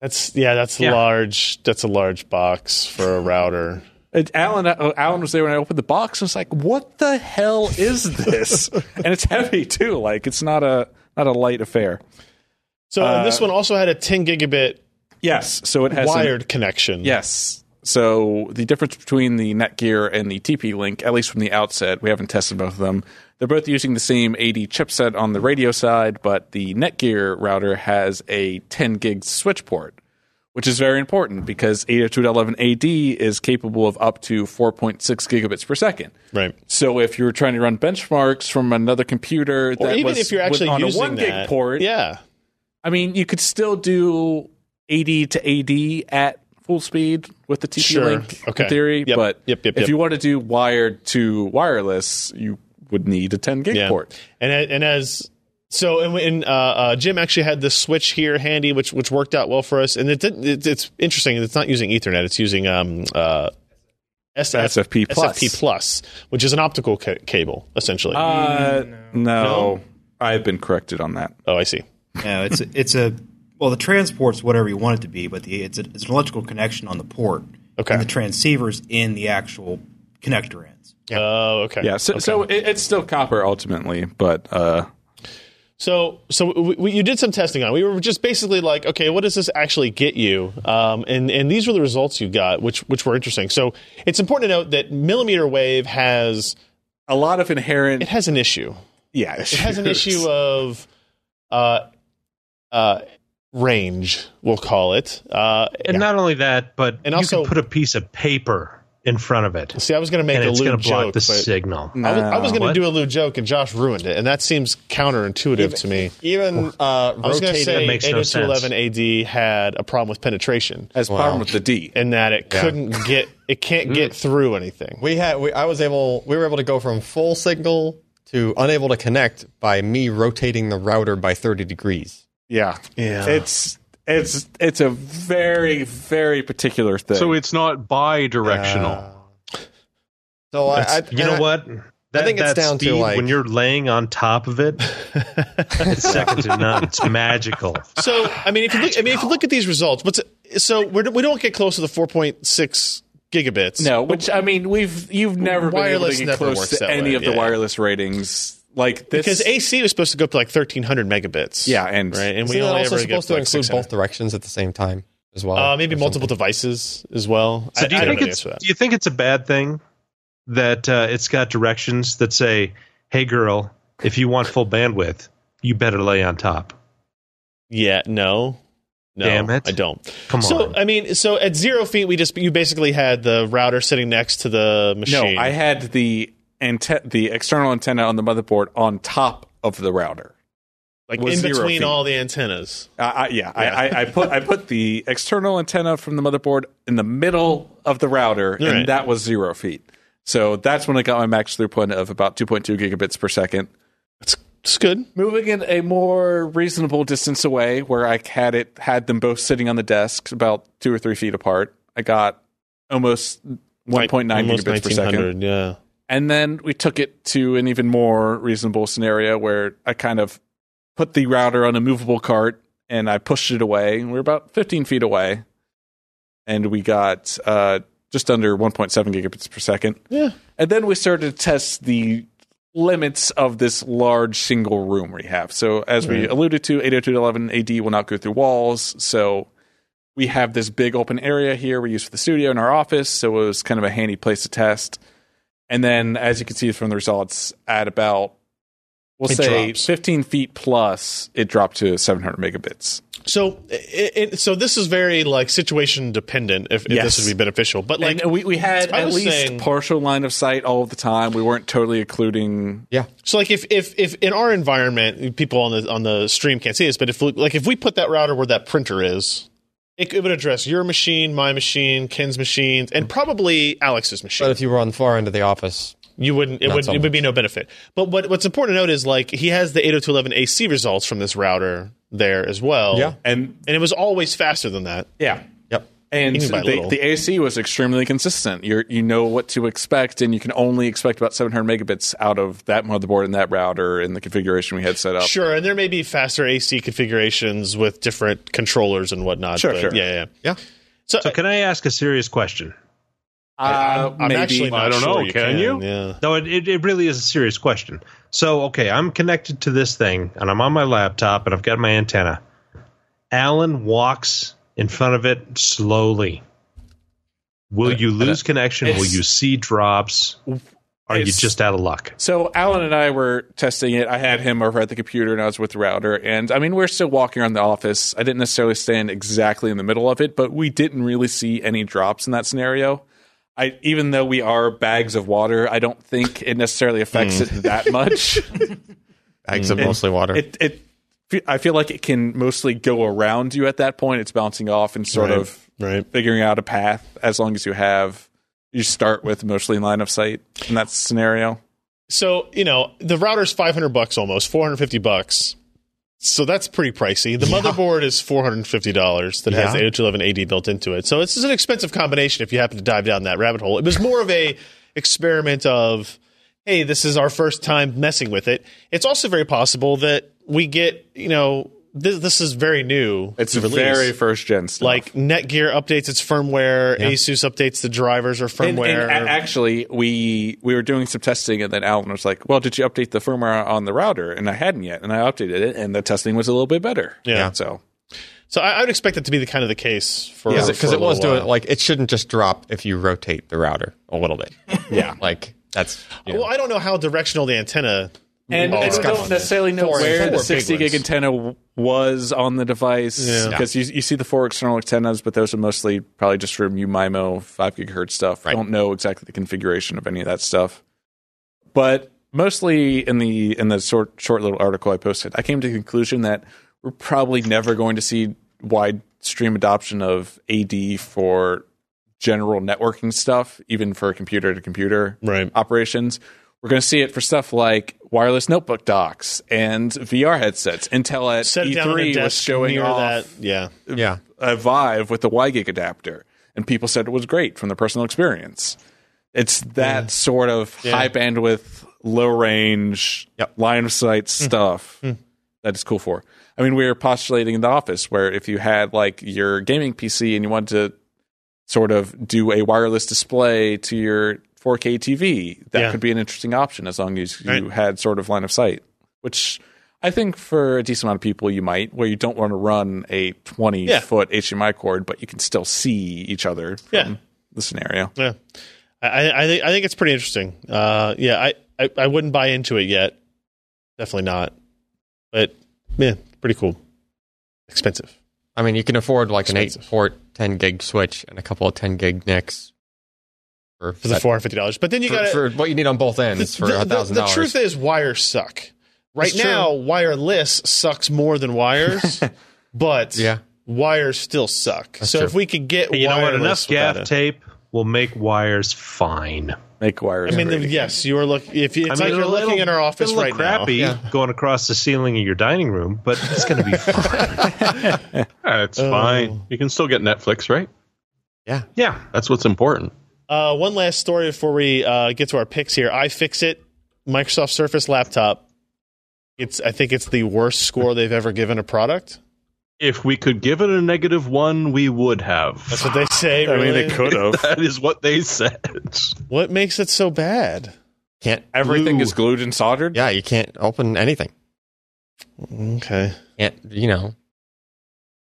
Speaker 1: That's yeah. That's
Speaker 3: Yeah.
Speaker 1: large. That's a large box for a router.
Speaker 7: And Alan uh, Alan was there when I opened the box and was like, "What the hell is this?" and it's heavy too. Like it's not a not a light affair.
Speaker 1: So and
Speaker 7: Uh,
Speaker 1: this one also had a 10 gigabit
Speaker 7: Yes, so it has an-
Speaker 1: wired connection.
Speaker 7: yes. So the difference between the Netgear and the TP Link, at least from the outset, we haven't tested both of them. They're both using the same AD chipset on the radio side, but the Netgear router has a 10 gig switch port, which is very important because 802.11 AD is capable of up to 4.6 gigabits per second.
Speaker 1: Right.
Speaker 7: So if you're trying to run benchmarks from another computer,
Speaker 1: Or
Speaker 7: that
Speaker 1: even
Speaker 7: was
Speaker 1: if you're actually
Speaker 7: on
Speaker 1: using
Speaker 7: a one gig
Speaker 1: that,
Speaker 7: port,
Speaker 1: Yeah.
Speaker 7: I mean, you could still do AD to AD at full speed with the TP
Speaker 1: Sure.
Speaker 7: link
Speaker 1: Okay.
Speaker 7: in theory,
Speaker 1: Yep.
Speaker 7: but
Speaker 1: Yep, yep,
Speaker 7: if
Speaker 1: yep.
Speaker 7: you want to do wired to wireless, you would need a 10 gig
Speaker 1: Yeah.
Speaker 7: port.
Speaker 1: And a- and as so and, and uh, uh, Jim actually had this switch here handy, which which worked out well for us. And it didn't. It, it's interesting. It's not using Ethernet. It's using um uh. SF,
Speaker 7: SFP plus.
Speaker 1: SFP plus, which is an optical ca- cable, essentially.
Speaker 7: Uh, no. I've been corrected on that.
Speaker 1: oh, I see.
Speaker 5: No, it's it's a well, the transport's whatever you want it to be, but the it's, a, it's an electrical connection on the port.
Speaker 1: Okay.
Speaker 5: And the transceiver's in the actual connector ends.
Speaker 1: Oh, okay.
Speaker 7: Yeah, so, so it, it's still copper ultimately, but uh,
Speaker 1: So, so we, we, you did some testing on. it. We were just basically like, okay, what does this actually get you? Um, and and these were the results you got, which which were interesting. So it's important to note that millimeter wave has
Speaker 7: a lot of inherent.
Speaker 1: it has an issue.
Speaker 7: yeah,
Speaker 1: It has an issue of uh, uh, range, we'll call it. Uh,
Speaker 3: And not only that, but
Speaker 1: And
Speaker 3: you
Speaker 1: also-
Speaker 3: can put a piece of paper in front of it,
Speaker 1: see, I was going to make
Speaker 3: and
Speaker 1: a
Speaker 3: it's going
Speaker 1: lewd
Speaker 3: to block
Speaker 1: joke,
Speaker 3: the
Speaker 1: but
Speaker 3: signal.
Speaker 1: I was, I was going to
Speaker 3: What?
Speaker 1: do a lewd joke, and Josh ruined it, and that seems counterintuitive to me.
Speaker 6: Even uh,
Speaker 1: I was going to
Speaker 6: rotated
Speaker 1: say
Speaker 3: makes no
Speaker 1: 802.11 AD had a problem with penetration.
Speaker 7: has problem with the D.
Speaker 1: in that it couldn't get it can't get through anything.
Speaker 2: We had we, I was able we were able to go from full signal to unable to connect by me rotating the router by 30 degrees.
Speaker 7: Yeah, yeah. It's it's it's a very very particular thing.
Speaker 8: So it's not bi-directional.
Speaker 2: So I, I
Speaker 3: you know
Speaker 2: and I-
Speaker 3: what? That,
Speaker 2: think it's
Speaker 3: that
Speaker 2: down to,
Speaker 3: speed,
Speaker 2: like-
Speaker 3: when you're laying on top of it, it's second to none. It's magical.
Speaker 1: So I mean, if you look, I mean, if you look at these results, what's so we're, we don't get close to the four point six gigabits.
Speaker 7: No, which I mean, we've you've never been able
Speaker 1: Wireless
Speaker 7: to get
Speaker 1: never
Speaker 7: close
Speaker 1: works
Speaker 7: to
Speaker 1: that
Speaker 7: any
Speaker 1: way,
Speaker 7: of the
Speaker 1: yeah.
Speaker 7: wireless ratings like this.
Speaker 1: because AC was supposed to go up to like thirteen hundred megabits.
Speaker 7: yeah, and
Speaker 1: right. And
Speaker 2: isn't
Speaker 1: we
Speaker 2: that
Speaker 1: only
Speaker 2: also
Speaker 1: ever
Speaker 2: supposed
Speaker 1: get
Speaker 2: to
Speaker 1: like
Speaker 2: include
Speaker 1: 600.
Speaker 2: both directions at the same time as well?
Speaker 1: Uh, maybe
Speaker 2: or
Speaker 1: multiple
Speaker 2: something?
Speaker 1: devices as well.
Speaker 3: So do you
Speaker 1: I, I don't know
Speaker 3: think
Speaker 1: the
Speaker 3: it's
Speaker 1: answer to that.
Speaker 3: do you think it's a bad thing that uh, it's got directions that say, "Hey girl, if you want full bandwidth, you better lay on top."
Speaker 1: Yeah, no. No,
Speaker 3: Damn it.
Speaker 1: I don't.
Speaker 3: Come
Speaker 1: So
Speaker 3: on.
Speaker 1: I mean, so at zero feet, we just you basically had the router sitting next to the
Speaker 7: no,
Speaker 1: machine.
Speaker 7: I had the ante- the external antenna on the motherboard on top of the router.
Speaker 1: like
Speaker 7: was
Speaker 1: in
Speaker 7: zero
Speaker 1: between
Speaker 7: feet.
Speaker 1: all the antennas.
Speaker 7: I I, yeah, I, I, I put I put the external antenna from the motherboard in the middle of the router, and
Speaker 1: Right.
Speaker 7: that was zero feet. So that's when I got my max throughput of about 2.2 gigabits per second.
Speaker 1: It's, it's good.
Speaker 7: moving in a more reasonable distance away where I had it had them both sitting on the desks about two or three feet apart. I got almost 1.9
Speaker 1: Almost
Speaker 7: gigabits per second.
Speaker 1: 1900, Yeah.
Speaker 7: And then we took it to an even more reasonable scenario where I kind of put the router on a movable cart and I pushed it away. And we are about 15 feet away. And we got uh, just under 1.7 gigabits per second.
Speaker 1: Yeah.
Speaker 7: And then we started to test the limits of this large single oh room we have. So, as we alluded to, 802.11 AD will not go through walls. So, we have this big open area here we use for the studio in our office, so it was kind of a handy place to test. And then, as you can see from the results, at about we'll
Speaker 1: It
Speaker 7: say
Speaker 1: drops.
Speaker 7: 15 feet plus, it dropped to 700 megabits.
Speaker 1: So, it, it, so this is very like situation dependent. If, if
Speaker 7: Yes.
Speaker 1: this would be beneficial, but like
Speaker 7: and we, we had
Speaker 1: I
Speaker 7: at
Speaker 1: was
Speaker 7: least
Speaker 1: saying-
Speaker 7: partial line of sight all the time. We weren't totally occluding.
Speaker 2: Yeah.
Speaker 1: So like if if if in our environment people on the on the stream can't see this, but if like if we put that router where that printer is, it, it would address your machine, my machine, Ken's machines, and probably Alex's machine.
Speaker 2: But if you were on the far end of the office,
Speaker 1: you wouldn't. It
Speaker 2: Not
Speaker 1: would
Speaker 2: so
Speaker 1: it would be
Speaker 2: much.
Speaker 1: no benefit. But what what's important to note is like he has the 802.11 AC results from this router there as well.
Speaker 2: Yeah.
Speaker 7: And
Speaker 1: and it was always faster than that.
Speaker 7: yeah,
Speaker 2: yep.
Speaker 7: And
Speaker 1: Even by
Speaker 7: the,
Speaker 1: little.
Speaker 7: the AC was extremely consistent. You you know what to expect, and you can only expect about 700 megabits out of that motherboard and that router and the configuration we had set up.
Speaker 1: Sure, and there may be faster AC configurations with different controllers and whatnot.
Speaker 7: Sure,
Speaker 1: but
Speaker 7: sure.
Speaker 1: Yeah, yeah.
Speaker 2: Yeah.
Speaker 1: So,
Speaker 3: So can I ask a serious question?
Speaker 7: Uh,
Speaker 1: I'm
Speaker 7: maybe.
Speaker 1: actually not
Speaker 3: I don't
Speaker 1: sure
Speaker 3: know.
Speaker 1: You
Speaker 3: Can you?
Speaker 1: Yeah.
Speaker 3: No, it, it, it really is a serious question. So, okay, I'm connected to this thing and I'm on my laptop and I've got my antenna. Alan walks in front of it slowly.
Speaker 1: Uh,
Speaker 3: Will you lose connection? Will
Speaker 7: it's-
Speaker 3: you see drops? Are you
Speaker 7: it's-
Speaker 3: just out of luck?
Speaker 7: So Alan and I were testing it. I had him over at the computer and I was with the router. And I mean, we're still walking around the office. I didn't necessarily stand exactly in the middle of it, but we didn't really see any drops in that scenario. I, even though we are bags of water, I don't think it necessarily affects it
Speaker 1: Mm.
Speaker 7: that much.
Speaker 2: Bags of mostly water.
Speaker 7: It, it, I feel like it can mostly go around you at that point. It's bouncing off and sort of
Speaker 1: Right.
Speaker 7: figuring out a path as long as you have, you start with mostly line of sight in that scenario.
Speaker 1: So you know the router's five hundred bucks almost, four hundred fifty bucks. So that's pretty pricey. The motherboard is four hundred and fifty dollars that has the
Speaker 2: Yeah.
Speaker 1: 802.11ad built into it. So this is an expensive combination if you happen to dive down that rabbit hole. It was more of a experiment of, hey, this is our first time messing with it. It's also very possible that we get you know this, this is very new.
Speaker 7: It's
Speaker 1: to release.
Speaker 7: very first gen stuff.
Speaker 1: like Netgear updates its firmware, ASUS updates the drivers or
Speaker 7: and, and
Speaker 1: firmware.
Speaker 7: a- actually, we we were doing some testing, and then Alan was like, "Well, did you update the firmware on the router?" And I hadn't yet, and I updated it, and the testing was a little bit better.
Speaker 1: Yeah.
Speaker 7: So
Speaker 1: so I, I would expect that to be the kind of the case for
Speaker 2: Because
Speaker 1: for
Speaker 2: it, 'cause
Speaker 1: a
Speaker 2: it was
Speaker 1: little
Speaker 2: doing
Speaker 1: while.
Speaker 2: like it shouldn't just drop if you rotate the router a little bit.
Speaker 7: Yeah.
Speaker 2: like that's you know.
Speaker 1: Well, I don't know how directional the antenna.
Speaker 7: and
Speaker 1: Or-
Speaker 7: I don't necessarily know where
Speaker 2: four
Speaker 7: the
Speaker 2: big
Speaker 7: 60 gig
Speaker 2: ones.
Speaker 7: antenna w- was on the device
Speaker 1: Yeah.
Speaker 7: because you, you see the four external antennas, but those are mostly probably just for MIMO five gigahertz stuff. I
Speaker 2: Right.
Speaker 7: don't know exactly the configuration of any of that stuff, but mostly in the in the short short little article I posted, I came to the conclusion that we're probably never going to see wide stream adoption of AD for general networking stuff, even for computer to computer
Speaker 1: Right.
Speaker 7: operations. We're going to see it for stuff like wireless notebook docks and VR headsets. Intel at
Speaker 1: Set it down on a
Speaker 7: E3 E was
Speaker 1: desk
Speaker 7: showing
Speaker 1: near
Speaker 7: off
Speaker 1: that. Yeah.
Speaker 2: yeah.
Speaker 7: a Vive with the YGig adapter, and people said it was great from their personal experience. It's that sort of high bandwidth, low range,
Speaker 2: Yep.
Speaker 7: line of sight stuff that it's cool for. I mean, we were postulating in the office where if you had like your gaming PC and you wanted to sort of do a wireless display to your 4K TV, that
Speaker 1: Yeah.
Speaker 7: could be an interesting option as long as you
Speaker 1: Right.
Speaker 7: had sort of line of sight, which I think for a decent amount of people you might, where you don't want to run a 20
Speaker 1: Yeah.
Speaker 7: foot HDMI cord, but you can still see each other from
Speaker 1: Yeah.
Speaker 7: the scenario.
Speaker 1: Yeah. I, I, I think I think it's pretty interesting. Uh, yeah. I, I, I wouldn't buy into it yet. Definitely not. But yeah, pretty cool. Expensive.
Speaker 2: I mean, you can afford like an
Speaker 1: Expensive.
Speaker 2: eight port, ten gig switch, and a couple of ten gig NICs for
Speaker 1: For the
Speaker 2: that-
Speaker 1: four hundred fifty dollars. But then you
Speaker 2: for,
Speaker 1: got
Speaker 2: for what you need on both ends for a thousand
Speaker 1: The truth
Speaker 2: dollars.
Speaker 1: is, wires suck. Right
Speaker 2: It's true.
Speaker 1: now, wireless sucks more than wires, but
Speaker 2: Yeah.
Speaker 1: wires still suck. so
Speaker 2: true.
Speaker 1: if we could get
Speaker 3: You know what?
Speaker 1: wireless
Speaker 3: Enough
Speaker 1: without
Speaker 3: gaff
Speaker 1: it-
Speaker 3: tape will make wires fine.
Speaker 7: Make wires.
Speaker 1: I mean, the,
Speaker 7: great.
Speaker 1: yes, you are looking. If you, it's like you're
Speaker 3: it'll-
Speaker 1: looking
Speaker 3: it'll-
Speaker 1: in our office
Speaker 3: it'll look
Speaker 1: right
Speaker 3: crappy
Speaker 1: now.
Speaker 3: going across the ceiling of your dining room, but it's going to be fine.
Speaker 8: Yeah, it's
Speaker 1: Um,
Speaker 8: fine. You can still get Netflix, right?
Speaker 3: yeah.
Speaker 8: That's what's important.
Speaker 1: Uh, one last story before we uh, get to our picks here. I fix it. Microsoft Surface laptop. It's. I think it's the worst score they've ever given a product.
Speaker 8: If we could give it a negative one, we would have.
Speaker 1: That's what they say.
Speaker 7: I mean,
Speaker 1: really.
Speaker 7: they could have.
Speaker 8: That is what they said.
Speaker 1: What makes it so bad?
Speaker 2: Can't
Speaker 7: Everything is glued and soldered.
Speaker 2: yeah, you can't open anything.
Speaker 1: Okay.
Speaker 2: Can't you know?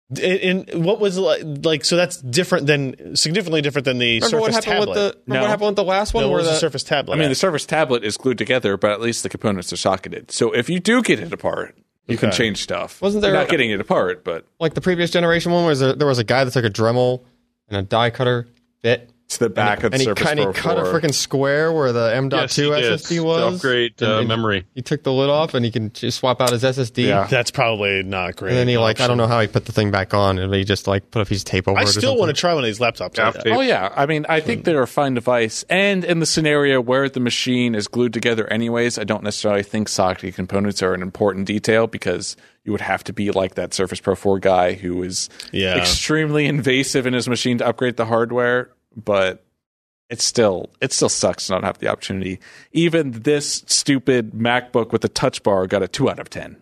Speaker 1: And, and what was like, like? So that's different than significantly different than the
Speaker 2: Remember what
Speaker 1: Surface tablet.
Speaker 2: happened with the remember what
Speaker 7: No.
Speaker 2: happened with the last one
Speaker 1: no, what
Speaker 2: where
Speaker 1: was the,
Speaker 2: the,
Speaker 1: Surface tablet?
Speaker 7: I mean,
Speaker 1: at?
Speaker 7: the Surface tablet is glued together, but at least the components are socketed. So if you do get it apart, you can
Speaker 1: Okay.
Speaker 7: change stuff.
Speaker 2: Wasn't
Speaker 7: You're
Speaker 2: there-
Speaker 7: not getting it apart? But
Speaker 2: like the previous generation one was there, there was a guy that took a Dremel and a die cutter bit
Speaker 7: to the back of
Speaker 2: and
Speaker 7: the
Speaker 2: he
Speaker 7: Surface
Speaker 2: kind
Speaker 7: Pro
Speaker 2: of cut a
Speaker 7: 4.
Speaker 2: freaking square where the M.2
Speaker 8: Yes, he did.
Speaker 2: SSD
Speaker 8: To
Speaker 2: was.
Speaker 8: upgrade
Speaker 2: And
Speaker 8: uh,
Speaker 2: then
Speaker 8: memory.
Speaker 2: He took the lid off and he can just swap out his SSD.
Speaker 7: Yeah.
Speaker 1: that's probably not great.
Speaker 2: And then he like I don't
Speaker 1: option.
Speaker 2: know how he put the thing back on and he just like put a piece of tape over
Speaker 1: I
Speaker 2: it.
Speaker 1: still
Speaker 2: or
Speaker 1: want to try one of these laptops. like that.
Speaker 7: Oh yeah, I mean, I think they're a fine device, and in the scenario where the machine is glued together, anyways, I don't necessarily think socketed components are an important detail because you would have to be like that Surface Pro 4 guy who is
Speaker 1: Yeah.
Speaker 7: extremely invasive in his machine to upgrade the hardware, but it still it still sucks to not have the opportunity. Even this stupid MacBook with the Touch Bar got a two out of ten,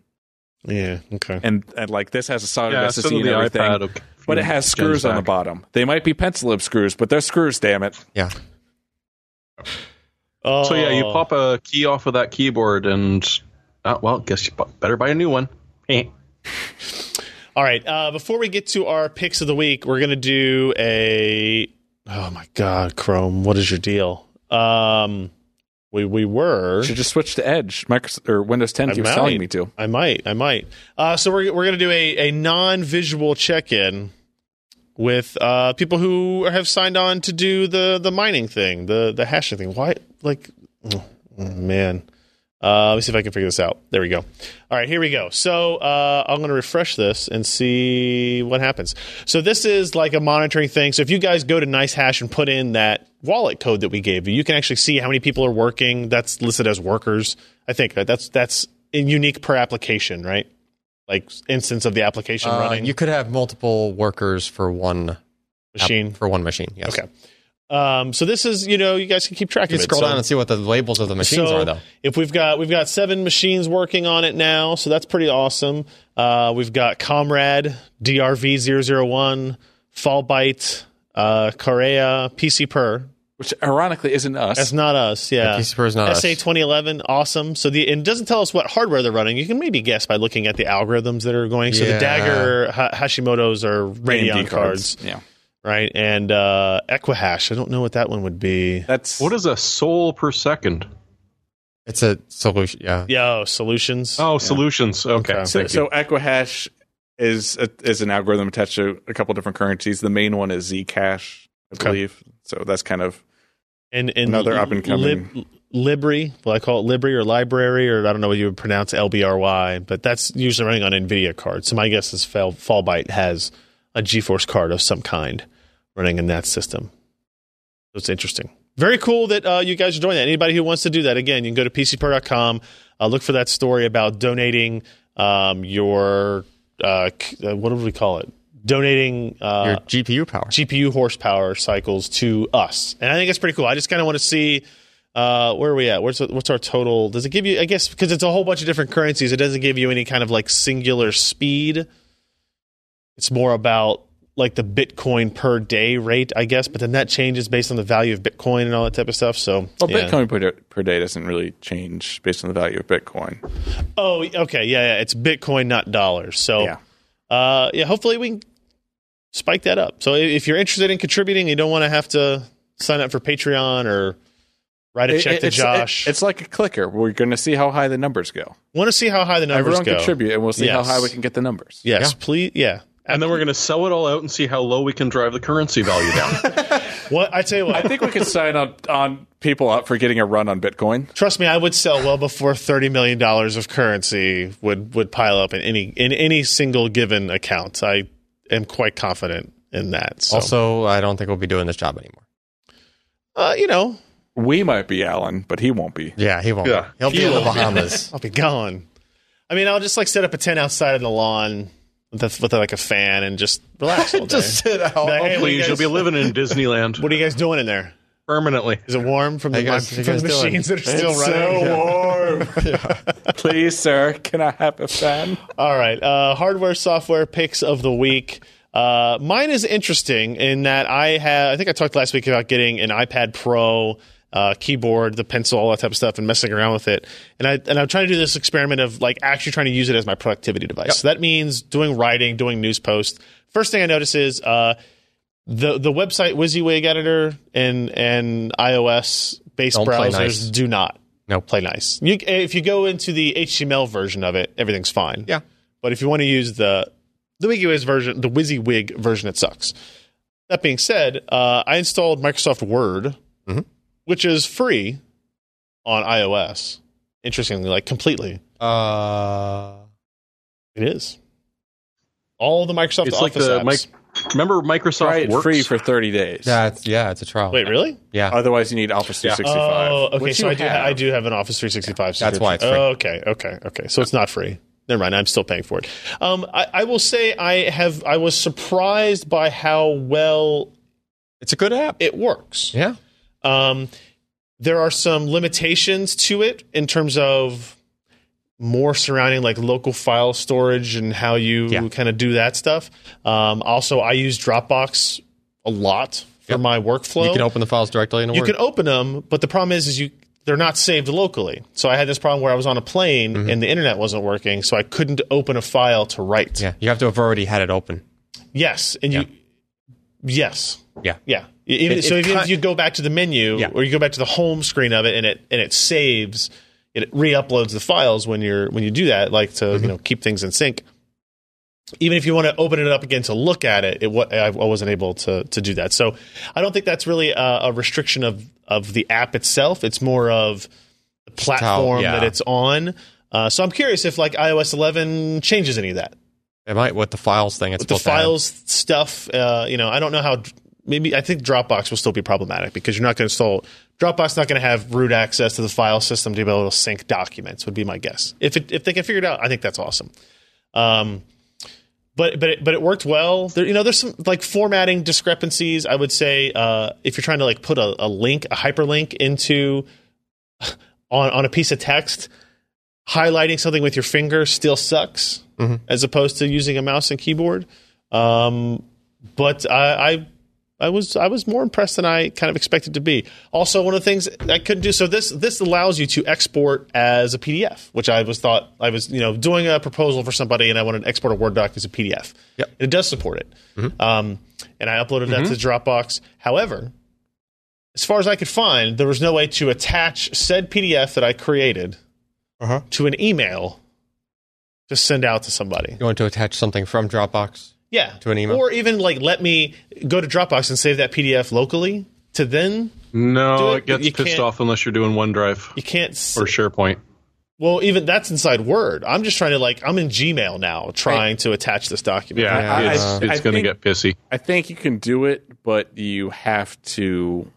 Speaker 1: Yeah. Okay.
Speaker 7: and and like this has a solid
Speaker 8: Yeah,
Speaker 7: SSD
Speaker 8: so did
Speaker 7: and
Speaker 8: the
Speaker 7: everything,
Speaker 8: iPad, okay.
Speaker 7: but it has screws on the
Speaker 8: back.
Speaker 7: bottom. They might be pencil lip screws, but they're screws. Damn it.
Speaker 2: Yeah.
Speaker 1: Oh,
Speaker 8: So yeah, you pop a key off of that keyboard, and uh, well, guess you bu- better buy a new one. Eh.
Speaker 1: All right. Uh, before we get to our picks of the week, we're gonna do a. Oh my God, Chrome! What is your deal? Um, we we were.
Speaker 7: Should just switch to Edge, Microsoft or Windows 10 keeps
Speaker 1: might.
Speaker 7: telling me to.
Speaker 1: I might. I might. Uh, so we're we're gonna do a a non visual check in with uh, people who have signed on to do the the mining thing, the the hashing thing. Why? Like, oh, oh, man. Uh, let me see if I can figure this out. There we go. All right, here we go. So uh, I'm going to refresh this and see what happens. So this is like a monitoring thing. So if you guys go to NiceHash and put in that wallet code that we gave you, you can actually see how many people are working. That's listed as workers. I think right? that's that's unique per application, right? Like instance of the application
Speaker 2: Uh,
Speaker 1: running
Speaker 2: you could have multiple workers for one app-
Speaker 1: machine.
Speaker 2: for one machine. Yes.
Speaker 1: Okay. Um, so this is, you know, you guys can keep track
Speaker 2: You
Speaker 1: of it.
Speaker 2: can scroll
Speaker 1: So-
Speaker 2: down and see what the labels of the machines
Speaker 1: so
Speaker 2: are though.
Speaker 1: If we've got we've got seven machines working on it now, so that's pretty awesome. Uh, we've got Comrade, DRV001, Fallbite, uh, Correa, PC Per.
Speaker 7: Which ironically isn't us.
Speaker 1: That's not us, yeah.
Speaker 2: PC Per is not us.
Speaker 1: SA 2011, awesome. So the and it doesn't tell us what hardware they're running. You can maybe guess by looking at the algorithms that are going. So the
Speaker 2: Yeah.
Speaker 1: Dagger ha- Hashimoto's are
Speaker 7: AMD
Speaker 1: Radeon cards,
Speaker 7: Yeah.
Speaker 1: right? And uh, Equihash. I don't know what that one would be.
Speaker 7: That's
Speaker 8: What is a soul per second?
Speaker 2: It's a solution. Yeah.
Speaker 1: Yo, solutions.
Speaker 8: Oh, solutions. Okay,
Speaker 1: Okay.
Speaker 7: so,
Speaker 8: thank you.
Speaker 7: so Equihash is a, is an algorithm attached to a couple different currencies. The main one is Zcash, I
Speaker 1: Okay.
Speaker 7: believe. So that's kind of
Speaker 1: and, and
Speaker 7: Another up and coming.
Speaker 1: Lib- Libri, well, I call it Libri or Library, or I don't know what you would pronounce LBRY, but that's usually running on NVIDIA cards. So my guess is Fall, Fallbyte has a GeForce card of some kind running in that system. So it's interesting. Very cool that uh, you guys are doing that. Anybody who wants to do that, again, you can go to pcpro.com, uh, look for that story about donating um, your, uh, c- uh, what would we call it? Donating uh,
Speaker 2: Your GPU power.
Speaker 1: GPU horsepower cycles to us, and I think it's pretty cool. I just kind of want to see uh, where are we at. What's what's our total? Does it give you? I guess because it's a whole bunch of different currencies, it doesn't give you any kind of like singular speed. It's more about like the Bitcoin per day rate, I guess. But then that changes based on the value of Bitcoin and all that type of stuff. So,
Speaker 7: well,
Speaker 1: yeah.
Speaker 7: Bitcoin per, per day doesn't really change based on the value of Bitcoin.
Speaker 1: Oh, okay, yeah, yeah, it's Bitcoin, not dollars. So,
Speaker 7: Yeah.
Speaker 1: uh, yeah, hopefully we can spike that up. So i- if you're interested in contributing, you don't want to have to sign up for Patreon or write a
Speaker 7: It-
Speaker 1: check
Speaker 7: it-
Speaker 1: to
Speaker 7: it's,
Speaker 1: Josh.
Speaker 7: it- it's like a clicker. We're going to see how high the numbers go.
Speaker 1: want to see how high the numbers
Speaker 7: Everyone
Speaker 1: go.
Speaker 7: contribute, and we'll see how
Speaker 1: Yes.
Speaker 7: high we can get the numbers.
Speaker 1: Yes, please. Yeah.
Speaker 8: and then we're gonna sell it all out and see how low we can drive the currency value down.
Speaker 1: What I tell you
Speaker 7: I
Speaker 1: what.
Speaker 7: think we could sign on, on people up for getting a run on Bitcoin.
Speaker 1: Trust me, I would sell well before thirty million dollars of currency would would pile up in any in any single given account. I am quite confident in that. So,
Speaker 2: Also, I don't think we'll be doing this job anymore.
Speaker 1: uh, you know,
Speaker 7: We might be Alan, but he won't be.
Speaker 2: Yeah, he won't.
Speaker 8: Yeah.
Speaker 2: He'll be in the Bahamas.
Speaker 1: I'll be gone. I mean, I'll just like set up a tent outside on the lawn with, a, with like a fan and just relax all day.
Speaker 2: Just sit out.
Speaker 1: Like, hey, what, are you
Speaker 8: Please, you'll
Speaker 1: guys,
Speaker 8: be living in Disneyland
Speaker 1: what are you guys doing in there?
Speaker 8: permanently.
Speaker 1: Is it warm from the,
Speaker 2: Hey, guys,
Speaker 1: from
Speaker 2: what you
Speaker 1: the
Speaker 2: guys doing?
Speaker 1: machines that are still running?
Speaker 7: warm. Please, sir, can I have a fan?
Speaker 1: All right. Uh, hardware, software picks of the week. Uh, mine is interesting in that I have. I think I talked last week about getting an iPad Pro uh, keyboard, the pencil, all that type of stuff, and messing around with it. And I and I'm trying to do this experiment of like actually trying to use it as my productivity device. So that means doing writing, doing news posts. First thing I notice is uh, the the website WYSIWYG editor and and iOS based
Speaker 2: Don't play
Speaker 1: browsers
Speaker 2: nice.
Speaker 1: do not
Speaker 2: No.
Speaker 1: play nice. You, if you go into the HTML version of it, everything's fine.
Speaker 2: Yeah.
Speaker 1: But if you want to use the the WYSIWYG version, the WYSIWYG version, it sucks. That being said, uh, I installed Microsoft Word, which is free on iOS. Interestingly, like completely,
Speaker 2: Uh,
Speaker 1: it is. All the Microsoft
Speaker 8: It's like
Speaker 1: Office
Speaker 8: the
Speaker 1: apps.
Speaker 8: mic- remember Microsoft
Speaker 7: Try it
Speaker 8: Works?
Speaker 7: free for 30 days.
Speaker 2: that's yeah, it's a trial.
Speaker 1: Wait, uh, really?
Speaker 2: Yeah,
Speaker 7: Otherwise, you need Office 365.
Speaker 1: Oh, okay.
Speaker 7: which
Speaker 1: So
Speaker 7: you
Speaker 1: I do.
Speaker 7: have.
Speaker 1: I do have an Office 365.
Speaker 2: that's why it's
Speaker 1: subscription. Oh, okay. Okay. Okay. So it's not free. Never mind. I'm still paying for it. Um, I, I will say I have. I was surprised by how well
Speaker 2: it's a good app.
Speaker 1: it works.
Speaker 2: Yeah,
Speaker 1: Um, there are some limitations to it in terms of more surrounding like local file storage and how you
Speaker 2: Yeah.
Speaker 1: kind of do that stuff. Um, also, I use Dropbox a lot for
Speaker 2: Yep.
Speaker 1: my workflow.
Speaker 2: you can open the files directly in
Speaker 1: You
Speaker 2: Word.
Speaker 1: can open them, but the problem is, is you they're not saved locally. So I had this problem where I was on a plane
Speaker 2: Mm-hmm.
Speaker 1: and the internet wasn't working, so I couldn't open a file to write.
Speaker 2: yeah, you have to have already had it open.
Speaker 1: Yes, and you, yes,
Speaker 2: Yeah.
Speaker 1: yeah. E, Even,
Speaker 2: It-
Speaker 1: so
Speaker 2: it
Speaker 1: even if
Speaker 2: kin-
Speaker 1: you go back to the menu
Speaker 2: Yeah.
Speaker 1: or you go back to the home screen of it, and it and it saves, it re-uploads the files when you're when you do that, like to
Speaker 2: Mm-hmm.
Speaker 1: you know keep things in sync. Even if you want to open it up again to look at it, it wa- I I wasn't able to to do that. So I don't think that's really a, a restriction of of the app itself. It's more of the platform
Speaker 2: yeah.
Speaker 1: that it's on. Uh, so I'm curious if like iOS 11 changes any of that
Speaker 2: It might with the files thing. It's
Speaker 1: with the
Speaker 2: supposed to have.
Speaker 1: files stuff, uh, you know, I don't know how. Maybe I think Dropbox will still be problematic because you're not going to install Dropbox. Not going to have root access to the file system to be able to sync documents. Would be my guess. If it, if they can figure it out, I think that's awesome. Um, but but it, but it worked well. There, you know, there's some like formatting discrepancies. I would say uh, if you're trying to like put a, a link, a hyperlink into on on a piece of text, highlighting something with your finger still sucks as opposed to using a mouse and keyboard. Um, but I, I I was I was more impressed than I kind of expected to be. Also, one of the things I couldn't do so this this allows you to export as a PDF, which I was thought I was you know doing a proposal for somebody and I wanted to export a Word doc as a PDF.
Speaker 2: Yep.
Speaker 1: And it does support it, um, and I uploaded that to Dropbox. However, as far as I could find, there was no way to attach said PDF that I created to an email to send out to somebody.
Speaker 2: You want to attach something from Dropbox?
Speaker 1: Yeah.
Speaker 2: To an email?
Speaker 1: Or even like let me go to Dropbox and save that PDF locally to then Do
Speaker 8: No,
Speaker 1: it,
Speaker 8: it, gets
Speaker 1: you
Speaker 8: pissed
Speaker 1: can't-
Speaker 8: off unless you're doing OneDrive
Speaker 1: you can't s-
Speaker 8: or SharePoint.
Speaker 1: well even that's inside Word. I'm just trying to like I'm in Gmail now trying to attach this document.
Speaker 8: Yeah,
Speaker 2: Yeah.
Speaker 8: it's,
Speaker 7: I-
Speaker 8: it's
Speaker 7: I
Speaker 8: going to get
Speaker 7: think-
Speaker 8: pissy.
Speaker 7: I think you can do it, but you have to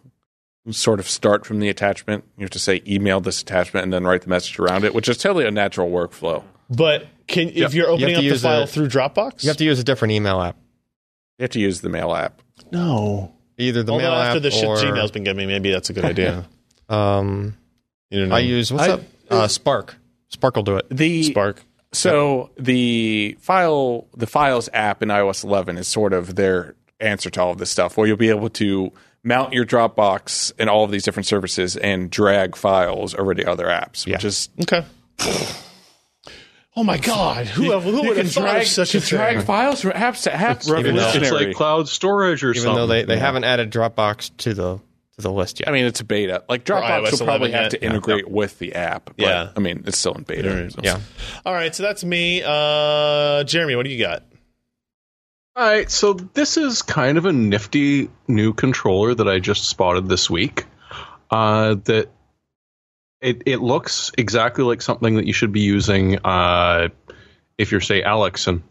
Speaker 7: sort of start from the attachment. You have to say email this attachment and then write the message around it, which is totally a natural workflow.
Speaker 1: But can if you're opening
Speaker 2: to
Speaker 1: up the
Speaker 2: use
Speaker 1: file
Speaker 2: a-
Speaker 1: through Dropbox?
Speaker 2: You have to use a different email app.
Speaker 7: You have to use the mail app.
Speaker 1: no.
Speaker 2: Either the
Speaker 1: Although
Speaker 2: mail
Speaker 1: after
Speaker 2: app
Speaker 1: the shit
Speaker 2: or
Speaker 1: Gmail's been giving me, maybe that's a good idea.
Speaker 2: um,
Speaker 1: You know,
Speaker 2: I use what's
Speaker 7: I-
Speaker 2: up? Uh, Spark. Spark will do it.
Speaker 7: The
Speaker 1: Spark.
Speaker 7: So the file, the files app in iOS 11 is sort of their answer to all of this stuff, where you'll be able to mount your Dropbox and all of these different services and drag files over to other apps, which is
Speaker 1: Okay. Oh my God! Who, who would have thought of such a thing?
Speaker 7: drag files from apps to app.
Speaker 8: It's,
Speaker 7: Revolutionary.
Speaker 8: like cloud storage or
Speaker 2: Even
Speaker 8: something.
Speaker 2: though they, they haven't added Dropbox to the to the list yet.
Speaker 7: I mean, it's a beta. Like
Speaker 1: iOS
Speaker 7: Dropbox will
Speaker 1: 11
Speaker 7: probably have
Speaker 1: yet.
Speaker 7: to integrate with the app. But,
Speaker 1: Yeah.
Speaker 7: I mean, it's still in beta. so.
Speaker 2: yeah.
Speaker 1: All right, so that's me, uh, Jeremy. What do you got?
Speaker 8: All right, so this is kind of a nifty new controller that I just spotted this week. Uh, that it it looks exactly like something that you should be using uh, if you're say Alex and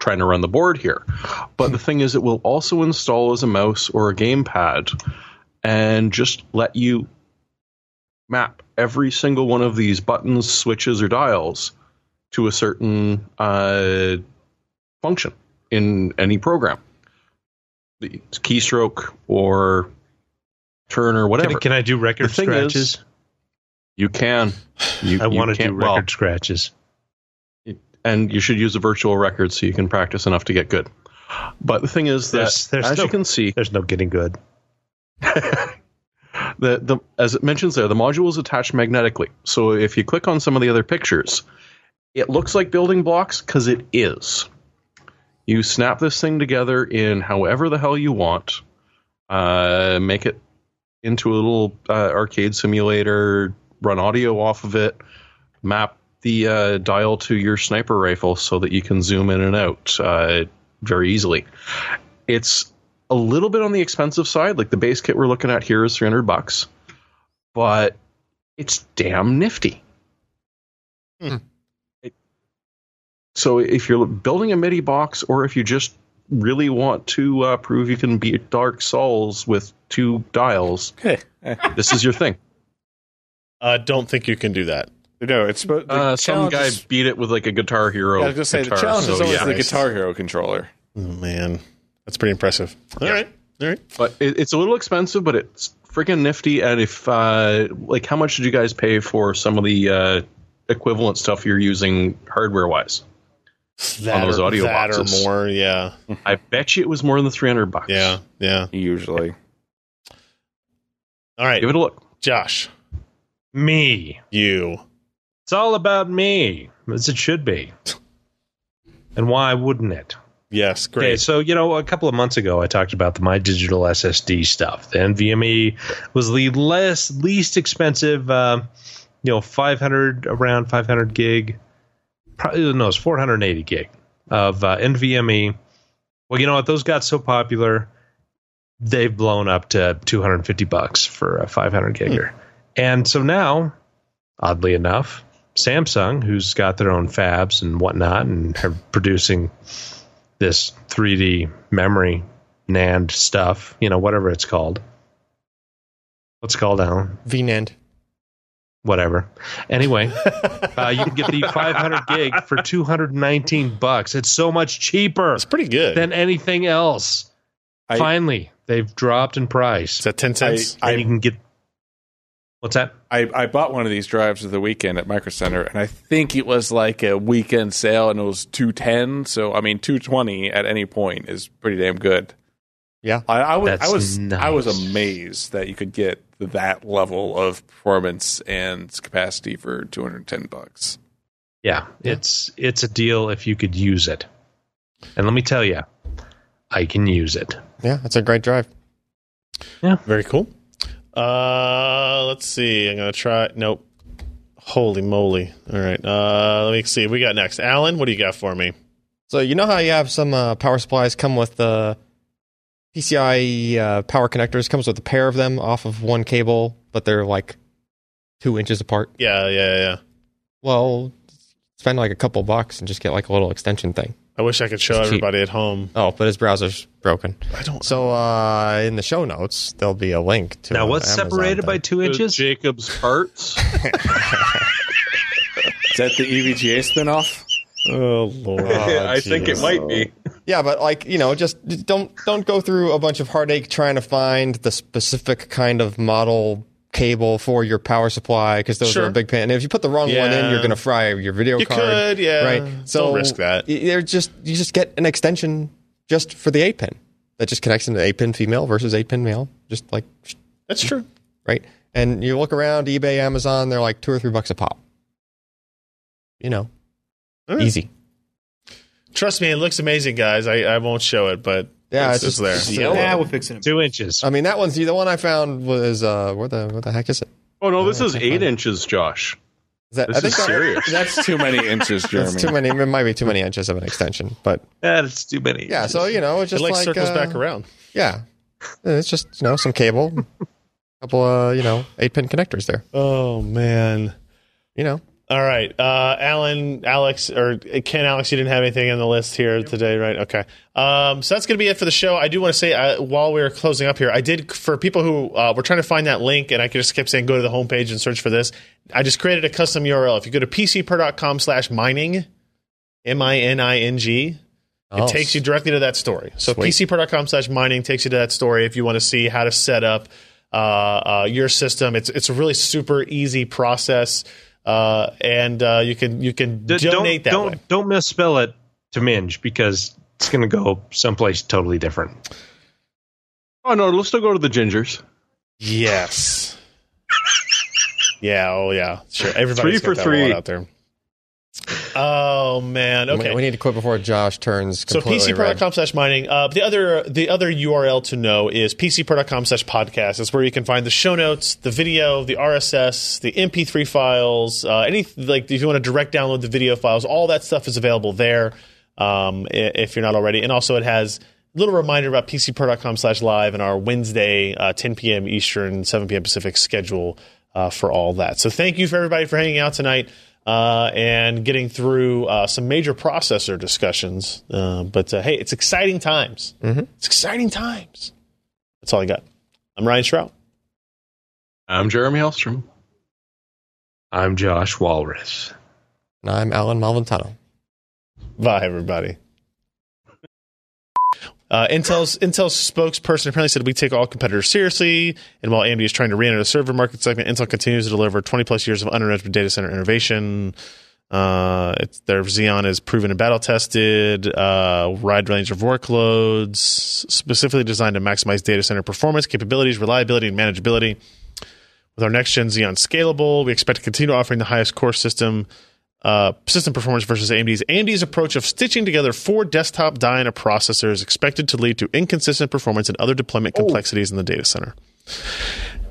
Speaker 8: trying to run the board here. But the thing is, it will also install as a mouse or a gamepad, and just let you map every single one of these buttons, switches, or dials to a certain uh, function in any program. The it's keystroke or turn or whatever.
Speaker 3: Can, can I do record
Speaker 8: The thing is-
Speaker 3: scratches?
Speaker 8: you can. You,
Speaker 3: I
Speaker 8: you
Speaker 3: want to do
Speaker 8: can't-
Speaker 3: record
Speaker 8: well,
Speaker 3: scratches.
Speaker 8: and you should use a virtual record so you can practice enough to get good. But the thing is that,
Speaker 3: There's- there's
Speaker 8: as
Speaker 3: no-
Speaker 8: you can see,
Speaker 3: There's no getting good.
Speaker 8: the the, the as it mentions there, the module is attached magnetically. So if you click on some of the other pictures, it looks like building blocks because it is. You snap this thing together in however the hell you want. Uh, make it into a little uh, arcade simulator. Run audio off of it. Map the uh, dial to your sniper rifle so that you can zoom in and out uh, very easily. It's a little bit on the expensive side. Like the base kit we're looking at here is 300 bucks, but it's damn nifty.
Speaker 1: Hmm.
Speaker 8: It- so if you're building a MIDI box, or if you just really want to uh, prove you can beat Dark Souls with two dials, this is your thing.
Speaker 1: Uh, don't think you can do that.
Speaker 7: No, it's but the
Speaker 8: Uh, some
Speaker 7: challenge
Speaker 8: guy
Speaker 7: is-
Speaker 8: beat it with like a Guitar Hero.
Speaker 7: Yeah, I was gonna say
Speaker 8: guitar,
Speaker 7: the challenge is
Speaker 8: so,
Speaker 7: always
Speaker 8: yeah.
Speaker 7: the Guitar Hero controller.
Speaker 1: Oh, man, that's pretty impressive. All right, all right.
Speaker 8: but it, it's a little expensive, but it's freaking nifty. And if uh, like, how much did you guys pay for some of the uh, equivalent stuff you're using hardware wise?
Speaker 1: That,
Speaker 8: those
Speaker 1: or,
Speaker 8: audio
Speaker 1: that or
Speaker 8: boxes.
Speaker 1: more. Yeah,
Speaker 8: I bet you it was more than the three hundred bucks.
Speaker 1: yeah, yeah.
Speaker 7: Usually,
Speaker 1: All right,
Speaker 8: give it a look.
Speaker 1: Josh,
Speaker 3: Me.
Speaker 1: you.
Speaker 3: It's all about me, as it should be. And why wouldn't it?
Speaker 1: Yes, great.
Speaker 3: Okay, so you know, a couple of months ago, I talked about the my digital SSD stuff. The NVMe was the less least expensive, um, you know, 500 around 500 gig. Probably no, it's 480 gig of uh, NVMe. Well, you know what? Those got so popular, they've blown up to 250 bucks for a 500 gigger. And so now, oddly enough, Samsung, who's got their own fabs and whatnot, and are producing this 3D memory NAND stuff, you know, whatever it's called. What's it called, Alan?
Speaker 2: VNAND.
Speaker 3: Whatever. Anyway, uh, you can get the 500 gig for 219 bucks. It's so much cheaper
Speaker 1: That's pretty good.
Speaker 3: than anything else.
Speaker 7: I-
Speaker 3: Finally, they've dropped in price.
Speaker 1: Is that ten cents?
Speaker 3: and you can get. What's that?
Speaker 7: I, I bought one of these drives of the weekend at Micro Center, and I think it was like a weekend sale, and it was two ten. So I mean, two twenty at any point is pretty damn good.
Speaker 2: Yeah.
Speaker 7: I, I was I
Speaker 3: That's
Speaker 7: was I was
Speaker 3: nice.
Speaker 7: amazed that you could get that level of performance and capacity for two hundred ten bucks.
Speaker 3: Yeah, it's it's a deal if you could use it. And let me tell you, I can use it.
Speaker 2: Yeah, that's a great drive.
Speaker 1: Very cool. Uh, let's see. I'm gonna try. Nope. Holy moly! All right. Uh, let me see. We got next. Alan, what do you got for me?
Speaker 2: So you know how you have some uh, power supplies come with uh, PCI uh, power connectors comes with a pair of them off of one cable, but they're like two inches apart.
Speaker 1: Yeah, yeah, yeah.
Speaker 2: Well, spend like a couple bucks and just get like a little extension thing.
Speaker 1: I wish I could show
Speaker 2: It's cheap.
Speaker 1: everybody at home.
Speaker 2: Oh, but his browser's broken.
Speaker 1: I don't.
Speaker 2: So uh, in the show notes, there'll be a link to
Speaker 3: Now,
Speaker 2: an
Speaker 3: what's
Speaker 2: Amazon
Speaker 3: separated by
Speaker 2: thing.
Speaker 3: two inches?
Speaker 8: Jacob's parts.
Speaker 7: Is that the E EVGA spinoff?
Speaker 1: Oh lord.
Speaker 8: I think it might be.
Speaker 2: Yeah, but like you know, just don't don't go through a bunch of heartache trying to find the specific kind of model cable for your power supply because those
Speaker 1: Sure.
Speaker 2: are a big pain. And if you put the wrong one in,
Speaker 1: Yeah.
Speaker 2: you're going to fry your video
Speaker 1: You
Speaker 2: card.
Speaker 1: could, yeah.
Speaker 2: right? So
Speaker 1: Don't risk that.
Speaker 2: y- They're just you just get an extension just for the eight pin that just connects into eight pin female versus eight pin male, just like
Speaker 1: That's true.
Speaker 2: right. And you look around eBay, Amazon, they're like two or three bucks a pop. You know,
Speaker 1: All right.
Speaker 2: easy.
Speaker 1: Trust me, it looks amazing, guys. I, I won't show it, but
Speaker 2: Yeah,
Speaker 1: it's, it's there.
Speaker 2: just-
Speaker 5: Yeah, we'll fix it. in a minute.
Speaker 3: Two inches.
Speaker 2: I mean, that one's the one I found was uh, where the where the heck is it?
Speaker 8: Oh no, this
Speaker 2: Oh,
Speaker 8: is
Speaker 2: okay,
Speaker 8: eight
Speaker 2: fine.
Speaker 8: inches, Josh.
Speaker 2: Is that,
Speaker 8: This is
Speaker 2: that-
Speaker 8: serious.
Speaker 7: That's too many inches, Jeremy.
Speaker 2: That's too many. It might be too many inches of an extension, but
Speaker 3: That's too many.
Speaker 2: yeah. So you know, it's
Speaker 1: It
Speaker 2: just
Speaker 1: like,
Speaker 2: like
Speaker 1: circles
Speaker 2: uh,
Speaker 1: back around.
Speaker 2: Yeah, it's just you know some cable, couple uh, you know eight pin connectors there.
Speaker 1: Oh man.
Speaker 2: You know,
Speaker 1: All right, uh, Alan, Alex, or Ken, Alex, you didn't have anything on the list here today, right? Okay. Um, so that's going to be it for the show. I do want to say uh, while we were closing up here, I did for people who uh, were trying to find that link, and I could just kept saying go to the homepage and search for this. I just created a custom URL. If you go to pcper.com/mining, m i n i n g, it takes you directly to that story. So
Speaker 2: Oh. Sweet.
Speaker 1: pcpro.com slash mining takes you to that story if you want to see how to set up uh, uh, your system. It's it's a really super easy process, uh, and uh, you can you can
Speaker 3: D-
Speaker 1: donate
Speaker 3: don't,
Speaker 1: that
Speaker 3: don't,
Speaker 1: way.
Speaker 3: Don't misspell it to Minge because it's going to go someplace totally different.
Speaker 8: Oh no, let's still go to the gingers.
Speaker 1: Yes, Yeah. Oh, yeah. Sure. Everybody's
Speaker 8: Three for
Speaker 1: got that
Speaker 8: three.
Speaker 1: wallet out there. Oh man.
Speaker 2: We-
Speaker 1: Okay.
Speaker 2: We need to quit before Josh turns
Speaker 1: so
Speaker 2: completely red.
Speaker 1: pcpro.com slash mining uh, the other the other url to know is pcpro.com slash podcast it's where you can find the show notes the video the rss the mp3 files uh, any like if you want to direct download the video files all that stuff is available there um, i- if you're not already and also it has a little reminder about pcpro.com slash live and our wednesday uh, 10 p.m eastern 7 p.m pacific schedule uh, for all that so thank you for everybody for hanging out tonight uh, and getting through uh, some major processor discussions. Uh, but uh, hey, it's exciting times. It's exciting times. That's all I got. I'm Ryan Shrout.
Speaker 8: I'm Jeremy Hellstrom.
Speaker 3: I'm Josh Walrus.
Speaker 2: And I'm Alan Malventano.
Speaker 1: Bye, everybody. Uh, Intel's Intel's spokesperson apparently said we take all competitors seriously, and while AMD is trying to re-enter the server market segment, Intel continues to deliver 20 plus years of uninterrupted data center innovation. Uh, it's, their Xeon is proven and battle tested, uh, wide range of workloads, specifically designed to maximize data center performance, capabilities, reliability, and manageability. With our next gen Xeon Scalable, we expect to continue offering the highest core system uh, system performance versus AMD's. AMD's approach of stitching together four desktop die in a processor is expected to lead to inconsistent performance and other deployment complexities in the data center,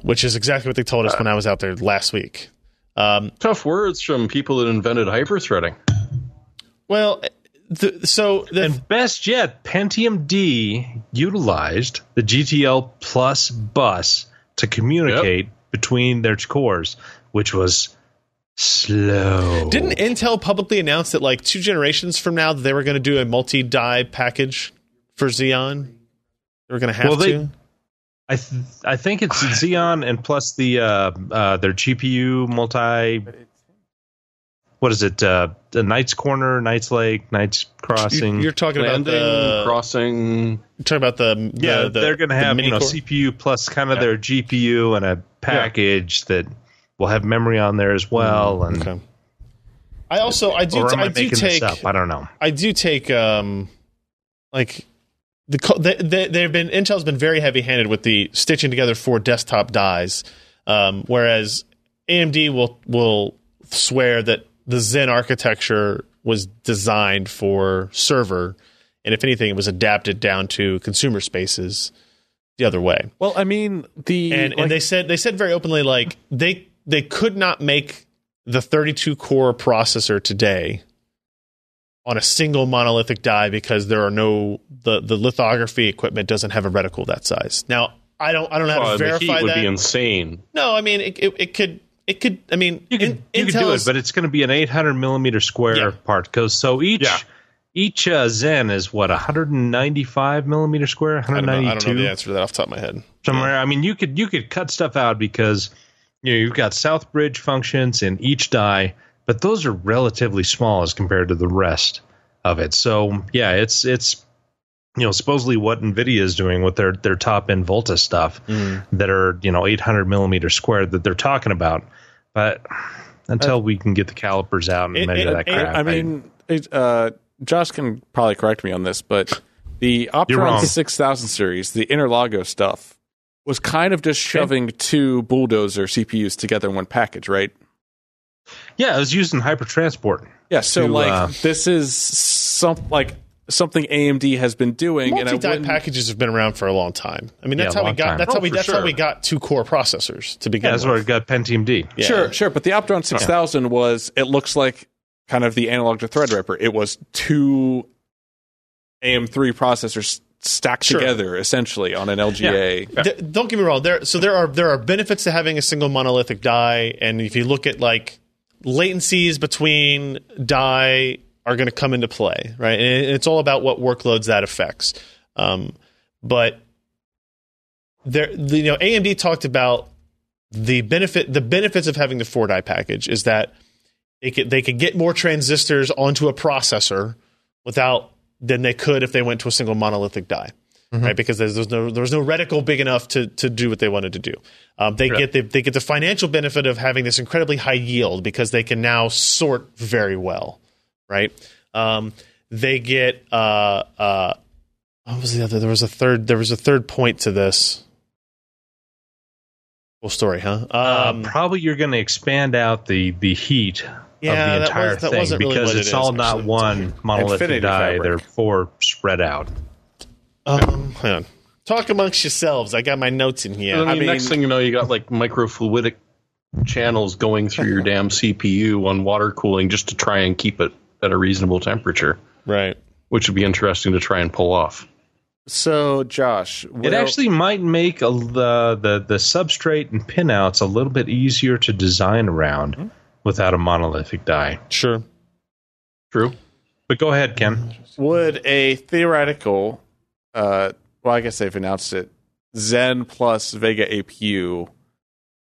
Speaker 1: which is exactly what they told us when I was out there last week. Um,
Speaker 8: Tough words from people that invented hyperthreading.
Speaker 1: well, th- so the,
Speaker 3: And best yet, Pentium D utilized the GTL Plus bus to communicate between their cores, which was slow.
Speaker 1: Didn't Intel publicly announce that like two generations from now they were going to do a multi-die package for Xeon? They were going to have
Speaker 3: Well, they-
Speaker 1: to.
Speaker 3: I? Th- I think it's Xeon and plus the uh, uh, their GPU multi. What is it? Uh, the Knights Corner, Knights Lake, Knights Crossing.
Speaker 1: You, are talking about
Speaker 8: Landing,
Speaker 1: the
Speaker 8: crossing.
Speaker 1: you're talking about the, the
Speaker 3: yeah,
Speaker 1: the-
Speaker 3: they're going to
Speaker 1: the
Speaker 3: have you know
Speaker 1: mini-core?
Speaker 3: CPU plus kind of their GPU and a package that will have memory on there as well. and
Speaker 1: Okay. Mm. I also I do
Speaker 3: or am
Speaker 1: I
Speaker 3: I,
Speaker 1: do
Speaker 3: making
Speaker 1: take
Speaker 3: this up? I don't know.
Speaker 1: I do take um like the co- they, they, they've been Intel's been very heavy handed with the stitching together four desktop dies, um, whereas AMD will will swear that the Zen architecture was designed for server, and if anything, it was adapted down to consumer spaces the other way
Speaker 7: Well, I mean the
Speaker 1: and and they said they said very openly like they they could not make the 32 core processor today on a single monolithic die because there are no the the lithography equipment doesn't have a reticle that size. Now I don't I don't know how to
Speaker 8: Oh, the heat
Speaker 1: verify
Speaker 8: would
Speaker 1: that.
Speaker 8: be insane.
Speaker 1: no, I mean it, it it could it could I mean
Speaker 3: You can
Speaker 1: In-
Speaker 3: you can do it,
Speaker 1: Intel's-
Speaker 3: but it's going to be an 800 millimeter square
Speaker 1: Yeah.
Speaker 3: part. Cause so each
Speaker 8: Yeah.
Speaker 3: each uh, Zen is what 195 millimeter square,
Speaker 1: I don't, know, I
Speaker 3: 192
Speaker 1: don't know the answer to that off the top of my head.
Speaker 3: somewhere. I mean, you could you could cut stuff out because you know you've got Southbridge functions in each die, but those are relatively small as compared to the rest of it. So yeah, it's it's you know supposedly what Nvidia is doing with their their top end Volta stuff that are you know 800 millimeter squared that they're talking about, but until we can get the calipers out and
Speaker 1: it-
Speaker 3: measure
Speaker 1: it-
Speaker 3: that
Speaker 1: it-
Speaker 3: crap,
Speaker 7: I mean, it, uh, Josh can probably correct me on this, but the
Speaker 3: wrong.
Speaker 7: Opteron 6000 series, the Interlago stuff, was kind of just shoving two bulldozer CPUs together in one package, right?
Speaker 3: yeah, it was used in hypertransport.
Speaker 7: Yeah. So
Speaker 3: To,
Speaker 7: like,
Speaker 3: uh,
Speaker 7: this is some like something AMD has been doing, and I
Speaker 1: Multi-die
Speaker 7: wouldn't.
Speaker 1: packages have been around for a long time. I mean, that's
Speaker 3: Yeah,
Speaker 1: how we
Speaker 3: long
Speaker 1: got.
Speaker 3: time.
Speaker 1: That's
Speaker 8: Oh,
Speaker 1: how we.
Speaker 8: for
Speaker 1: That's how
Speaker 8: sure.
Speaker 1: we got two core processors to begin
Speaker 3: Yeah, that's
Speaker 1: with.
Speaker 3: where it got Pentium D.
Speaker 1: Yeah.
Speaker 7: Sure, sure. But the Opteron 6000 was, it looks like kind of the analog to Threadripper. It was two AM3 processors stacked
Speaker 1: Sure.
Speaker 7: together essentially on an LGA.
Speaker 1: Th- don't get me wrong. There, so there are there are benefits to having a single monolithic die, and if you look at like latencies between die are going to come into play, right? And it's all about what workloads that affects. Um, but there, the, you know, AMD talked about the benefit the benefits of having the four die package is that they could they could get more transistors onto a processor without than they could if they went to a single monolithic die right? Because there's, there's no there was no reticle big enough to to do what they wanted to do. Um, they get the, they get the financial benefit of having this incredibly high yield because they can now sort very well, right? Um, they get uh uh what was the other? There was a third there was a third point to this. Cool story, huh? Um,
Speaker 3: Uh, Probably you're going to expand out the the heat
Speaker 1: Yeah,
Speaker 3: of
Speaker 1: that
Speaker 3: the entire
Speaker 1: was- that
Speaker 3: thing
Speaker 1: wasn't really
Speaker 3: because
Speaker 1: what it
Speaker 3: it's
Speaker 1: is,
Speaker 3: all not
Speaker 1: actually.
Speaker 3: one monolithic
Speaker 7: Infinity
Speaker 3: die.
Speaker 7: fabric.
Speaker 3: They're four spread out.
Speaker 1: um, hang on. Talk amongst yourselves. I got my notes in here.
Speaker 8: And I mean,
Speaker 7: I
Speaker 8: next
Speaker 7: mean-
Speaker 8: thing you know, you got like microfluidic channels going through your damn CPU on water cooling just to try and keep it at a reasonable temperature,
Speaker 1: right.
Speaker 8: which would be interesting to try and pull off.
Speaker 7: So, Josh, what
Speaker 3: It
Speaker 7: el-
Speaker 3: actually might make a, the, the the substrate and pinouts a little bit easier to design around
Speaker 1: Hmm.
Speaker 3: without a monolithic die.
Speaker 1: Sure.
Speaker 8: True.
Speaker 3: But go ahead, Ken.
Speaker 7: would a theoretical, uh, well, I guess they've announced it, Zen plus Vega APU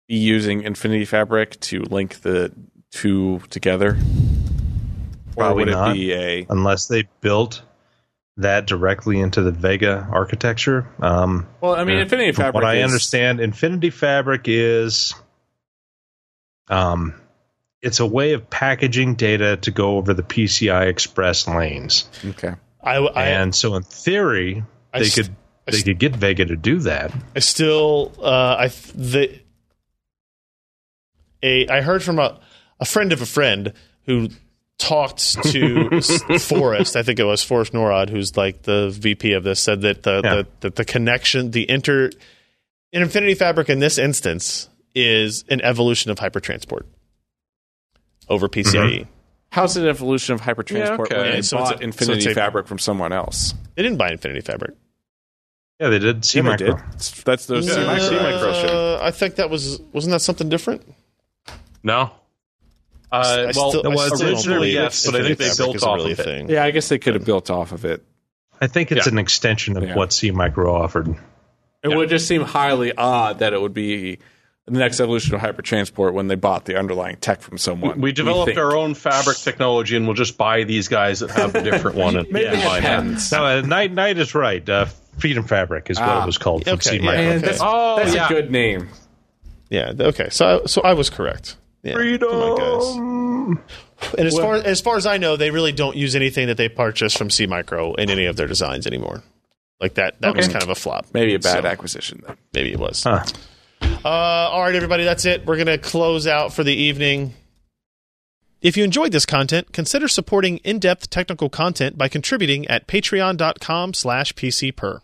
Speaker 7: be using Infinity Fabric to link the two together? or
Speaker 3: Probably
Speaker 7: would
Speaker 3: not.
Speaker 7: it be a
Speaker 3: Unless they built that directly into the Vega architecture. Um,
Speaker 7: well? I mean,
Speaker 8: Yeah.
Speaker 7: Infinity
Speaker 3: from
Speaker 7: Fabric.
Speaker 3: what I
Speaker 7: is-
Speaker 3: understand, Infinity Fabric is, um, it's a way of packaging data to go over the PCI Express lanes,
Speaker 7: Okay.
Speaker 1: I, I,
Speaker 3: and so in theory,
Speaker 1: I
Speaker 3: they
Speaker 1: st-
Speaker 3: could
Speaker 1: I
Speaker 3: they
Speaker 1: st-
Speaker 3: could get Vega to do that.
Speaker 1: I still uh, I th- the a I heard from a a friend of a friend who talked to S- Forrest. I think it was Forrest Norod, who's like the VP of this, said that the
Speaker 3: Yeah.
Speaker 1: the, that the connection, the inter Infinity Fabric in this instance is an evolution of hypertransport over PCIe.
Speaker 7: How's it an evolution of hypertransport
Speaker 8: Yeah, okay.
Speaker 7: when they
Speaker 1: So it's
Speaker 7: bought
Speaker 1: a- so
Speaker 7: Infinity
Speaker 1: it's a-
Speaker 7: Fabric from someone else?
Speaker 1: They didn't buy Infinity Fabric.
Speaker 3: Yeah, they did. See,
Speaker 7: Yeah, they
Speaker 3: micro.
Speaker 7: did. It's- That's those
Speaker 8: Yeah,
Speaker 7: two.
Speaker 8: C micro shit.
Speaker 1: Uh, I think that was wasn't that something different?
Speaker 8: No. Uh,
Speaker 1: I
Speaker 8: well,
Speaker 1: still- I still don't
Speaker 8: originally
Speaker 1: believe
Speaker 8: yes, but I think
Speaker 1: Infinity
Speaker 8: they
Speaker 1: Fabric
Speaker 8: built
Speaker 1: is a
Speaker 8: off
Speaker 1: really
Speaker 8: of it.
Speaker 1: thing.
Speaker 7: Yeah, I guess they could have built off of it.
Speaker 3: I think it's
Speaker 8: Yeah.
Speaker 3: an extension of
Speaker 7: Yeah.
Speaker 3: what C Micro offered.
Speaker 7: It would just seem highly odd that it would be the next evolution of hypertransport when they bought the underlying tech from someone.
Speaker 8: We developed
Speaker 7: think.
Speaker 8: our own fabric technology, and we'll just buy these guys that have a different one. And
Speaker 7: Maybe
Speaker 8: yeah,
Speaker 7: it
Speaker 8: buy them.
Speaker 7: depends.
Speaker 3: No, uh, Knight Knight is right. Uh, Freedom Fabric is what
Speaker 7: Ah.
Speaker 3: it was called from
Speaker 1: Okay,
Speaker 3: C
Speaker 1: yeah,
Speaker 3: Micro.
Speaker 1: okay.
Speaker 7: that's,
Speaker 8: Oh,
Speaker 7: that's
Speaker 8: yeah.
Speaker 7: a good name.
Speaker 1: Yeah. Okay. So I, so I was correct. Yeah. Come on, guys. And as far as far as I know, they really don't use anything that they purchased from C Micro in any of their designs anymore. Like that. That was kind of a flop.
Speaker 7: Maybe a bad
Speaker 1: So,
Speaker 7: acquisition. Then.
Speaker 1: Maybe it was.
Speaker 3: Huh.
Speaker 1: Uh, all right, everybody. That's it. We're gonna close out for the evening. If you enjoyed this content, consider supporting in-depth technical content by contributing at patreon.com slash pcper.